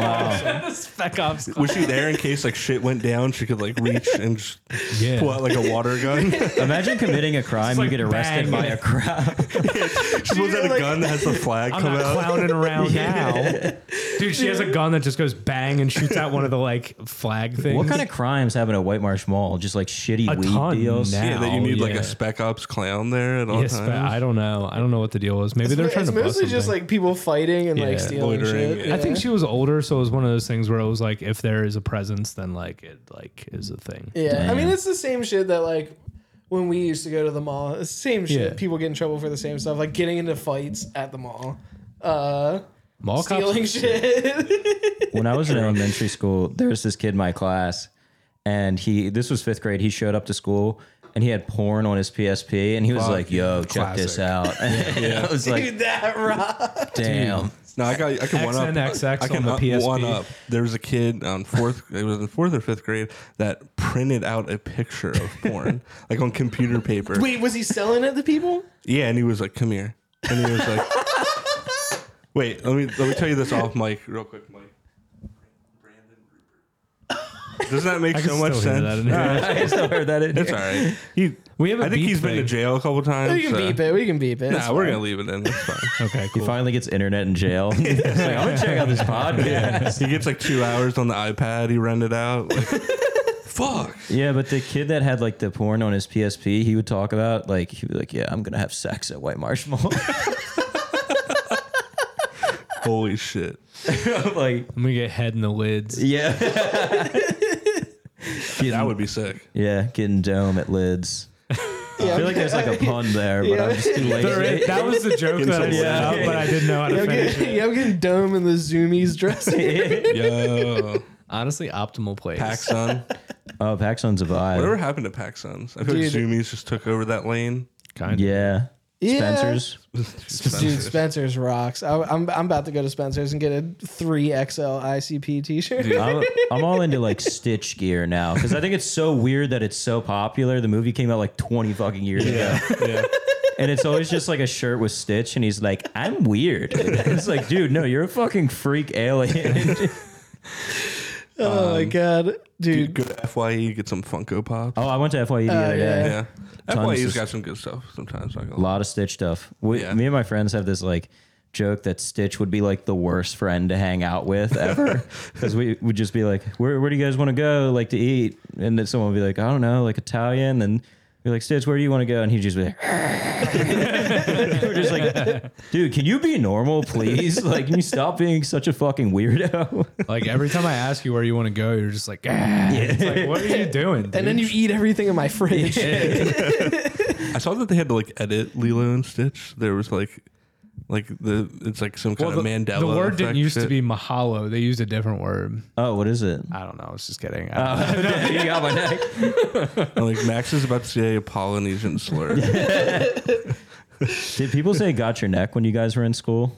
[SPEAKER 5] spec ops.
[SPEAKER 2] Was she there in case like shit went down? She could like reach and just
[SPEAKER 5] Yeah.
[SPEAKER 2] pull out like a water gun.
[SPEAKER 1] Imagine committing a crime,
[SPEAKER 5] like
[SPEAKER 1] you get arrested
[SPEAKER 5] bang.
[SPEAKER 1] by a crowd.
[SPEAKER 2] she pulls out a
[SPEAKER 4] like-
[SPEAKER 2] gun that has the flag
[SPEAKER 5] I'm
[SPEAKER 2] come
[SPEAKER 5] not
[SPEAKER 2] out.
[SPEAKER 5] clowning around now, dude. She has a gun that just goes bang and shoots out one of the like flag things.
[SPEAKER 1] What kind of crimes happen at White Marsh Mall? Just like shitty
[SPEAKER 5] A
[SPEAKER 1] weed
[SPEAKER 5] ton
[SPEAKER 1] deals.
[SPEAKER 5] now.
[SPEAKER 2] Yeah, that you need like
[SPEAKER 5] Yeah.
[SPEAKER 2] a spec ops clown there at all
[SPEAKER 5] Yes, but
[SPEAKER 2] times.
[SPEAKER 5] I don't know. I don't know what the deal was. Maybe
[SPEAKER 4] it's
[SPEAKER 5] they're trying to bust
[SPEAKER 4] mostly just
[SPEAKER 5] something.
[SPEAKER 4] like people fighting and
[SPEAKER 5] Yeah.
[SPEAKER 4] like stealing
[SPEAKER 2] Loitering,
[SPEAKER 4] shit.
[SPEAKER 2] yeah.
[SPEAKER 5] I think she was older, so it was one of those things where it was like, if there is a presence, then like it like is a thing.
[SPEAKER 4] Yeah, I mean it's the same shit that like when we used to go to the mall. It's the same shit.
[SPEAKER 5] Yeah.
[SPEAKER 4] People get in trouble for the same stuff, like getting into fights at the mall, uh,
[SPEAKER 5] Mall
[SPEAKER 4] stealing
[SPEAKER 5] cops.
[SPEAKER 4] shit.
[SPEAKER 1] when I was in elementary school, there was this kid in my class, and he this was fifth grade. He showed up to school and he had porn on his PSP, and he was like, "Yo, check this out." I was like,
[SPEAKER 4] Dude, that rock.
[SPEAKER 1] "Damn."
[SPEAKER 2] No, I got. I can one up.
[SPEAKER 5] XNXX
[SPEAKER 2] I can
[SPEAKER 5] on the
[SPEAKER 2] up-
[SPEAKER 5] PSP.
[SPEAKER 2] one up. There was a kid on fourth. It was in fourth or fifth grade that printed out a picture of porn, like on computer paper.
[SPEAKER 4] Wait, was he selling it to people?
[SPEAKER 2] Yeah, and he was like, "Come here," and he was like, "Wait, let me let me tell you this off mic, real quick, Mike." Brandon Rupert. Does that make
[SPEAKER 5] I can
[SPEAKER 2] so much
[SPEAKER 5] still hear that in
[SPEAKER 2] sense?
[SPEAKER 5] here.
[SPEAKER 1] I still heard that in
[SPEAKER 2] It's
[SPEAKER 1] here.
[SPEAKER 2] all right. He,
[SPEAKER 5] We have a
[SPEAKER 2] I think
[SPEAKER 5] beep
[SPEAKER 2] he's been
[SPEAKER 5] thing.
[SPEAKER 2] to jail a couple times.
[SPEAKER 4] We can
[SPEAKER 2] so-
[SPEAKER 4] beep it. We can beep it. It's
[SPEAKER 2] Nah, we're
[SPEAKER 4] fine.
[SPEAKER 2] gonna leave it in. It's fine.
[SPEAKER 5] Okay,
[SPEAKER 1] He
[SPEAKER 5] cool.
[SPEAKER 1] finally gets internet in jail. He's like, I'm gonna check out this podcast. Yeah.
[SPEAKER 2] he gets like two hours on the iPad. He rented out. Like, fuck.
[SPEAKER 1] but the kid that had like the porn on his PSP, he would talk about like he was like, "Yeah, I'm gonna have sex at White Marsh Mall."
[SPEAKER 2] Holy shit.
[SPEAKER 1] I'm like,
[SPEAKER 5] I'm gonna get head in the lids.
[SPEAKER 1] yeah,
[SPEAKER 2] That would be sick.
[SPEAKER 1] yeah, getting dome at lids. I
[SPEAKER 4] Yeah,
[SPEAKER 1] feel like there's like a pun there, but I'm just too lazy.
[SPEAKER 5] There is- that was the joke that I set
[SPEAKER 1] Yeah.
[SPEAKER 5] up, but I didn't know how to
[SPEAKER 4] I'm
[SPEAKER 5] finish
[SPEAKER 4] getting,
[SPEAKER 5] it.
[SPEAKER 4] yeah, I'm getting dome in the zoomies dressing.
[SPEAKER 2] Yo,
[SPEAKER 5] Honestly, optimal place.
[SPEAKER 2] Paxson.
[SPEAKER 1] Oh, Paxson's a vibe.
[SPEAKER 2] Whatever happened to Paxsons? I feel like
[SPEAKER 4] Dude.
[SPEAKER 2] Zoomies just took over that lane.
[SPEAKER 5] Kind of.
[SPEAKER 1] Yeah.
[SPEAKER 4] Yeah.
[SPEAKER 1] Spencer's.
[SPEAKER 4] Dude, Spencer's rocks. I, I'm I'm about to go to Spencer's and get a three XL ICP T-shirt.
[SPEAKER 1] I'm, I'm all into like Stitch gear now because I think it's so weird that it's so popular. The movie came out like 20 fucking years ago.
[SPEAKER 2] yeah.
[SPEAKER 1] And it's always just like a shirt with Stitch, and he's like, I'm weird. It's like, dude, no, you're a fucking freak alien.
[SPEAKER 4] oh my god, dude.
[SPEAKER 2] Go to FYE, E, get some Funko Pops.
[SPEAKER 1] oh, I went to FYE the other
[SPEAKER 4] yeah.
[SPEAKER 1] day.
[SPEAKER 2] Yeah.
[SPEAKER 1] Tons
[SPEAKER 2] FYE's
[SPEAKER 1] of-
[SPEAKER 2] got some good stuff sometimes. Not gonna
[SPEAKER 1] A
[SPEAKER 2] lie.
[SPEAKER 1] lot of Stitch stuff. We,
[SPEAKER 2] Yeah.
[SPEAKER 1] Me and my friends have this like joke that Stitch would be like the worst friend to hang out with ever because we would just be like, where, where do you guys want to go like to eat? And then someone would be like, I don't know, like Italian. And we're like, Stitch, where do you want to go? And he'd just be like, we're just like, dude, can you be normal, please? Like, can you stop being such a fucking weirdo?
[SPEAKER 5] Like every time I ask you where you want to go, you're just like, ah. It's like, what are you doing?
[SPEAKER 4] And then you eat everything in my fridge.
[SPEAKER 2] I saw that they had to like edit Lilo and Stitch. There was like, like the it's like some kind
[SPEAKER 5] the,
[SPEAKER 2] of Mandela.
[SPEAKER 5] the word didn't
[SPEAKER 2] effect
[SPEAKER 5] used to
[SPEAKER 2] shit.
[SPEAKER 5] be mahalo. They used a different word.
[SPEAKER 1] oh, what is it?
[SPEAKER 5] I don't know. I was just kidding. I don't know.
[SPEAKER 1] you got my neck.
[SPEAKER 2] And, like Max is about to say a Polynesian slur.
[SPEAKER 1] Did people say got your neck when you guys were in school?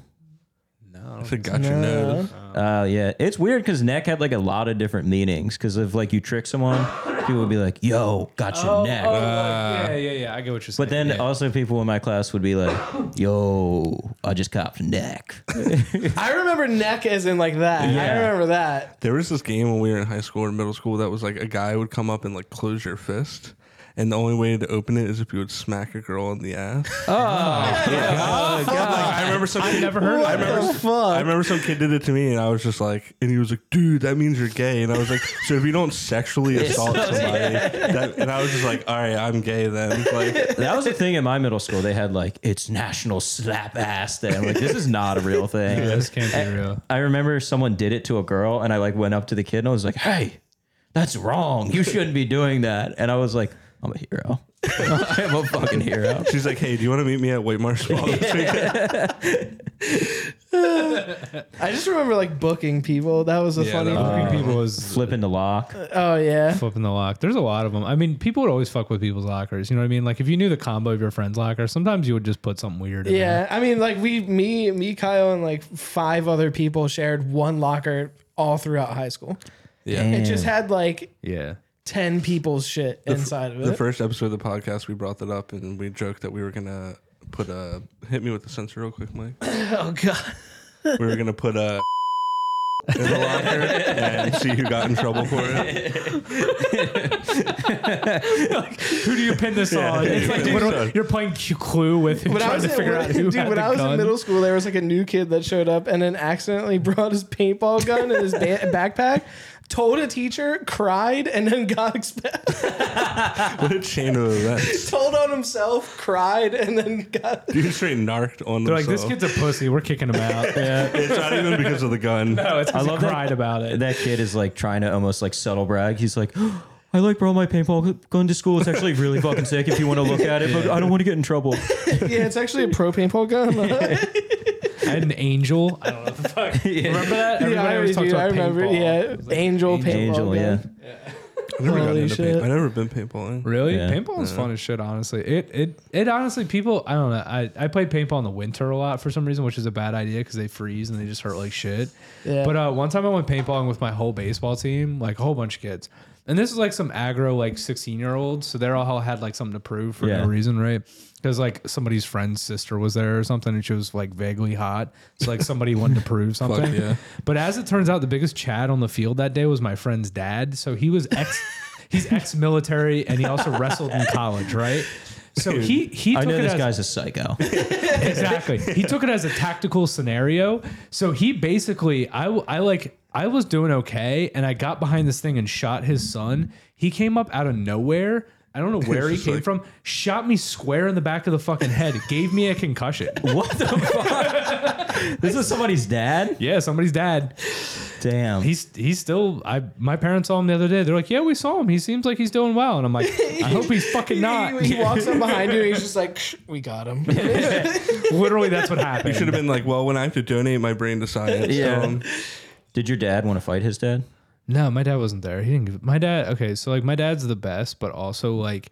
[SPEAKER 2] I said, got your nose.
[SPEAKER 4] Uh-huh.
[SPEAKER 1] Oh yeah, it's weird because neck had like a lot of different meanings. Because if like you trick someone, People would be like, "Yo, got your neck."
[SPEAKER 5] yeah, yeah, yeah. I get what you're saying.
[SPEAKER 1] But then
[SPEAKER 5] yeah.
[SPEAKER 1] also people in my class would be like, "Yo, I just copped neck."
[SPEAKER 4] I remember neck as in like that. I
[SPEAKER 1] Yeah.
[SPEAKER 4] remember that.
[SPEAKER 2] There was this game when we were in high school or middle school that was like a guy would come up and like close your fist. And the only way to open it is if you would smack a girl in the ass. Oh, I remember some.
[SPEAKER 5] I've
[SPEAKER 2] kid-
[SPEAKER 5] never heard.
[SPEAKER 4] What
[SPEAKER 5] of it.
[SPEAKER 2] remember-
[SPEAKER 4] the fuck?
[SPEAKER 2] I remember some kid did it to me, and I was just like, and he was like, "Dude, that means you're gay." And I was like, "So if you don't sexually assault somebody," that, and I was just like, "All right, I'm gay then." Like,
[SPEAKER 1] That was a thing in my middle school. They had like, "It's National Slap Ass Day." I'm like, "This is not a real thing."
[SPEAKER 5] Yeah, this can't be real.
[SPEAKER 1] I remember someone did it to a girl, and I like went up to the kid and I was like, "Hey, that's wrong. You shouldn't be doing that." And I was like, "I'm a hero. I'm a fucking hero."
[SPEAKER 2] she's like, "Hey, do you want to meet me at White Marsh Mall?" this weekend?"
[SPEAKER 4] I just remember like booking people. That was a
[SPEAKER 5] Yeah,
[SPEAKER 4] funny.
[SPEAKER 5] that
[SPEAKER 4] one.
[SPEAKER 5] fucking people was
[SPEAKER 1] Flipping the lock.
[SPEAKER 4] oh yeah.
[SPEAKER 5] flipping the lock. There's a lot of them. I mean, people would always fuck with people's lockers. You know what I mean? Like if you knew the combo of your friend's locker, sometimes you would just put something weird. in there.
[SPEAKER 4] Yeah, I mean, like we, me, me, Kyle, and like five other people shared one locker all throughout high school.
[SPEAKER 2] Yeah.
[SPEAKER 4] It just had like
[SPEAKER 5] yeah.
[SPEAKER 4] ten people's shit inside of it.
[SPEAKER 2] The first episode of the podcast, we brought that up, and we joked that we were gonna put a hit me with the sensor real quick, Mike.
[SPEAKER 4] oh god,
[SPEAKER 2] we were gonna put a in the locker and see who got in trouble for it.
[SPEAKER 5] Who do you pin this on? It's like
[SPEAKER 2] Yeah.
[SPEAKER 5] what do- you're playing Q- Clue with who
[SPEAKER 4] when I
[SPEAKER 5] trying
[SPEAKER 4] was
[SPEAKER 5] to
[SPEAKER 4] at-
[SPEAKER 5] figure out who
[SPEAKER 4] dude,
[SPEAKER 5] had
[SPEAKER 4] when
[SPEAKER 5] the
[SPEAKER 4] I was
[SPEAKER 5] gun.
[SPEAKER 4] in middle school, there was like a new kid that showed up and then accidentally brought his paintball gun in his ba- backpack. Told a teacher, cried, and then got expelled.
[SPEAKER 2] What a chain of events.
[SPEAKER 4] Told on himself, cried, and then got.
[SPEAKER 2] Dude straight narked on
[SPEAKER 5] They're
[SPEAKER 2] themselves.
[SPEAKER 5] like, this kid's a pussy. We're kicking him out. yeah.
[SPEAKER 2] it's not even because of the gun.
[SPEAKER 5] No, it's 'cause
[SPEAKER 1] I love
[SPEAKER 5] he
[SPEAKER 1] that-
[SPEAKER 5] cried about it.
[SPEAKER 1] That kid is like trying to almost like subtle brag. He's like, "I like brought my paintball gun to school. It's actually really fucking sick if you want to look at it, but I don't want to get in trouble."
[SPEAKER 4] Yeah, it's actually a pro paintball gun.
[SPEAKER 5] I had an angel. I don't know what the fuck. Remember that?
[SPEAKER 4] yeah,
[SPEAKER 5] Everybody
[SPEAKER 4] I,
[SPEAKER 5] always talks
[SPEAKER 4] do, I
[SPEAKER 5] about
[SPEAKER 4] remember.
[SPEAKER 5] paintball.
[SPEAKER 4] Yeah, angel paintball.
[SPEAKER 1] Angel,
[SPEAKER 4] gun.
[SPEAKER 1] yeah.
[SPEAKER 2] I never got
[SPEAKER 4] Holy
[SPEAKER 2] into
[SPEAKER 4] shit.
[SPEAKER 2] paint. I never been paintballing.
[SPEAKER 5] Really?
[SPEAKER 1] Yeah.
[SPEAKER 5] Paintball is fun as shit, honestly. It it it honestly people I don't know. I, I played paintball in the winter a lot for some reason, which is a bad idea because they freeze and they just hurt like shit.
[SPEAKER 4] Yeah.
[SPEAKER 5] But uh one time I went paintballing with my whole baseball team, like a whole bunch of kids. And this is like some aggro like sixteen year olds, so they're all had like something to prove for
[SPEAKER 1] Yeah.
[SPEAKER 5] no reason, right? Because like somebody's friend's sister was there or something, and she was like vaguely hot. So like somebody wanted to prove something.
[SPEAKER 2] yeah.
[SPEAKER 5] But as it turns out, the biggest Chad on the field that day was my friend's dad. So he was ex, he's ex-military, and he also wrestled in college, right? So he he took
[SPEAKER 1] I know
[SPEAKER 5] it
[SPEAKER 1] this
[SPEAKER 5] as,
[SPEAKER 1] guy's a psycho.
[SPEAKER 5] exactly. He took it as a tactical scenario. So he basically, I, w- I like, I was doing okay, and I got behind this thing and shot his son. He came up out of nowhere. I don't know where he
[SPEAKER 2] just
[SPEAKER 5] came
[SPEAKER 2] like-
[SPEAKER 5] from. Shot me square in the back of the fucking head. Gave me a concussion.
[SPEAKER 1] what the fuck? this is somebody's dad.
[SPEAKER 5] Yeah, somebody's dad.
[SPEAKER 1] Damn.
[SPEAKER 5] He's he's still. I my parents saw him the other day. They're like, yeah, we saw him. He seems like he's doing well. And I'm like, I hope he's fucking not.
[SPEAKER 4] He, he walks up behind you and he's just like, "Ksh, we got him.
[SPEAKER 5] Literally, that's what happened.
[SPEAKER 2] Should have been like, well, when I have to donate my brain to science,
[SPEAKER 1] Yeah.
[SPEAKER 2] um,
[SPEAKER 1] Did your dad want to fight his dad?
[SPEAKER 5] No, my dad wasn't there. He didn't give my dad okay, so like my dad's the best, but also like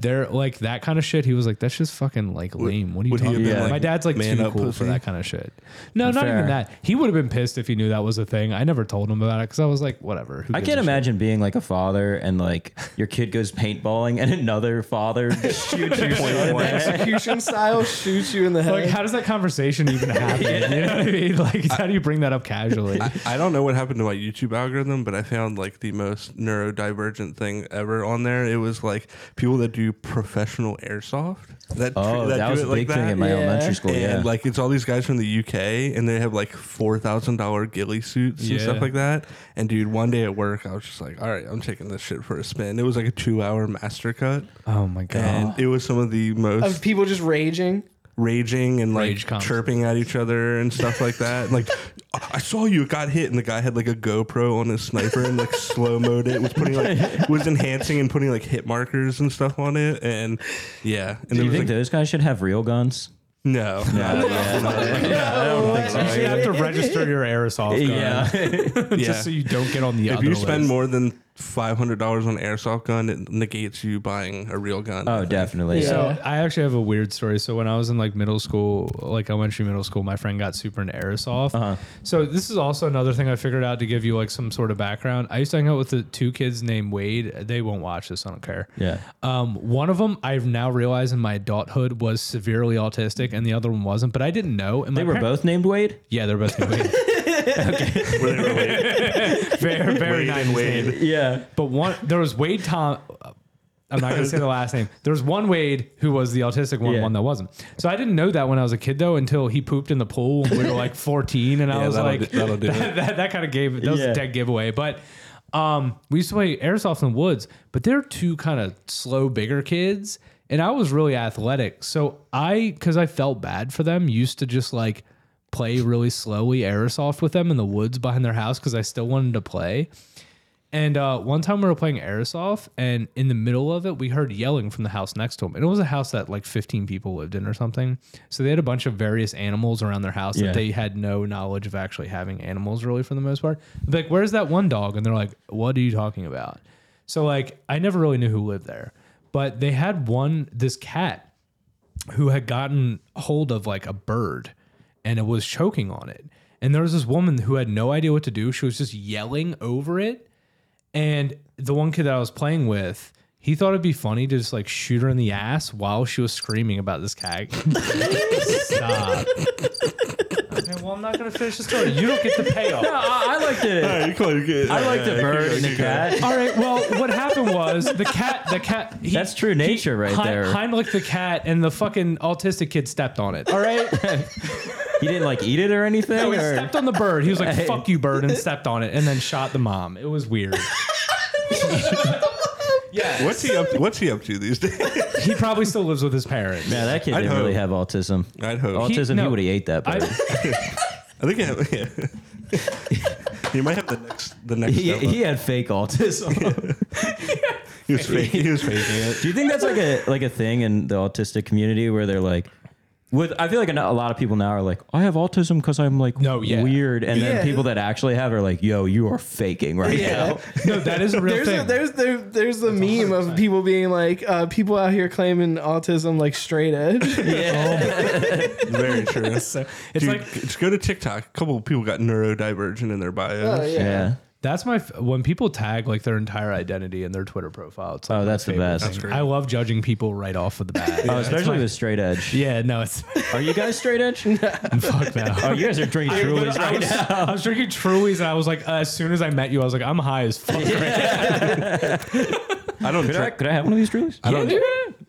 [SPEAKER 5] they're like that kind of shit. He was like, that's just fucking like lame. What are you
[SPEAKER 2] would he
[SPEAKER 5] talking
[SPEAKER 2] have been,
[SPEAKER 5] about?
[SPEAKER 2] like,
[SPEAKER 5] my dad's like
[SPEAKER 2] man
[SPEAKER 5] too
[SPEAKER 2] up
[SPEAKER 5] cool
[SPEAKER 2] pussy?
[SPEAKER 5] for that kind of shit. No, not
[SPEAKER 1] Fair.
[SPEAKER 5] even that. He would have been pissed if he knew that was a thing. I never told him about it because I was like, whatever. who
[SPEAKER 1] I
[SPEAKER 5] gives
[SPEAKER 1] can't
[SPEAKER 5] a shit?
[SPEAKER 1] imagine being like a father and like your kid goes paintballing and another father shoots you.
[SPEAKER 2] point one.
[SPEAKER 4] Execution style shoots you in the head.
[SPEAKER 5] Like, how does that conversation even happen? You know what I mean? Like, how do you bring that up casually?
[SPEAKER 2] I don't know what happened to my YouTube algorithm, but I found like the most neurodivergent thing ever on there. It was like people that do professional airsoft. That
[SPEAKER 1] Oh, that, was a big thing in my
[SPEAKER 4] Yeah.
[SPEAKER 1] elementary school.
[SPEAKER 2] and
[SPEAKER 1] Yeah.
[SPEAKER 2] like it's all these guys from the UK, and they have like four thousand dollar ghillie suits and
[SPEAKER 5] Yeah.
[SPEAKER 2] stuff like that. And dude, one day at work, I was just like, "All right, I'm taking this shit for a spin." It was like a two hour master cut,
[SPEAKER 5] oh my god.
[SPEAKER 2] and it was some of the most
[SPEAKER 4] of people just raging?
[SPEAKER 2] raging and like
[SPEAKER 5] Rage comms.
[SPEAKER 2] chirping at each other and stuff like that. And, like, I saw you, it got hit, and the guy had like a GoPro on his sniper and like slow mode it, was putting like was enhancing and putting like hit markers and stuff on it, and yeah, and
[SPEAKER 1] Do
[SPEAKER 2] it
[SPEAKER 1] you
[SPEAKER 2] was
[SPEAKER 1] think
[SPEAKER 2] like
[SPEAKER 1] those guys should have real guns?
[SPEAKER 2] no,
[SPEAKER 5] You should have to register your aerosol. gun
[SPEAKER 1] Yeah.
[SPEAKER 2] yeah.
[SPEAKER 5] Just so you don't get on the
[SPEAKER 2] if
[SPEAKER 5] other
[SPEAKER 2] you spend
[SPEAKER 5] list.
[SPEAKER 2] more than five hundred dollars on an airsoft gun, it negates you buying a real gun. I
[SPEAKER 1] Oh,
[SPEAKER 5] Uh,
[SPEAKER 2] think.
[SPEAKER 1] definitely.
[SPEAKER 4] Yeah.
[SPEAKER 1] So
[SPEAKER 5] So I actually have a weird story. So when I was in like middle school, like elementary middle school, my friend got super into airsoft.
[SPEAKER 1] Uh-huh.
[SPEAKER 5] So this is also another thing I figured out to give you like some sort of background. I used to hang out with the two kids named Wade. They won't watch this. I don't care.
[SPEAKER 1] yeah.
[SPEAKER 5] Um, one of them I've now realized in my adulthood was severely autistic, and the other one wasn't. But I didn't know. And
[SPEAKER 1] They were both named Wade.
[SPEAKER 5] Yeah, they're both named Wade.
[SPEAKER 2] Were they related?
[SPEAKER 5] very very
[SPEAKER 2] Wade
[SPEAKER 5] nice.
[SPEAKER 2] and Wade.
[SPEAKER 1] Yeah.
[SPEAKER 5] But one there was Wade Tom. I'm not gonna say the last name. There was one Wade who was the autistic one,
[SPEAKER 1] Yeah.
[SPEAKER 5] one that wasn't. So I didn't know that when I was a kid though, until he pooped in the pool when we were like 14, and I
[SPEAKER 2] Yeah,
[SPEAKER 5] was
[SPEAKER 2] that'll
[SPEAKER 5] like,
[SPEAKER 2] do- that'll do
[SPEAKER 5] that, that, kind of gave that was
[SPEAKER 1] Yeah.
[SPEAKER 5] a dead giveaway. But um, we used to play airsoft in the woods, but they're two kind of slow, bigger kids, and I was really athletic, so I because I felt bad for them, used to just like play really slowly airsoft with them in the woods behind their house because I still wanted to play. And uh, one time we were playing airsoft, and in the middle of it, we heard yelling from the house next to him. And it was a house that like 15 people lived in or something. So they had a bunch of various animals around their house
[SPEAKER 1] Yeah.
[SPEAKER 5] that they had no knowledge of actually having animals, really, for the most part. I'd be like, where's that one dog? And they're like, what are you talking about? So, like, I never really knew who lived there, but uh, they had one, this cat who had gotten hold of like a bird and it was choking on it. And there was this woman who had no idea what to do. She was just yelling over it. And the one kid that I was playing with, he thought it'd be funny to just like shoot her in the ass while she was screaming about this cag. Stop. Okay, well, I'm not gonna finish the story. You don't get the payoff.
[SPEAKER 1] I, I liked it.
[SPEAKER 2] Alright, cool, you get-
[SPEAKER 1] I liked
[SPEAKER 2] alright,
[SPEAKER 1] the
[SPEAKER 2] alright,
[SPEAKER 1] bird and
[SPEAKER 2] keep
[SPEAKER 1] the
[SPEAKER 2] going, keep going.
[SPEAKER 1] cat.
[SPEAKER 5] All right. Well, what happened was the cat. The cat. He,
[SPEAKER 1] That's true nature right
[SPEAKER 5] Hein-
[SPEAKER 1] there.
[SPEAKER 5] Heimlich the cat and the fucking autistic kid stepped on it.
[SPEAKER 1] All right. he didn't like eat it or anything.
[SPEAKER 5] No, he
[SPEAKER 1] or-
[SPEAKER 5] stepped on the bird. He was like,
[SPEAKER 1] Hey.
[SPEAKER 5] "Fuck you, bird," and stepped on it, and then shot the mom. It was weird. yeah,
[SPEAKER 2] What's he up? To, what's he up to these days?
[SPEAKER 5] he probably still lives with his parents.
[SPEAKER 1] yeah, that kid
[SPEAKER 2] I'd
[SPEAKER 1] didn't really
[SPEAKER 2] hope.
[SPEAKER 1] have autism.
[SPEAKER 2] I'd hope.
[SPEAKER 1] Autism, he,
[SPEAKER 5] no.
[SPEAKER 1] would have ate that.
[SPEAKER 5] I,
[SPEAKER 1] Bird.
[SPEAKER 2] I think. I, yeah. you might have the next. The next.
[SPEAKER 1] he,
[SPEAKER 2] step
[SPEAKER 1] he
[SPEAKER 2] up.
[SPEAKER 1] had fake autism.
[SPEAKER 2] He was fake. He was faking it.
[SPEAKER 1] Do you think that's like a like a thing in the autistic community where they're like, with I feel like a lot of people now are like, I have autism because I'm like
[SPEAKER 5] No, yeah.
[SPEAKER 1] weird, and
[SPEAKER 4] Yeah.
[SPEAKER 1] then people that actually have are like, yo, you are faking right now.
[SPEAKER 5] no, that is a real
[SPEAKER 4] There's
[SPEAKER 5] thing.
[SPEAKER 4] a, there's there, there's the meme of people being like uh, people out here claiming autism like straight edge.
[SPEAKER 2] Very true.
[SPEAKER 5] so it's
[SPEAKER 2] Dude,
[SPEAKER 5] like
[SPEAKER 2] just go to TikTok. A couple of people got neurodivergent in their bios.
[SPEAKER 4] Oh,
[SPEAKER 1] Yeah.
[SPEAKER 5] that's my f- when people tag like their entire identity in their Twitter profile. It's like
[SPEAKER 1] Oh,
[SPEAKER 5] my
[SPEAKER 1] that's the
[SPEAKER 5] favorite
[SPEAKER 1] best.
[SPEAKER 5] thing.
[SPEAKER 1] That's
[SPEAKER 2] great.
[SPEAKER 5] I love judging people right off of the bat.
[SPEAKER 1] Oh,
[SPEAKER 5] It's
[SPEAKER 1] especially
[SPEAKER 5] my-
[SPEAKER 1] with straight edge.
[SPEAKER 5] yeah, no, it's
[SPEAKER 1] Are you guys straight edge?
[SPEAKER 5] fuck no.
[SPEAKER 1] Oh, you guys are drinking Trulies
[SPEAKER 5] I
[SPEAKER 1] right
[SPEAKER 5] was,
[SPEAKER 1] now.
[SPEAKER 5] I was drinking Trulies and I was like, uh, as soon as I met you, I was like, I'm high as fuck.
[SPEAKER 2] I don't.
[SPEAKER 1] Could I,
[SPEAKER 2] Drink,
[SPEAKER 1] could I have one of these Trulies?
[SPEAKER 2] I don't.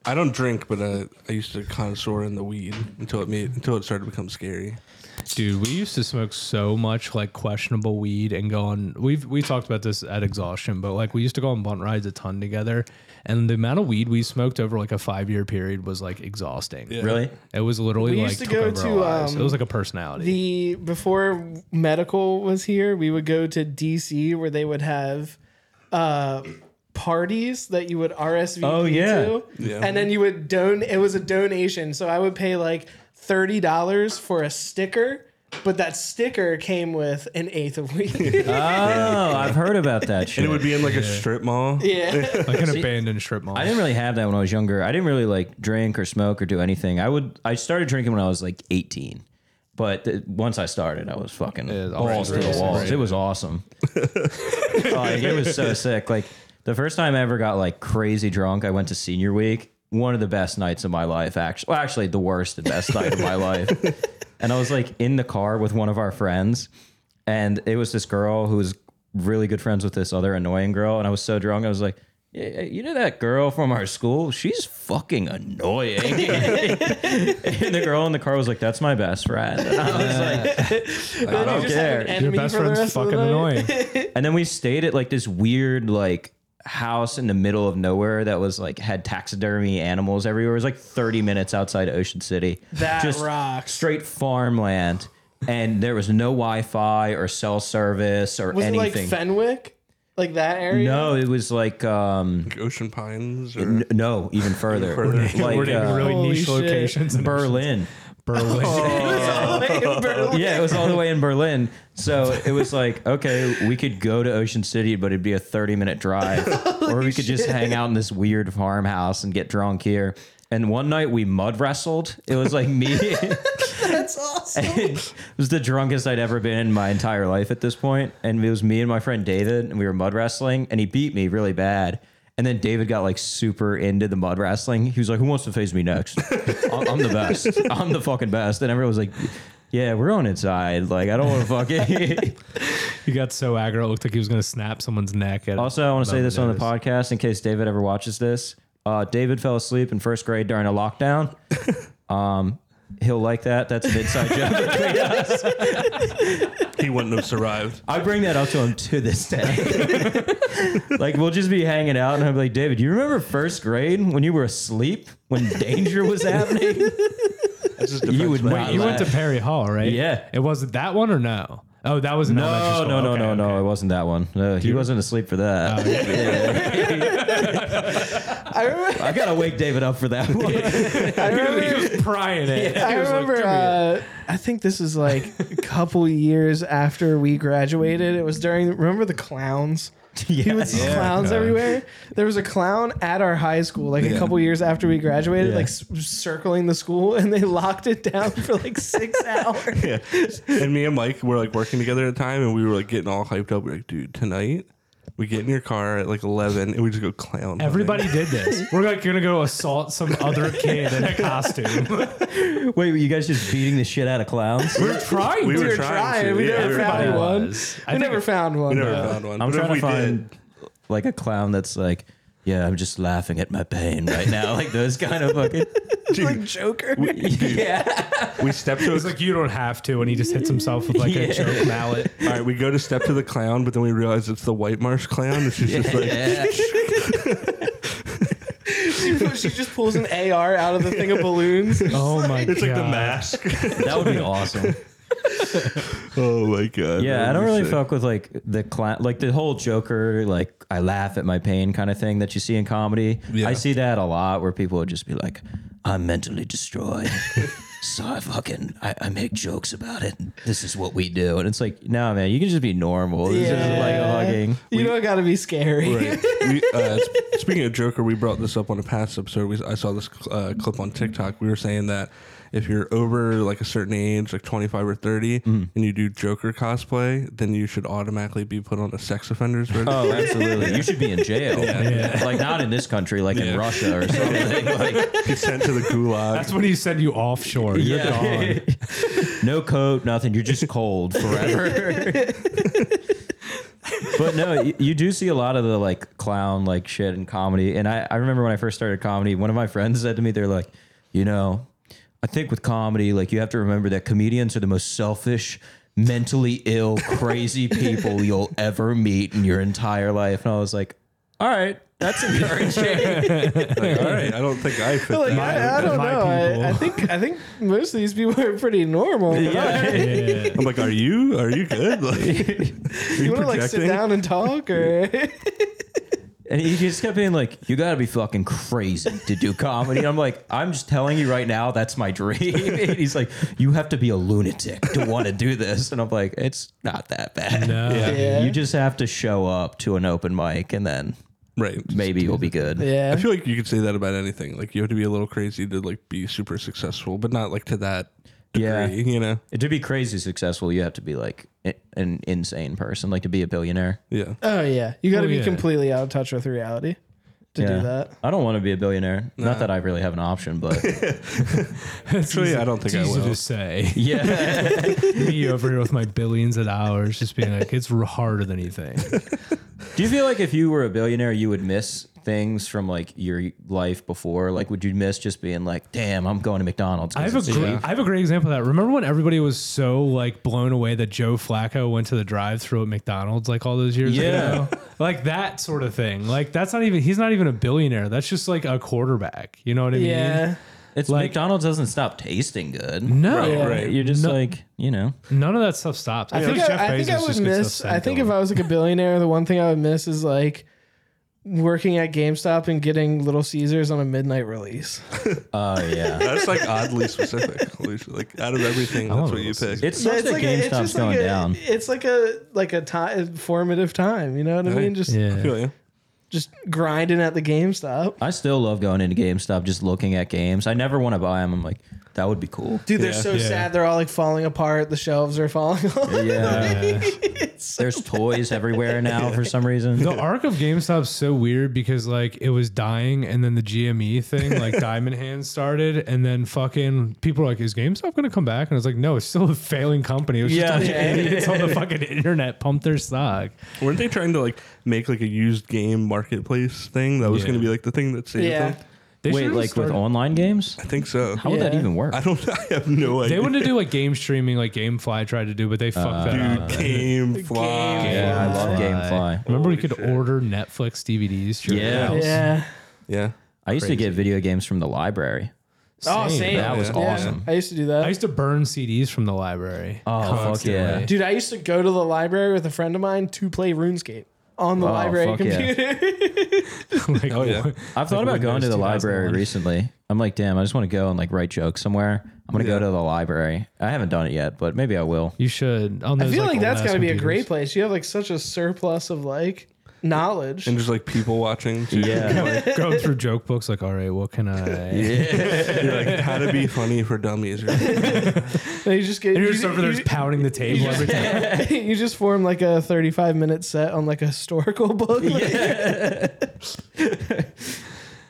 [SPEAKER 2] I don't drink, but uh, I used to connoisseur in the weed until it made until it started to become scary.
[SPEAKER 5] Dude, we used to smoke so much like questionable weed and go on. We've we talked about this at exhaustion, but like we used to go on bunt rides a ton together, and the amount of weed we smoked over like a five year period was like exhausting.
[SPEAKER 1] Really?
[SPEAKER 5] It was literally
[SPEAKER 4] We
[SPEAKER 5] like
[SPEAKER 4] used to
[SPEAKER 5] took
[SPEAKER 4] go
[SPEAKER 5] over our
[SPEAKER 4] to,
[SPEAKER 5] lives.
[SPEAKER 4] um,
[SPEAKER 5] it was like a personality.
[SPEAKER 4] The before medical was here, we would go to DC where they would have uh, parties that you would RSVP
[SPEAKER 1] Oh, yeah.
[SPEAKER 4] to,
[SPEAKER 2] Yeah.
[SPEAKER 4] and then you would don. It was a donation, so I would pay like thirty dollars for a sticker, but that sticker came with an eighth of weed.
[SPEAKER 1] Oh, I've heard about that shit.
[SPEAKER 2] And it would be in like a strip mall.
[SPEAKER 4] yeah,
[SPEAKER 5] like an abandoned strip mall.
[SPEAKER 1] I didn't really have that when I was younger. I didn't really like drink or smoke or do anything. I would I started drinking when I was like 18. But th- once I started, I was fucking balls to the
[SPEAKER 5] right.
[SPEAKER 1] walls.
[SPEAKER 5] Right.
[SPEAKER 1] It was awesome. like, it was so sick. Like the first time I ever got like crazy drunk, I went to senior week. One of the best nights of my life, actually. Well, actually, the worst and best night of my life. And I was like in the car with one of our friends, and it was this girl who was really good friends with this other annoying girl. And I was so drunk, I was like, yeah, you know that girl from our school? She's fucking annoying. and the girl in the car was like, "That's my best friend." And I was like,
[SPEAKER 4] I
[SPEAKER 1] don't care. Your
[SPEAKER 5] Your best friend's fucking annoying.
[SPEAKER 1] And then we stayed at like this weird like house in the middle of nowhere that was like had taxidermy animals everywhere. It was like 30 minutes outside of Ocean City.
[SPEAKER 4] That rocks.
[SPEAKER 1] Straight farmland. And there was no Wi-Fi or cell service or
[SPEAKER 4] Was it
[SPEAKER 1] anything.
[SPEAKER 4] like Fenwick, like that area?
[SPEAKER 1] no, it was like um
[SPEAKER 2] Like Ocean Pines or
[SPEAKER 1] n- no, even further.
[SPEAKER 2] further.
[SPEAKER 1] Like
[SPEAKER 5] We're in
[SPEAKER 1] uh,
[SPEAKER 5] really
[SPEAKER 4] Holy
[SPEAKER 5] niche
[SPEAKER 4] shit.
[SPEAKER 5] locations. And
[SPEAKER 1] Berlin.
[SPEAKER 5] Berlin.
[SPEAKER 1] Yeah, it was all the way in Berlin. So it was like, okay, we could go to Ocean City, but it'd be a 30 minute drive. or we could just hang out in this weird farmhouse and get drunk here. And one night we mud wrestled. It was like me.
[SPEAKER 4] That's awesome.
[SPEAKER 1] it was the drunkest I'd ever been in my entire life at this point. And it was me and my friend David, and we were mud wrestling, and he beat me really bad. And then David got like super into the mud wrestling. He was like, "Who wants to face me next? I'm, I'm the best. I'm the fucking best." And everyone was like, "Yeah, we're going inside. Like, I don't want to fucking."
[SPEAKER 5] He got so aggro, it looked like he was going to snap someone's neck. At
[SPEAKER 1] also, I want to say this on the
[SPEAKER 5] notice.
[SPEAKER 1] podcast in case David ever watches this. Uh, David fell asleep in first grade during a lockdown. Um, he'll like that. That's an inside joke.
[SPEAKER 2] He wouldn't have survived.
[SPEAKER 1] I bring that up to him to this day. like we'll just be hanging out, and I'm like, David, you remember first grade when you were asleep when danger was happening?
[SPEAKER 2] That's his
[SPEAKER 1] You would
[SPEAKER 2] defense
[SPEAKER 1] not
[SPEAKER 2] mechanism.
[SPEAKER 5] You
[SPEAKER 1] laugh.
[SPEAKER 5] went to Perry Hall, right?
[SPEAKER 1] Yeah.
[SPEAKER 5] It wasn't that one or no? Oh, that was an elementary
[SPEAKER 1] No,
[SPEAKER 5] school.
[SPEAKER 1] no, no,
[SPEAKER 5] Okay,
[SPEAKER 1] no, no.
[SPEAKER 5] okay.
[SPEAKER 1] It wasn't that one. No, he wasn't asleep for that.
[SPEAKER 4] I remember.
[SPEAKER 1] I gotta wake David up for that one.
[SPEAKER 4] I
[SPEAKER 5] He
[SPEAKER 4] remember.
[SPEAKER 5] was prying it.
[SPEAKER 4] I
[SPEAKER 5] He was like,
[SPEAKER 4] remember.
[SPEAKER 5] "Come here."
[SPEAKER 4] uh, I think this is like a couple years after we graduated. It was during. Remember the clowns. He would see clowns everywhere. There was a clown at our high school, like a
[SPEAKER 2] Yeah.
[SPEAKER 4] couple years after we graduated,
[SPEAKER 1] Yeah.
[SPEAKER 4] like s- circling the school, and they locked it down for like six hours.
[SPEAKER 2] Yeah. And me and Mike were like working together at the time and we were like getting all hyped up. We are like, dude, tonight we get in your car at like 11 and we just go clown. hunting."
[SPEAKER 5] Everybody did this. We're like gonna go assault some other kid in a costume.
[SPEAKER 1] Wait, were you guys just beating the shit out of clowns?
[SPEAKER 5] We're trying.
[SPEAKER 2] We
[SPEAKER 5] to.
[SPEAKER 2] were
[SPEAKER 4] were
[SPEAKER 2] trying
[SPEAKER 4] trying.
[SPEAKER 2] to,
[SPEAKER 4] We
[SPEAKER 2] yeah,
[SPEAKER 4] never
[SPEAKER 2] everybody
[SPEAKER 4] found one.
[SPEAKER 5] was. I
[SPEAKER 4] We
[SPEAKER 5] think
[SPEAKER 4] never found
[SPEAKER 2] We
[SPEAKER 4] one.
[SPEAKER 2] never found one.
[SPEAKER 1] I'm
[SPEAKER 2] But if
[SPEAKER 1] trying
[SPEAKER 2] we
[SPEAKER 1] to
[SPEAKER 2] did-
[SPEAKER 1] find like a clown that's like, yeah, I'm just laughing at my pain right now, like those kind of fucking.
[SPEAKER 4] Like Joker.
[SPEAKER 1] yeah.
[SPEAKER 2] we step to a,
[SPEAKER 5] He's like, you don't have to, and he just hits himself with like
[SPEAKER 1] Yeah.
[SPEAKER 5] a choke mallet.
[SPEAKER 2] all right, we go to step to the clown, but then we realize it's the White Marsh clown. And she's just like,
[SPEAKER 1] yeah.
[SPEAKER 4] she just pulls an AR out of the thing of balloons.
[SPEAKER 5] Oh my god!
[SPEAKER 2] it's like the mask.
[SPEAKER 1] That would be awesome.
[SPEAKER 2] oh my god.
[SPEAKER 1] Yeah,
[SPEAKER 2] that
[SPEAKER 1] I don't
[SPEAKER 2] would be
[SPEAKER 1] really
[SPEAKER 2] sick.
[SPEAKER 1] fuck with like the clown, like the whole Joker, like I laugh at my pain kind of thing that you see in comedy.
[SPEAKER 2] Yeah.
[SPEAKER 1] I see that a lot where people would just be like, "I'm mentally destroyed, so I fucking I, I make jokes about it. This is what we do." And it's like, no, man, you can just be normal. This is like
[SPEAKER 4] Yeah.
[SPEAKER 1] a hugging.
[SPEAKER 4] You don't gotta be scary.
[SPEAKER 2] Right. We, uh, sp- speaking of Joker, we brought this up on a past episode. We, I saw this uh, clip on TikTok. We were saying that if you're over like a certain age, like 25 or 30,
[SPEAKER 1] Mm-hmm.
[SPEAKER 2] and you do Joker cosplay, then you should automatically be put on a sex offenders register.
[SPEAKER 1] Oh, absolutely. You should be in jail.
[SPEAKER 5] Yeah.
[SPEAKER 1] Like not in this country, like in
[SPEAKER 2] Yeah.
[SPEAKER 1] Russia or something. like,
[SPEAKER 2] Get sent to the gulag.
[SPEAKER 5] That's when he send you offshore. You're
[SPEAKER 1] yeah.
[SPEAKER 5] gone.
[SPEAKER 1] no coat, nothing. You're just cold forever. but no, you, you do see a lot of the like clown like shit in comedy. And I, I remember when I first started comedy, one of my friends said to me, they're like, you know, I think with comedy, like you have to remember that comedians are the most selfish, mentally ill, crazy people you'll ever meet in your entire life. And I was like, all right, that's encouraging.
[SPEAKER 2] like, all right. I don't think I fit
[SPEAKER 4] Like,
[SPEAKER 2] that.
[SPEAKER 4] I, I don't know.
[SPEAKER 5] My people.
[SPEAKER 4] I, I think I think most of these people are pretty normal.
[SPEAKER 1] yeah.
[SPEAKER 5] Yeah.
[SPEAKER 2] I'm like, are you? Are you good? Like, are you,
[SPEAKER 4] You wanna like sit
[SPEAKER 2] projecting?
[SPEAKER 4] down and talk or
[SPEAKER 1] And he just kept being like, "You gotta be fucking crazy to do comedy." And I'm like, "I'm just telling you right now, that's my dream." And he's like, "You have to be a lunatic to want to do this." And I'm like, "It's not that bad.
[SPEAKER 5] No.
[SPEAKER 4] Yeah.
[SPEAKER 1] You just have to show up to an open mic, and then
[SPEAKER 2] Right.
[SPEAKER 1] maybe you'll be good."
[SPEAKER 2] I
[SPEAKER 4] Yeah.
[SPEAKER 2] feel like you could say that about anything. Like you have to be a little crazy to like be super successful, but not like to that degree.
[SPEAKER 1] Yeah.
[SPEAKER 2] You know?
[SPEAKER 1] And to be crazy successful, you have to be like i- an insane person, like to be a billionaire.
[SPEAKER 2] Yeah.
[SPEAKER 4] Oh yeah. You gotta
[SPEAKER 5] Oh,
[SPEAKER 4] be
[SPEAKER 5] yeah.
[SPEAKER 4] completely out of touch with reality to
[SPEAKER 1] Yeah.
[SPEAKER 4] do that.
[SPEAKER 1] I don't want to be a billionaire. Not that I really have an option, but
[SPEAKER 2] Actually, I don't think
[SPEAKER 5] It's
[SPEAKER 2] I
[SPEAKER 5] easy
[SPEAKER 2] will.
[SPEAKER 5] to say.
[SPEAKER 1] yeah.
[SPEAKER 5] Me over here with my billions of dollars, just being like, it's r- harder than you think.
[SPEAKER 1] Do you feel like if you were a billionaire, you would miss things from like your life before? Like, would you miss just being like, "Damn, I'm going to McDonald's"? 'cause
[SPEAKER 5] I have a
[SPEAKER 1] it's
[SPEAKER 5] great,
[SPEAKER 1] cheap?"
[SPEAKER 5] I have a great example of that. Remember when everybody was so like blown away that Joe Flacco went to the drive-through at McDonald's like all those years
[SPEAKER 1] Yeah.
[SPEAKER 5] ago, like that sort of thing. Like that's not even he's not even a billionaire. That's just like a quarterback. You know what I mean?
[SPEAKER 4] Yeah.
[SPEAKER 1] It's
[SPEAKER 5] like-
[SPEAKER 1] McDonald's doesn't stop tasting good.
[SPEAKER 5] No,
[SPEAKER 2] Right, right.
[SPEAKER 1] You're just
[SPEAKER 5] No.
[SPEAKER 1] like, you know,
[SPEAKER 5] none of that stuff stops.
[SPEAKER 4] I think I, I think I would miss I think if I was like a billionaire, the one thing I would miss is like working at GameStop and getting Little Caesars on a midnight release.
[SPEAKER 1] Oh yeah.
[SPEAKER 2] That's like oddly specific. Alicia. Like out of everything,
[SPEAKER 5] I
[SPEAKER 2] that's
[SPEAKER 5] want
[SPEAKER 2] what
[SPEAKER 5] a
[SPEAKER 2] you
[SPEAKER 5] little
[SPEAKER 2] pick.
[SPEAKER 1] It sucks that GameStop's going
[SPEAKER 4] like a,
[SPEAKER 1] down.
[SPEAKER 4] It's like a like a time formative time. You know what I
[SPEAKER 2] Right.
[SPEAKER 4] mean? Just
[SPEAKER 2] I
[SPEAKER 5] Yeah.
[SPEAKER 2] feel ya.
[SPEAKER 4] just grinding at the GameStop.
[SPEAKER 1] I still love going into GameStop, just looking at games. I never want to buy them. I'm like, that would be cool.
[SPEAKER 4] Dude, they're
[SPEAKER 2] Yeah.
[SPEAKER 4] so
[SPEAKER 5] Yeah.
[SPEAKER 4] sad. They're all like falling apart. The shelves are falling off.
[SPEAKER 1] Yeah.
[SPEAKER 5] Yeah.
[SPEAKER 4] It's-
[SPEAKER 1] There's toys everywhere now for some reason.
[SPEAKER 5] The arc of GameStop's so weird because like it was dying, and then the GME thing, like Diamond Hands, started, and then fucking people are like, "Is GameStop going to come back?" And it's like, "No, it's still a failing company. It was just
[SPEAKER 1] Yeah.
[SPEAKER 5] a bunch of
[SPEAKER 4] Yeah.
[SPEAKER 5] idiots on the fucking internet pumped their stock."
[SPEAKER 2] Weren't they trying to like make like a used game marketplace thing that was
[SPEAKER 5] Yeah.
[SPEAKER 2] going to be like the thing that saved
[SPEAKER 4] Yeah.
[SPEAKER 2] them?
[SPEAKER 5] They
[SPEAKER 1] Wait,
[SPEAKER 5] should've
[SPEAKER 1] like
[SPEAKER 5] started-
[SPEAKER 1] with online games?
[SPEAKER 2] I think so.
[SPEAKER 1] How would that
[SPEAKER 4] Yeah.
[SPEAKER 1] even work?
[SPEAKER 2] I don't. I have no
[SPEAKER 5] They
[SPEAKER 2] idea.
[SPEAKER 5] wanted to do like game streaming, like GameFly tried to do, but they fucked that up.
[SPEAKER 2] Dude, game fly.
[SPEAKER 1] yeah, I love GameFly.
[SPEAKER 5] Remember, we
[SPEAKER 2] Holy
[SPEAKER 5] could
[SPEAKER 2] shit.
[SPEAKER 5] order Netflix DVDs. to your
[SPEAKER 1] Yeah.
[SPEAKER 5] house?
[SPEAKER 4] yeah.
[SPEAKER 2] Yeah.
[SPEAKER 1] I used to get video games from the library.
[SPEAKER 4] Oh,
[SPEAKER 5] Same.
[SPEAKER 4] same.
[SPEAKER 1] That was
[SPEAKER 4] Yeah.
[SPEAKER 1] awesome.
[SPEAKER 4] I used to do that.
[SPEAKER 5] I used to burn CDs from the library.
[SPEAKER 1] Oh, fuck
[SPEAKER 5] constantly.
[SPEAKER 1] yeah.
[SPEAKER 4] Dude, I used to go to the library with a friend of mine to play RuneScape on the
[SPEAKER 1] Oh,
[SPEAKER 4] library
[SPEAKER 1] fuck yeah.
[SPEAKER 4] computer.
[SPEAKER 5] like,
[SPEAKER 2] Oh, yeah.
[SPEAKER 1] I've thought
[SPEAKER 5] Like
[SPEAKER 1] about going to
[SPEAKER 5] Windows
[SPEAKER 1] the
[SPEAKER 5] 2001.
[SPEAKER 1] library recently. I'm like, damn, I just want to go and like write jokes somewhere. I'm gonna
[SPEAKER 2] Yeah.
[SPEAKER 1] go to the library. I haven't done it yet, but maybe I will.
[SPEAKER 5] You should. On
[SPEAKER 4] I
[SPEAKER 5] those,
[SPEAKER 4] feel like, that's
[SPEAKER 5] old-ass
[SPEAKER 4] got to be a
[SPEAKER 5] computers.
[SPEAKER 4] great place. You have like such a surplus of like knowledge.
[SPEAKER 2] And just like people watching. Too.
[SPEAKER 1] Yeah.
[SPEAKER 5] Going through joke books, like, all right, what can I?
[SPEAKER 2] You're like how to be funny for dummies. Right?
[SPEAKER 4] And you just get
[SPEAKER 5] And
[SPEAKER 4] you,
[SPEAKER 5] you're just over there just pounding the table every time.
[SPEAKER 4] you, you just form like a 35 minute set on like a historical book.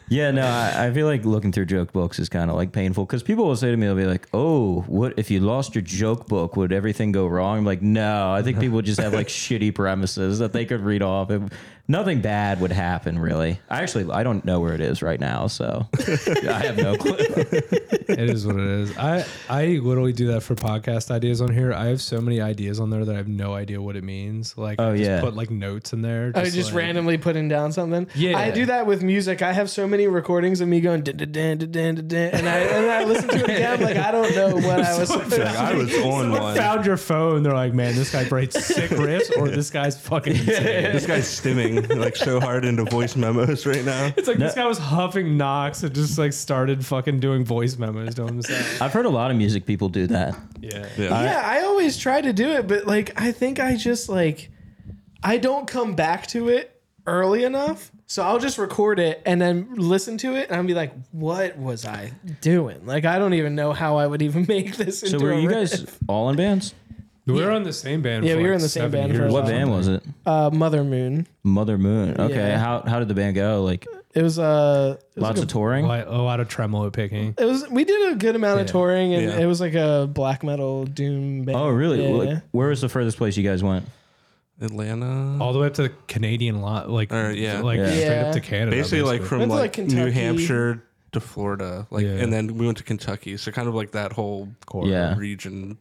[SPEAKER 1] Yeah, no, I, I feel like looking through joke books is kind of like painful because people will say to me, they'll be like, "Oh, what if you lost your joke book? Would everything go wrong?" I'm like, no, I think people just have like shitty premises that they could read off. It, nothing bad would happen, really. I actually I don't know where it is right now, so I have no clue.
[SPEAKER 5] It is what it is. I I literally do that for podcast ideas on here. I have so many ideas on there that I have no idea what it means. Like,
[SPEAKER 1] Oh,
[SPEAKER 5] I just
[SPEAKER 1] yeah.
[SPEAKER 5] put like notes in there.
[SPEAKER 4] I was just
[SPEAKER 5] like-
[SPEAKER 4] randomly putting down something.
[SPEAKER 5] Yeah.
[SPEAKER 4] I do that with music. I have so many recordings of me going dun, dun, dun, dun, dun, dun, dun, and I and I listen to it again. Like I don't know what I was. supposed
[SPEAKER 2] Like, I was on
[SPEAKER 5] Someone
[SPEAKER 2] one.
[SPEAKER 5] found your phone. They're like, man, this guy writes sick riffs, or this guy's fucking insane.
[SPEAKER 2] This guy's stimming like so hard into voice memos right now.
[SPEAKER 5] It's like this guy was huffing Knox and just like started fucking doing voice memos to himself.
[SPEAKER 1] I've heard a lot of music people do that.
[SPEAKER 5] Yeah.
[SPEAKER 2] Yeah.
[SPEAKER 4] yeah, I always try to do it, but like I think I just like I don't come back to it early enough. So I'll just record it and then listen to it and I'll be like, what was I doing? Like I don't even know how I would even make this into
[SPEAKER 1] So were
[SPEAKER 4] a
[SPEAKER 1] you
[SPEAKER 4] riff.
[SPEAKER 1] guys all in bands?
[SPEAKER 5] We were on the same band.
[SPEAKER 4] Yeah,
[SPEAKER 5] for
[SPEAKER 4] we were
[SPEAKER 5] like
[SPEAKER 4] in the same
[SPEAKER 5] seven
[SPEAKER 4] band for a
[SPEAKER 5] years.
[SPEAKER 4] while.
[SPEAKER 1] What band was it?
[SPEAKER 4] uh Mother Moon.
[SPEAKER 1] Mother Moon. Okay,
[SPEAKER 4] Yeah.
[SPEAKER 1] how how did the band go? Like
[SPEAKER 4] It was uh it was,
[SPEAKER 1] lots of touring.
[SPEAKER 5] Like, a lot of tremolo picking.
[SPEAKER 4] it was we did a good amount of
[SPEAKER 5] Yeah.
[SPEAKER 4] touring and
[SPEAKER 2] Yeah.
[SPEAKER 4] it was like a black metal doom band.
[SPEAKER 1] Oh, really?
[SPEAKER 4] Yeah,
[SPEAKER 1] Like,
[SPEAKER 4] yeah.
[SPEAKER 1] Where was the furthest place you guys went?
[SPEAKER 2] Atlanta.
[SPEAKER 5] All the way up to the Canadian lot, like
[SPEAKER 2] All right, yeah.
[SPEAKER 5] like
[SPEAKER 1] Yeah.
[SPEAKER 5] straight
[SPEAKER 4] Yeah.
[SPEAKER 5] up to Canada.
[SPEAKER 2] basically like from
[SPEAKER 4] Went to,
[SPEAKER 2] like,
[SPEAKER 4] like,
[SPEAKER 2] New
[SPEAKER 4] Kentucky.
[SPEAKER 2] Hampshire to Florida, like,
[SPEAKER 5] Yeah.
[SPEAKER 2] and then we went to Kentucky. So kind of like that whole
[SPEAKER 5] Corridor.
[SPEAKER 1] Yeah.
[SPEAKER 2] region.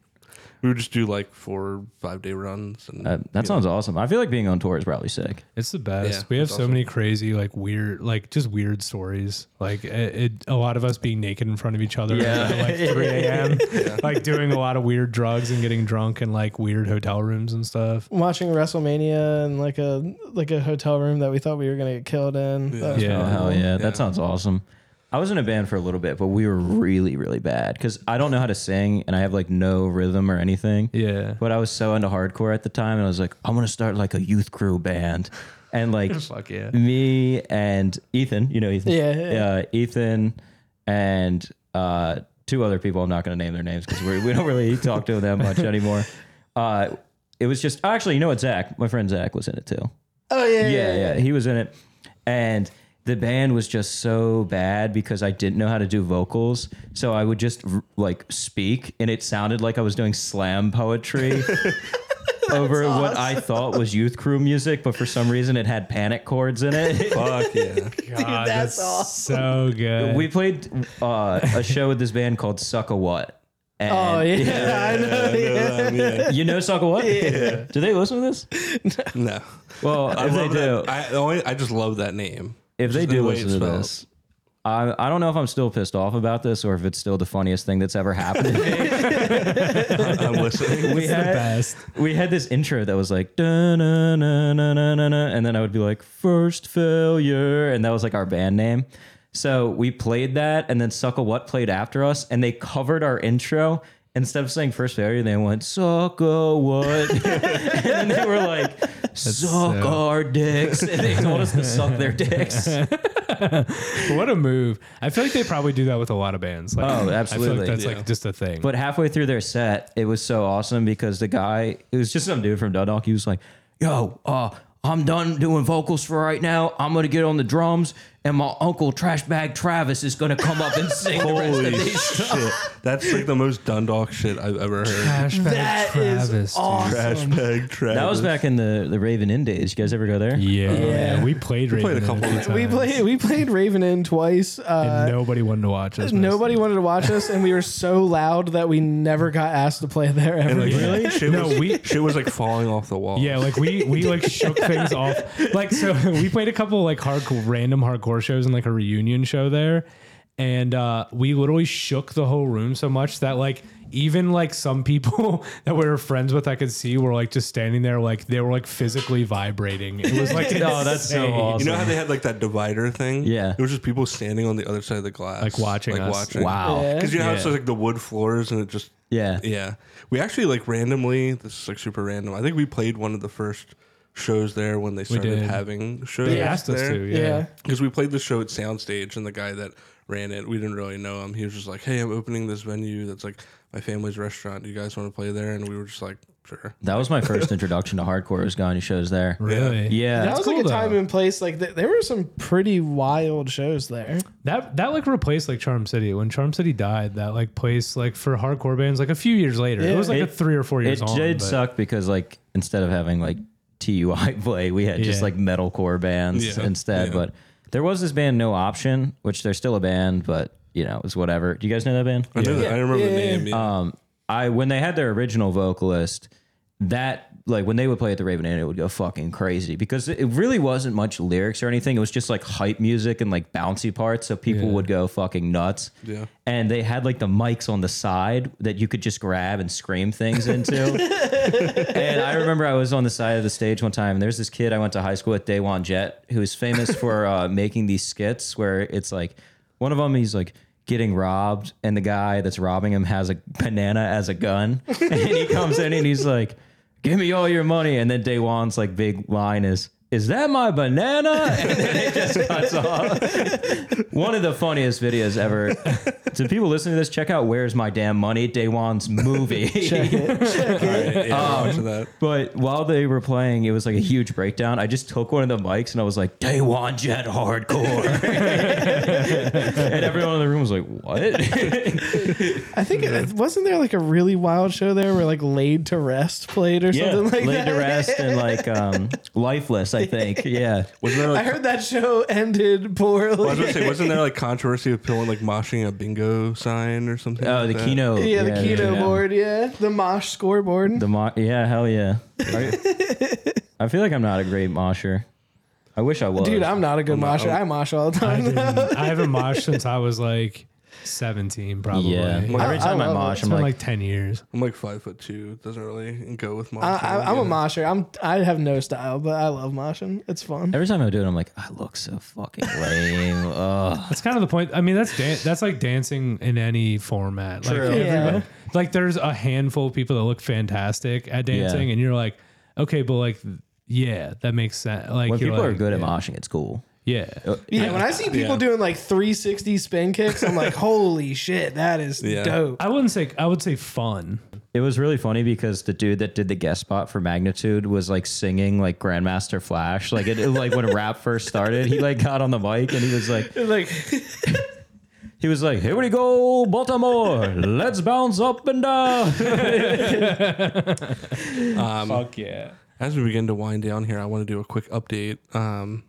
[SPEAKER 2] We would just do like four, five day runs, and
[SPEAKER 1] Uh, that
[SPEAKER 2] you
[SPEAKER 1] sounds awesome. I feel like being on tour is probably sick.
[SPEAKER 5] It's the best.
[SPEAKER 2] Yeah,
[SPEAKER 5] we have
[SPEAKER 2] it's
[SPEAKER 5] so
[SPEAKER 2] awesome.
[SPEAKER 5] many crazy, like weird, like just weird stories. Like it, it, a lot of us being naked in front of each other
[SPEAKER 1] Yeah.
[SPEAKER 5] at like 3 a.m., like doing a lot of weird drugs and getting drunk in like weird hotel rooms and stuff.
[SPEAKER 4] Watching WrestleMania in like a like a hotel room that we thought we were gonna get killed in. That was
[SPEAKER 5] Yeah.
[SPEAKER 1] Oh,
[SPEAKER 4] pretty
[SPEAKER 1] hell
[SPEAKER 4] cool.
[SPEAKER 1] yeah.
[SPEAKER 2] Yeah.
[SPEAKER 1] That sounds awesome. I was in a band for a little bit, but we were really, really bad because I don't know how to sing and I have like no rhythm or anything.
[SPEAKER 5] Yeah.
[SPEAKER 1] But I was so into hardcore at the time and I was like, I'm going to start like a youth crew band. And like
[SPEAKER 5] Fuck yeah.
[SPEAKER 1] me and Ethan, you know, Ethan.
[SPEAKER 4] Yeah, yeah, yeah.
[SPEAKER 1] Uh, Ethan and uh, two other people. I'm not going to name their names because we don't really talk to them much anymore. Uh, it was just actually, you know what, Zach, my friend Zach was in it too.
[SPEAKER 4] Oh yeah,
[SPEAKER 1] yeah, yeah. He was in it. And the band was just so bad because I didn't know how to do vocals. So I would just r- like speak and it sounded like I was doing slam poetry. Over what I thought was youth crew music, but for some reason it had panic chords in it.
[SPEAKER 2] fuck yeah.
[SPEAKER 5] God,
[SPEAKER 4] that's
[SPEAKER 5] so good.
[SPEAKER 1] we played uh, a show with this band called Suck a What. And
[SPEAKER 4] Oh yeah, I know. Yeah.
[SPEAKER 2] Um, yeah.
[SPEAKER 1] You know Suck a What? Yeah. Do they listen to this?
[SPEAKER 2] No,
[SPEAKER 1] Well,
[SPEAKER 2] I
[SPEAKER 1] if they
[SPEAKER 2] love
[SPEAKER 1] do,
[SPEAKER 2] that. I the only I just love that name.
[SPEAKER 1] if they
[SPEAKER 2] Just the
[SPEAKER 1] do
[SPEAKER 2] way it
[SPEAKER 1] listen to
[SPEAKER 2] spells.
[SPEAKER 1] this, I, I don't know if I'm still pissed off about this or if it's still the funniest thing that's ever happened. to me.
[SPEAKER 2] I'm listening.
[SPEAKER 1] we had
[SPEAKER 5] best.
[SPEAKER 1] we had this intro that was like "Dun, na, na, na, na, na, na," and then I would be like first failure and that was like our band name. So we played that and then Suckle What played after us and they covered our intro. Instead of saying first failure, they went Suckle What, and then they were like suck
[SPEAKER 5] so-
[SPEAKER 1] our dicks, and they told us to suck their dicks.
[SPEAKER 5] What a move! I feel like they probably do that with a lot of bands. Like,
[SPEAKER 1] Oh,
[SPEAKER 5] I feel
[SPEAKER 1] absolutely.
[SPEAKER 5] like that's
[SPEAKER 2] Yeah.
[SPEAKER 5] like just a thing.
[SPEAKER 1] But halfway through their set, it was so awesome because the guy, it was just some dude from Dundalk. He was like, "Yo, uh, I'm done doing vocals for right now. I'm gonna get on the drums, and my uncle Trash Bag Travis is gonna come up and sing the rest of
[SPEAKER 2] Holy
[SPEAKER 1] these."
[SPEAKER 2] shit. That's like the most Dundalk shit I've ever heard.
[SPEAKER 5] Hashtag
[SPEAKER 4] That is
[SPEAKER 5] Travis, dude.
[SPEAKER 4] awesome.
[SPEAKER 2] Trash bag Travis.
[SPEAKER 1] That was back in the the Raven Inn days. You guys ever go there?
[SPEAKER 5] Yeah,
[SPEAKER 4] Yeah.
[SPEAKER 5] we played.
[SPEAKER 2] played a
[SPEAKER 5] Raven
[SPEAKER 2] couple
[SPEAKER 5] in
[SPEAKER 2] of
[SPEAKER 5] few
[SPEAKER 4] We
[SPEAKER 5] times.
[SPEAKER 4] played we played Raven Inn twice. Uh,
[SPEAKER 5] and nobody wanted to watch us.
[SPEAKER 4] nobody wanted to watch us, and we were so loud that we never got asked to play there ever.
[SPEAKER 2] And like,
[SPEAKER 5] Yeah. Really?
[SPEAKER 2] Shit
[SPEAKER 5] No,
[SPEAKER 2] was,
[SPEAKER 5] we-
[SPEAKER 2] shit was like falling off the wall.
[SPEAKER 5] Yeah, like we we like shook things off. Like so, we played a couple like hard random hardcore shows and like a reunion show there, and uh, we literally shook the whole room so much that like even like some people that we were friends with, I could see were like just standing there like they were like physically vibrating. It was like
[SPEAKER 1] Oh, that's so
[SPEAKER 5] insane.
[SPEAKER 1] awesome.
[SPEAKER 2] You know how they had like that divider thing?
[SPEAKER 1] Yeah.
[SPEAKER 2] It was just people standing on the other side of the glass.
[SPEAKER 5] Like watching
[SPEAKER 2] Like
[SPEAKER 5] us.
[SPEAKER 2] watching.
[SPEAKER 1] Wow.
[SPEAKER 4] Yeah.
[SPEAKER 2] Because you know how it's
[SPEAKER 5] Yeah.
[SPEAKER 2] like the wood floors and it just.
[SPEAKER 1] Yeah.
[SPEAKER 2] Yeah. We actually like randomly, this is like super random. I think we played one of the first shows there when they started
[SPEAKER 5] did.
[SPEAKER 2] having shows.
[SPEAKER 5] They asked us
[SPEAKER 2] there.
[SPEAKER 5] to, yeah.
[SPEAKER 4] yeah.
[SPEAKER 2] Because we played the show at Soundstage, and the guy that ran it, we didn't really know him. He was just like, "Hey, I'm opening this venue that's like my family's restaurant. Do you guys want to play there?" And we were just like, "Sure."
[SPEAKER 1] That was my first introduction to hardcore. Was going to shows there.
[SPEAKER 5] Really?
[SPEAKER 1] Yeah.
[SPEAKER 4] that was like
[SPEAKER 5] cool,
[SPEAKER 4] a time
[SPEAKER 5] though.
[SPEAKER 4] and place. Like th- there were some pretty wild shows there.
[SPEAKER 5] That that like replaced like Charm City. When Charm City died, that like place like for hardcore bands like a few years later. It was like
[SPEAKER 1] Yeah.
[SPEAKER 5] a three or four years
[SPEAKER 1] it
[SPEAKER 5] on.
[SPEAKER 1] did
[SPEAKER 5] but-
[SPEAKER 1] suck because like instead of having like TUI play, we had just
[SPEAKER 5] Yeah.
[SPEAKER 1] like metalcore bands
[SPEAKER 2] Yeah.
[SPEAKER 1] instead.
[SPEAKER 2] Yeah.
[SPEAKER 1] But there was this band No Option, which they're still a band, but you know, it's whatever. Do you guys know that band?
[SPEAKER 2] I, know that, I remember the
[SPEAKER 4] Yeah.
[SPEAKER 2] name. yeah.
[SPEAKER 1] Um, I when they had their original vocalist, that like when they would play at the Raven Inn, it would go fucking crazy because it really wasn't much lyrics or anything. It was just like hype music and like bouncy parts, so people
[SPEAKER 5] Yeah.
[SPEAKER 1] would go fucking nuts.
[SPEAKER 2] Yeah.
[SPEAKER 1] And they had like the mics on the side that you could just grab and scream things into. and I remember I was on the side of the stage one time, and there's this kid I went to high school with, Daywan Jet, who is famous for uh, making these skits where it's like one of them, he's like getting robbed, and the guy that's robbing him has a banana as a gun, and he comes in and he's like, "Give me all your money," and then Daywan's like big line is. Is that my banana? And then it just cuts off. One of the funniest videos ever. To people listening to this, check out "Where's My Damn Money?" Daywan's movie.
[SPEAKER 2] All right, yeah, I'm watching that.
[SPEAKER 1] But while they were playing, it was like a huge breakdown. I just took one of the mics and I was like, "Day One Jet Hardcore," and everyone in the room was like, "What?"
[SPEAKER 4] I think it wasn't there like a really wild show there where like Laid to Rest played or something like
[SPEAKER 1] laid
[SPEAKER 4] that.
[SPEAKER 1] to rest and like um, lifeless. I think, yeah.
[SPEAKER 2] Wasn't there
[SPEAKER 4] I
[SPEAKER 2] like?
[SPEAKER 4] heard that show ended poorly.
[SPEAKER 2] I was gonna say, wasn't there like controversy with Pill and like moshing a bingo sign or something?
[SPEAKER 1] Oh, the
[SPEAKER 2] like that?
[SPEAKER 1] keynote.
[SPEAKER 4] yeah, the keto board. Yeah, the mosh scoreboard.
[SPEAKER 1] The mo- yeah, hell yeah. Are- I feel like I'm not a great mosher. I wish I was.
[SPEAKER 4] Dude, I'm not a good mosher. I mosh all the
[SPEAKER 5] I,
[SPEAKER 4] time.
[SPEAKER 5] didn't, I haven't moshed since I was like 17, probably.
[SPEAKER 1] yeah.
[SPEAKER 5] It's
[SPEAKER 1] Every time I,
[SPEAKER 4] love it.
[SPEAKER 1] mosh, I'm
[SPEAKER 5] been like,
[SPEAKER 1] like,
[SPEAKER 5] 10 years.
[SPEAKER 2] I'm like five foot two. Doesn't really go with moshing.
[SPEAKER 4] I, I, I'm
[SPEAKER 2] yeah.
[SPEAKER 4] a mosher. I'm I have no style, but I love moshing. It's fun.
[SPEAKER 1] every time I do it, I'm like, I look so fucking lame. Ugh.
[SPEAKER 5] That's kind of the point. I mean, that's dan- that's like dancing in any format. Like,
[SPEAKER 1] True.
[SPEAKER 5] everybody-
[SPEAKER 4] Yeah.
[SPEAKER 5] like there's a handful of people that look fantastic at dancing, and you're like, okay, but like, yeah, that makes sense. Like,
[SPEAKER 1] when
[SPEAKER 5] you're
[SPEAKER 1] people are
[SPEAKER 5] like,
[SPEAKER 1] good at
[SPEAKER 5] yeah,
[SPEAKER 1] moshing, it's cool.
[SPEAKER 5] yeah.
[SPEAKER 4] Yeah, when I see people
[SPEAKER 2] Yeah.
[SPEAKER 4] doing like 360 spin kicks, I'm like, holy shit, that is
[SPEAKER 2] Yeah.
[SPEAKER 4] dope.
[SPEAKER 5] I wouldn't say I would say fun.
[SPEAKER 1] It was really funny because the dude that did the guest spot for Magnitude was like singing like Grandmaster Flash. Like it, it, like when rap first started, he like got on the mic and he was like
[SPEAKER 4] Like,
[SPEAKER 1] he was like, Here we go, Baltimore. Let's bounce up and down.
[SPEAKER 5] Fuck yeah.
[SPEAKER 2] As we begin to wind down here, I want to do a quick update. Um,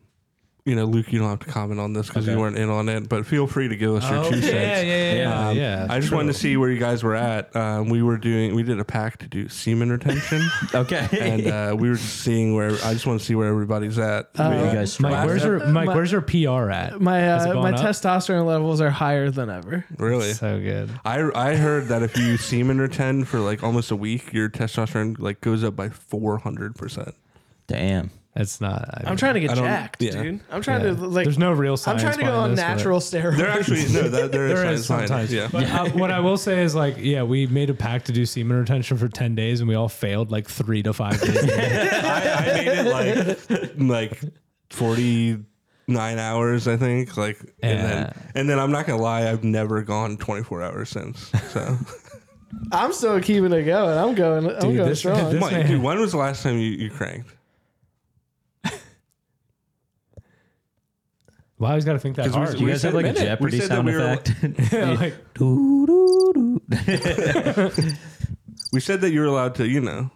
[SPEAKER 2] you know, Luke, you don't have to comment on this because you
[SPEAKER 5] Okay.
[SPEAKER 2] weren't in on it, but feel free to give us your two
[SPEAKER 5] yeah, yeah,
[SPEAKER 2] cents.
[SPEAKER 5] yeah, yeah,
[SPEAKER 2] Um,
[SPEAKER 5] yeah.
[SPEAKER 2] I just wanted to see where you guys were at. Um, we were doing, we did a pack to do semen retention,
[SPEAKER 1] Okay.
[SPEAKER 2] and uh, we were just seeing where. I just want to see where everybody's at.
[SPEAKER 1] you
[SPEAKER 2] Yeah.
[SPEAKER 1] guys
[SPEAKER 5] Uh, Mike,
[SPEAKER 1] survived
[SPEAKER 5] where's
[SPEAKER 1] that?
[SPEAKER 5] your Mike?
[SPEAKER 4] uh, my-
[SPEAKER 5] where's your PR at?
[SPEAKER 4] My
[SPEAKER 5] Has it
[SPEAKER 4] uh,
[SPEAKER 5] gone
[SPEAKER 4] my
[SPEAKER 5] up?
[SPEAKER 4] testosterone levels are higher than ever.
[SPEAKER 2] really?
[SPEAKER 5] so good.
[SPEAKER 2] I I heard that if you semen retend for like almost a week, your testosterone like goes up by four hundred percent.
[SPEAKER 1] Damn.
[SPEAKER 5] It's not. I
[SPEAKER 4] I'm trying to get
[SPEAKER 2] I don't-
[SPEAKER 4] jacked,
[SPEAKER 2] yeah.
[SPEAKER 4] dude. I'm trying to like.
[SPEAKER 5] There's no real
[SPEAKER 4] I'm
[SPEAKER 5] science.
[SPEAKER 4] trying to go
[SPEAKER 5] behind
[SPEAKER 4] on
[SPEAKER 5] this, but-
[SPEAKER 4] natural steroids.
[SPEAKER 2] There actually no, that,
[SPEAKER 5] There is sometimes.
[SPEAKER 2] Yeah.
[SPEAKER 5] But uh, what I will say is like, yeah, we made a pact to do semen retention for ten days, and we all failed like three to five days.
[SPEAKER 2] I, I made it like like forty nine hours, I think. Like and then and then I'm not gonna lie, I've never gone twenty four hours since. So
[SPEAKER 4] I'm still keeping it going. I'm going. I'm
[SPEAKER 5] Dude,
[SPEAKER 4] going
[SPEAKER 5] this-
[SPEAKER 4] strong.
[SPEAKER 5] this-
[SPEAKER 2] Mike,
[SPEAKER 5] man-
[SPEAKER 2] dude, when was the last time you, you cranked?
[SPEAKER 5] wow, he's got to think that
[SPEAKER 2] 'Cause we-
[SPEAKER 5] hard.
[SPEAKER 1] Do you
[SPEAKER 2] we
[SPEAKER 1] guys
[SPEAKER 2] said
[SPEAKER 1] have like
[SPEAKER 2] a
[SPEAKER 1] a
[SPEAKER 2] minute. We
[SPEAKER 1] Jeopardy
[SPEAKER 2] said that
[SPEAKER 1] sound
[SPEAKER 2] we were-
[SPEAKER 1] effect?
[SPEAKER 5] Yeah, like,
[SPEAKER 2] We said that you were allowed to, you know,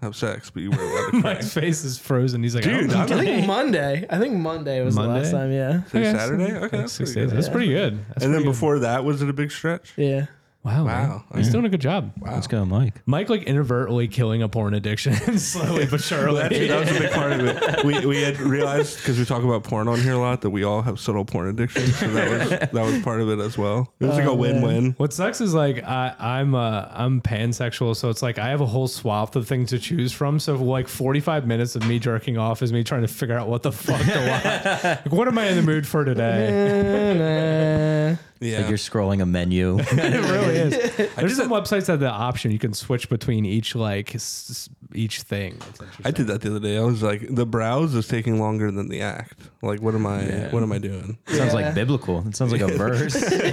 [SPEAKER 2] have sex, but you were allowed to crank.
[SPEAKER 5] Mike's face is frozen. He's like, "Oh, I don't
[SPEAKER 2] Dude,
[SPEAKER 5] know.
[SPEAKER 2] I'm
[SPEAKER 4] I think Monday. I think Monday was
[SPEAKER 5] Monday?
[SPEAKER 4] the last time. Yeah.
[SPEAKER 2] so
[SPEAKER 5] Okay, so
[SPEAKER 2] Saturday? Okay.
[SPEAKER 5] like
[SPEAKER 2] that's
[SPEAKER 5] six
[SPEAKER 2] pretty
[SPEAKER 5] days.
[SPEAKER 2] good.
[SPEAKER 5] That's pretty good.
[SPEAKER 2] And
[SPEAKER 5] That's
[SPEAKER 2] then
[SPEAKER 5] pretty good.
[SPEAKER 2] before that, was it a big stretch?
[SPEAKER 4] Yeah.
[SPEAKER 5] wow, man.
[SPEAKER 2] Wow.
[SPEAKER 5] he's doing a good job.
[SPEAKER 1] Let's go, Mike.
[SPEAKER 5] Mike like inadvertently killing a porn addiction slowly but surely.
[SPEAKER 2] That's, that was a big part of it. We, we had realized because we talk about porn on here a lot that we all have subtle porn addictions. So that was that was part of it as well. It was like a win win.
[SPEAKER 5] What sucks is like I, I'm uh, I'm pansexual, so it's like I have a whole swath of things to choose from. So like 45 minutes of me jerking off is me trying to figure out what the fuck to watch. like, what am I in the mood for today?
[SPEAKER 4] Nah.
[SPEAKER 2] Yeah,
[SPEAKER 1] Like you're scrolling a menu.
[SPEAKER 5] it really is. There's some websites that have the option you can switch between each like s- s- each thing. It's interesting.
[SPEAKER 2] I did that the other day. I was like, the browse is taking longer than the act. Like, what am I? What am I doing?
[SPEAKER 1] sounds
[SPEAKER 4] Yeah.
[SPEAKER 1] like biblical. It sounds like a verse.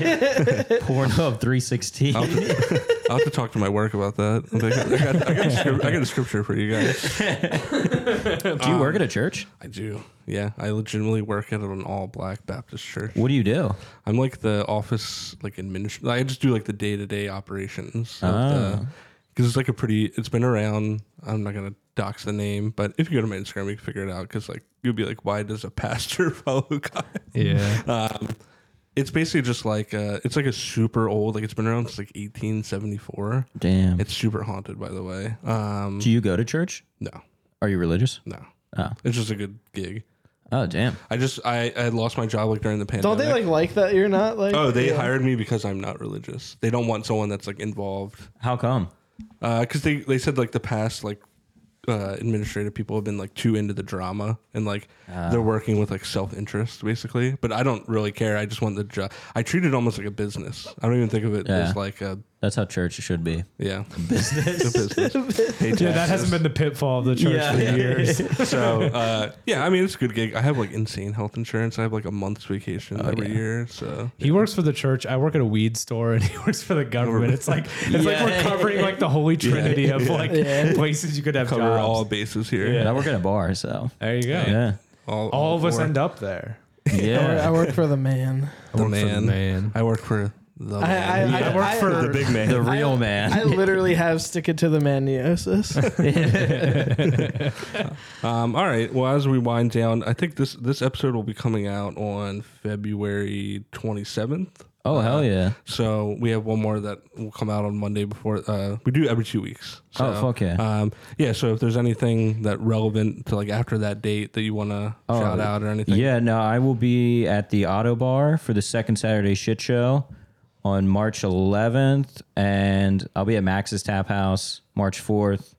[SPEAKER 1] Pornhub 316.
[SPEAKER 2] I'll have, to, I'll have to talk to my work about that. I got, I, got, I, got a script, I got a scripture for you guys.
[SPEAKER 1] do you work at a church?
[SPEAKER 2] I do. Yeah, I legitimately work at an all black Baptist church.
[SPEAKER 1] What do you do?
[SPEAKER 2] I'm like the office like administration. I just do like the day to day operations. Because it's like a pretty. It's been around. I'm not gonna dox the name, but if you go to my Instagram, you can figure it out. Because like you'll be like, why does a pastor follow God? Um,
[SPEAKER 5] Yeah.
[SPEAKER 2] It's basically just like uh, it's like a super old. Like it's been around since like 1874.
[SPEAKER 1] Damn.
[SPEAKER 2] It's super haunted, by the way. Um,
[SPEAKER 1] do you go to church?
[SPEAKER 2] no,
[SPEAKER 1] Are you religious?
[SPEAKER 2] no.
[SPEAKER 1] Oh.
[SPEAKER 2] It's just a good gig.
[SPEAKER 1] Oh, damn.
[SPEAKER 2] I just I I lost my job like during the pandemic.
[SPEAKER 4] Don't they like like that you're not like?
[SPEAKER 2] Oh, they
[SPEAKER 4] Yeah.
[SPEAKER 2] hired me because I'm not religious. They don't want someone that's like involved
[SPEAKER 1] How come?
[SPEAKER 2] because they they said like the past like uh, administrative people have been like too into the drama and like they're working with like self interest basically. But I don't really care. I just want the job. I treat it almost like a business. I don't even think of it
[SPEAKER 1] Yeah.
[SPEAKER 2] as like a
[SPEAKER 1] That's how church should be.
[SPEAKER 2] yeah business. a business. Hey,
[SPEAKER 5] yeah, that hasn't been the pitfall of the church
[SPEAKER 1] Yeah.
[SPEAKER 5] for
[SPEAKER 1] Yeah.
[SPEAKER 5] years.
[SPEAKER 2] so uh, yeah. I mean, it's a good gig. I have like insane health insurance. I have like a month's vacation every
[SPEAKER 1] yeah.
[SPEAKER 2] year. So
[SPEAKER 5] He works for the church. I work at a weed store, and he works for the government. It's like it's like we're
[SPEAKER 1] Yeah.
[SPEAKER 5] covering like the holy trinity of like
[SPEAKER 4] Yeah.
[SPEAKER 5] places you could have
[SPEAKER 2] cover
[SPEAKER 5] jobs.
[SPEAKER 2] all bases here.
[SPEAKER 5] Yeah.
[SPEAKER 1] I work at a bar, so.
[SPEAKER 5] there you go.
[SPEAKER 1] Yeah.
[SPEAKER 2] All,
[SPEAKER 5] All of us
[SPEAKER 2] four.
[SPEAKER 5] end up there.
[SPEAKER 4] I work, I
[SPEAKER 1] Yeah.
[SPEAKER 4] work for the man.
[SPEAKER 2] The man. I work for the.
[SPEAKER 4] I, I,
[SPEAKER 2] man.
[SPEAKER 4] I,
[SPEAKER 5] I work
[SPEAKER 4] I-
[SPEAKER 5] for
[SPEAKER 2] the big man.
[SPEAKER 1] The real man.
[SPEAKER 4] I literally have stick it to the maniosis.
[SPEAKER 2] Um, all right. Well, as we wind down, I think this this episode will be coming out on February 27th.
[SPEAKER 1] oh, hell yeah.
[SPEAKER 2] So we have one more that will come out on Monday before uh, we do every two weeks. So,
[SPEAKER 1] Oh, fuck yeah.
[SPEAKER 2] Um, yeah. So if there's anything that relevant to like after that date that you want to shout out or anything,
[SPEAKER 1] Oh, Yeah, no, I will be at the Auto Bar for the second Saturday shit show on March 11th, and I'll be at Max's Tap House March 4th.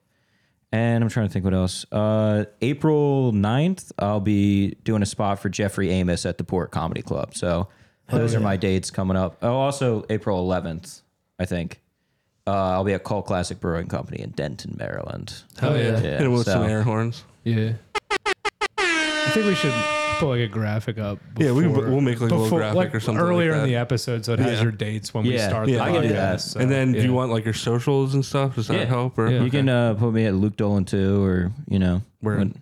[SPEAKER 1] And I'm trying to think what else. Uh, April 9th, I'll be doing a spot for Jeffrey Amos at the Port Comedy Club. So those are my dates coming up. Oh, also April 11th, I think. Uh, I'll be at Cult Classic Brewing Company in Denton, Maryland.
[SPEAKER 5] Hell yeah.
[SPEAKER 1] Oh, Yeah,
[SPEAKER 2] hit it with
[SPEAKER 1] so-
[SPEAKER 2] some air horns.
[SPEAKER 5] Yeah. I think we should put like a graphic up.
[SPEAKER 2] Yeah, we can
[SPEAKER 5] before-
[SPEAKER 2] put- we'll make, like, a little graphic or something like
[SPEAKER 5] Earlier
[SPEAKER 2] that.
[SPEAKER 5] in the episode, so it has
[SPEAKER 2] Yeah.
[SPEAKER 5] your dates when we
[SPEAKER 1] Yeah.
[SPEAKER 5] start
[SPEAKER 2] Yeah.
[SPEAKER 5] the
[SPEAKER 2] I can
[SPEAKER 1] do
[SPEAKER 5] podcast.
[SPEAKER 1] that.
[SPEAKER 5] so,
[SPEAKER 2] and then, do you
[SPEAKER 5] yeah.
[SPEAKER 2] want like your socials and stuff? Does that
[SPEAKER 1] Yeah.
[SPEAKER 2] help? Or
[SPEAKER 5] Yeah.
[SPEAKER 1] Uh, You can uh, put me at Luke Dolan too, or you know,
[SPEAKER 2] Word.
[SPEAKER 1] when-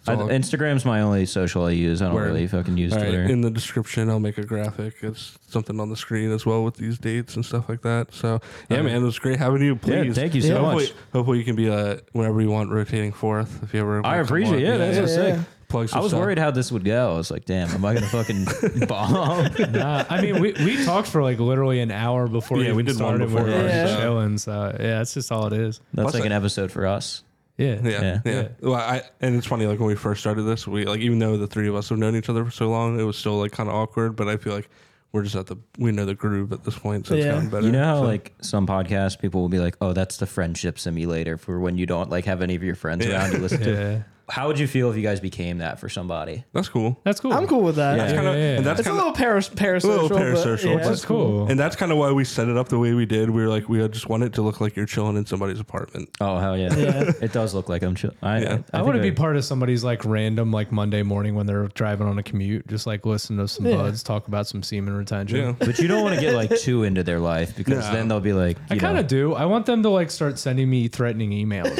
[SPEAKER 2] It's
[SPEAKER 1] I,
[SPEAKER 2] all-
[SPEAKER 1] Instagram's my only social I use. I don't
[SPEAKER 2] Word.
[SPEAKER 1] really fucking use
[SPEAKER 2] All right,
[SPEAKER 1] Twitter.
[SPEAKER 2] in the description, I'll make a graphic. It's something on the screen as well with these dates and stuff like that. So, yeah, man, it was great having you. Please,
[SPEAKER 1] Yeah, thank you so
[SPEAKER 2] hopefully,
[SPEAKER 1] much.
[SPEAKER 2] Hopefully, you can be uh, whenever you want, rotating fourth if you ever. wanna
[SPEAKER 1] I
[SPEAKER 2] come
[SPEAKER 1] appreciate
[SPEAKER 2] on.
[SPEAKER 1] it. Yeah, that's
[SPEAKER 4] Yeah,
[SPEAKER 1] what's sick.
[SPEAKER 4] yeah.
[SPEAKER 2] Plug some
[SPEAKER 1] I was
[SPEAKER 2] stuff.
[SPEAKER 1] worried how this would go. I was like, damn, am I gonna fucking bomb?
[SPEAKER 5] Uh, I mean, we, we talked for like literally an hour before.
[SPEAKER 2] Yeah,
[SPEAKER 5] even
[SPEAKER 2] we did one
[SPEAKER 5] started.
[SPEAKER 2] before
[SPEAKER 5] We were
[SPEAKER 4] Yeah.
[SPEAKER 5] just chilling. So yeah, that's just all it is.
[SPEAKER 1] That's
[SPEAKER 2] Plus
[SPEAKER 1] like
[SPEAKER 2] I-
[SPEAKER 1] an episode for us.
[SPEAKER 5] Yeah.
[SPEAKER 2] Yeah, yeah.
[SPEAKER 1] Yeah.
[SPEAKER 2] Well, I and it's funny like when we first started this, we like even though the three of us have known each other for so long, it was still like kind of awkward. But I feel like we're just at the we know the groove at this point, so it's
[SPEAKER 4] Yeah.
[SPEAKER 2] gotten better.
[SPEAKER 1] You know how
[SPEAKER 2] So-
[SPEAKER 1] like some podcasts people will be like, "Oh, that's the friendship simulator for when you don't like have any of your friends
[SPEAKER 2] Yeah.
[SPEAKER 1] around you listen to."
[SPEAKER 5] Yeah.
[SPEAKER 1] How would you feel if you guys became that for somebody?
[SPEAKER 2] that's cool.
[SPEAKER 5] That's cool.
[SPEAKER 4] I'm cool with that.
[SPEAKER 1] Yeah.
[SPEAKER 2] That's kinda,
[SPEAKER 5] yeah, yeah.
[SPEAKER 2] And that's
[SPEAKER 4] It's
[SPEAKER 2] kind
[SPEAKER 4] a
[SPEAKER 2] of
[SPEAKER 4] little paras- parasocial.
[SPEAKER 2] little
[SPEAKER 4] but
[SPEAKER 2] parasocial,
[SPEAKER 4] yeah.
[SPEAKER 2] but-
[SPEAKER 5] That's cool.
[SPEAKER 2] and that's kind of why we set it up the way we did. We were like, we just want it to look like you're chilling in somebody's apartment.
[SPEAKER 1] Oh hell yeah!
[SPEAKER 4] Yeah.
[SPEAKER 1] it does look like I'm chill. I,
[SPEAKER 2] Yeah.
[SPEAKER 5] I, want to be part of somebody's like random like Monday morning when they're driving on a commute, just like listen to some
[SPEAKER 4] Yeah.
[SPEAKER 5] buds talk about some semen retention.
[SPEAKER 2] Yeah,
[SPEAKER 1] but you don't want to get like too into their life because
[SPEAKER 2] No.
[SPEAKER 1] then they'll be like,
[SPEAKER 5] I
[SPEAKER 1] you
[SPEAKER 5] kind
[SPEAKER 1] know,
[SPEAKER 5] of do. I want them to like start sending me threatening emails.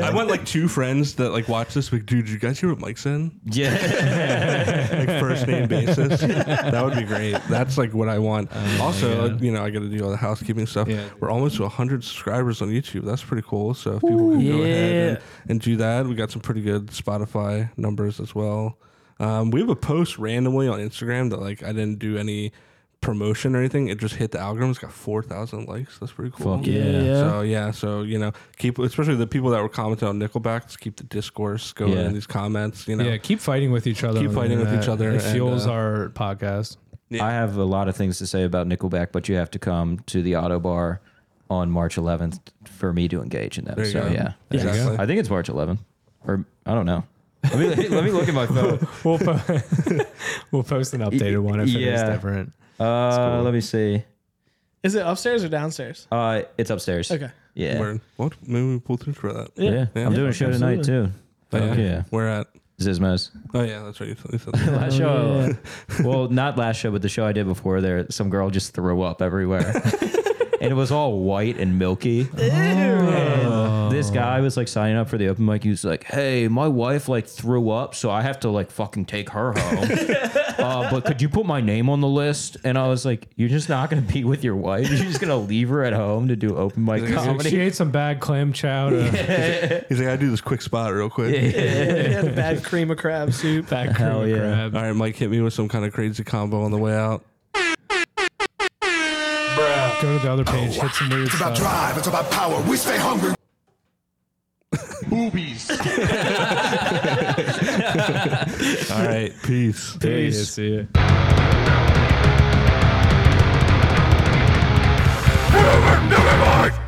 [SPEAKER 2] I want like two friends that like watch this. Like, dude, you guys hear what Mike said?
[SPEAKER 1] yeah,
[SPEAKER 2] like first name basis. that would be great. That's like what I want. also, like, you know, I got to do all the housekeeping stuff.
[SPEAKER 5] Yeah.
[SPEAKER 2] We're almost to 100 subscribers on YouTube. That's pretty cool. So if people can go ahead and, and do that, we got some pretty good Spotify numbers as well. Um, we have a post randomly on Instagram that like I didn't do any promotion or anything. It just hit the algorithm. It's got 4,000 likes. That's pretty cool.
[SPEAKER 1] Fuck yeah.
[SPEAKER 4] Yeah.
[SPEAKER 2] So yeah, so you know, keep especially the people that were commenting on Nickelback. Let's keep the discourse going
[SPEAKER 1] Yeah.
[SPEAKER 2] in these comments. You know,
[SPEAKER 5] yeah, keep fighting with each other.
[SPEAKER 2] Keep
[SPEAKER 5] on the
[SPEAKER 2] fighting with
[SPEAKER 5] internet.
[SPEAKER 2] each other
[SPEAKER 5] It
[SPEAKER 2] and,
[SPEAKER 5] fuels
[SPEAKER 2] uh,
[SPEAKER 5] our podcast.
[SPEAKER 1] I have a lot of things to say about Nickelback, but you have to come to the Auto Bar on March 11th for me to engage in them.
[SPEAKER 2] There you
[SPEAKER 1] So
[SPEAKER 2] go.
[SPEAKER 1] yeah,
[SPEAKER 5] There you
[SPEAKER 2] Exactly.
[SPEAKER 1] I think it's March 11th, or I don't know. Let me let me look at my phone.
[SPEAKER 5] We'll po- we'll post an updated one if it is
[SPEAKER 1] Yeah.
[SPEAKER 5] different.
[SPEAKER 1] Uh, let me see.
[SPEAKER 4] Is it upstairs or downstairs?
[SPEAKER 1] Uh, it's upstairs.
[SPEAKER 4] Okay.
[SPEAKER 1] Yeah.
[SPEAKER 2] Word. What? Maybe we pull through for that.
[SPEAKER 1] yeah.
[SPEAKER 2] Yeah.
[SPEAKER 1] I'm doing a show tonight too. Fuck yeah.
[SPEAKER 2] We're at.
[SPEAKER 1] Zizmos.
[SPEAKER 2] Oh yeah, that's right. You said- you said that.
[SPEAKER 1] Last show. well, not last show, but the show I did before there, some girl just threw up everywhere. and it was all white and milky. And this guy was like signing up for the open mic. He was like, "Hey, my wife like threw up, so I have to like fucking take her home. uh, but could you put my name on the list?" And I was like, "You're just not gonna be with your wife. You're just gonna leave her at home to do open mic
[SPEAKER 2] He's like,
[SPEAKER 1] comedy."
[SPEAKER 5] She ate some bad clam chowder.
[SPEAKER 2] He's like, I do this quick spot real quick.
[SPEAKER 4] yeah, had a bad cream of crab soup.
[SPEAKER 5] Bad
[SPEAKER 1] Hell
[SPEAKER 5] cream
[SPEAKER 1] yeah.
[SPEAKER 5] crab.
[SPEAKER 2] All right, Mike, hit me with some kind of crazy combo on the way out.
[SPEAKER 5] Go to the other page. Hit some weird
[SPEAKER 3] It's about
[SPEAKER 5] stuff.
[SPEAKER 3] drive. It's about power. We stay hungry.
[SPEAKER 2] All right, peace.
[SPEAKER 5] Yeah, see ya.
[SPEAKER 3] Never, never mind.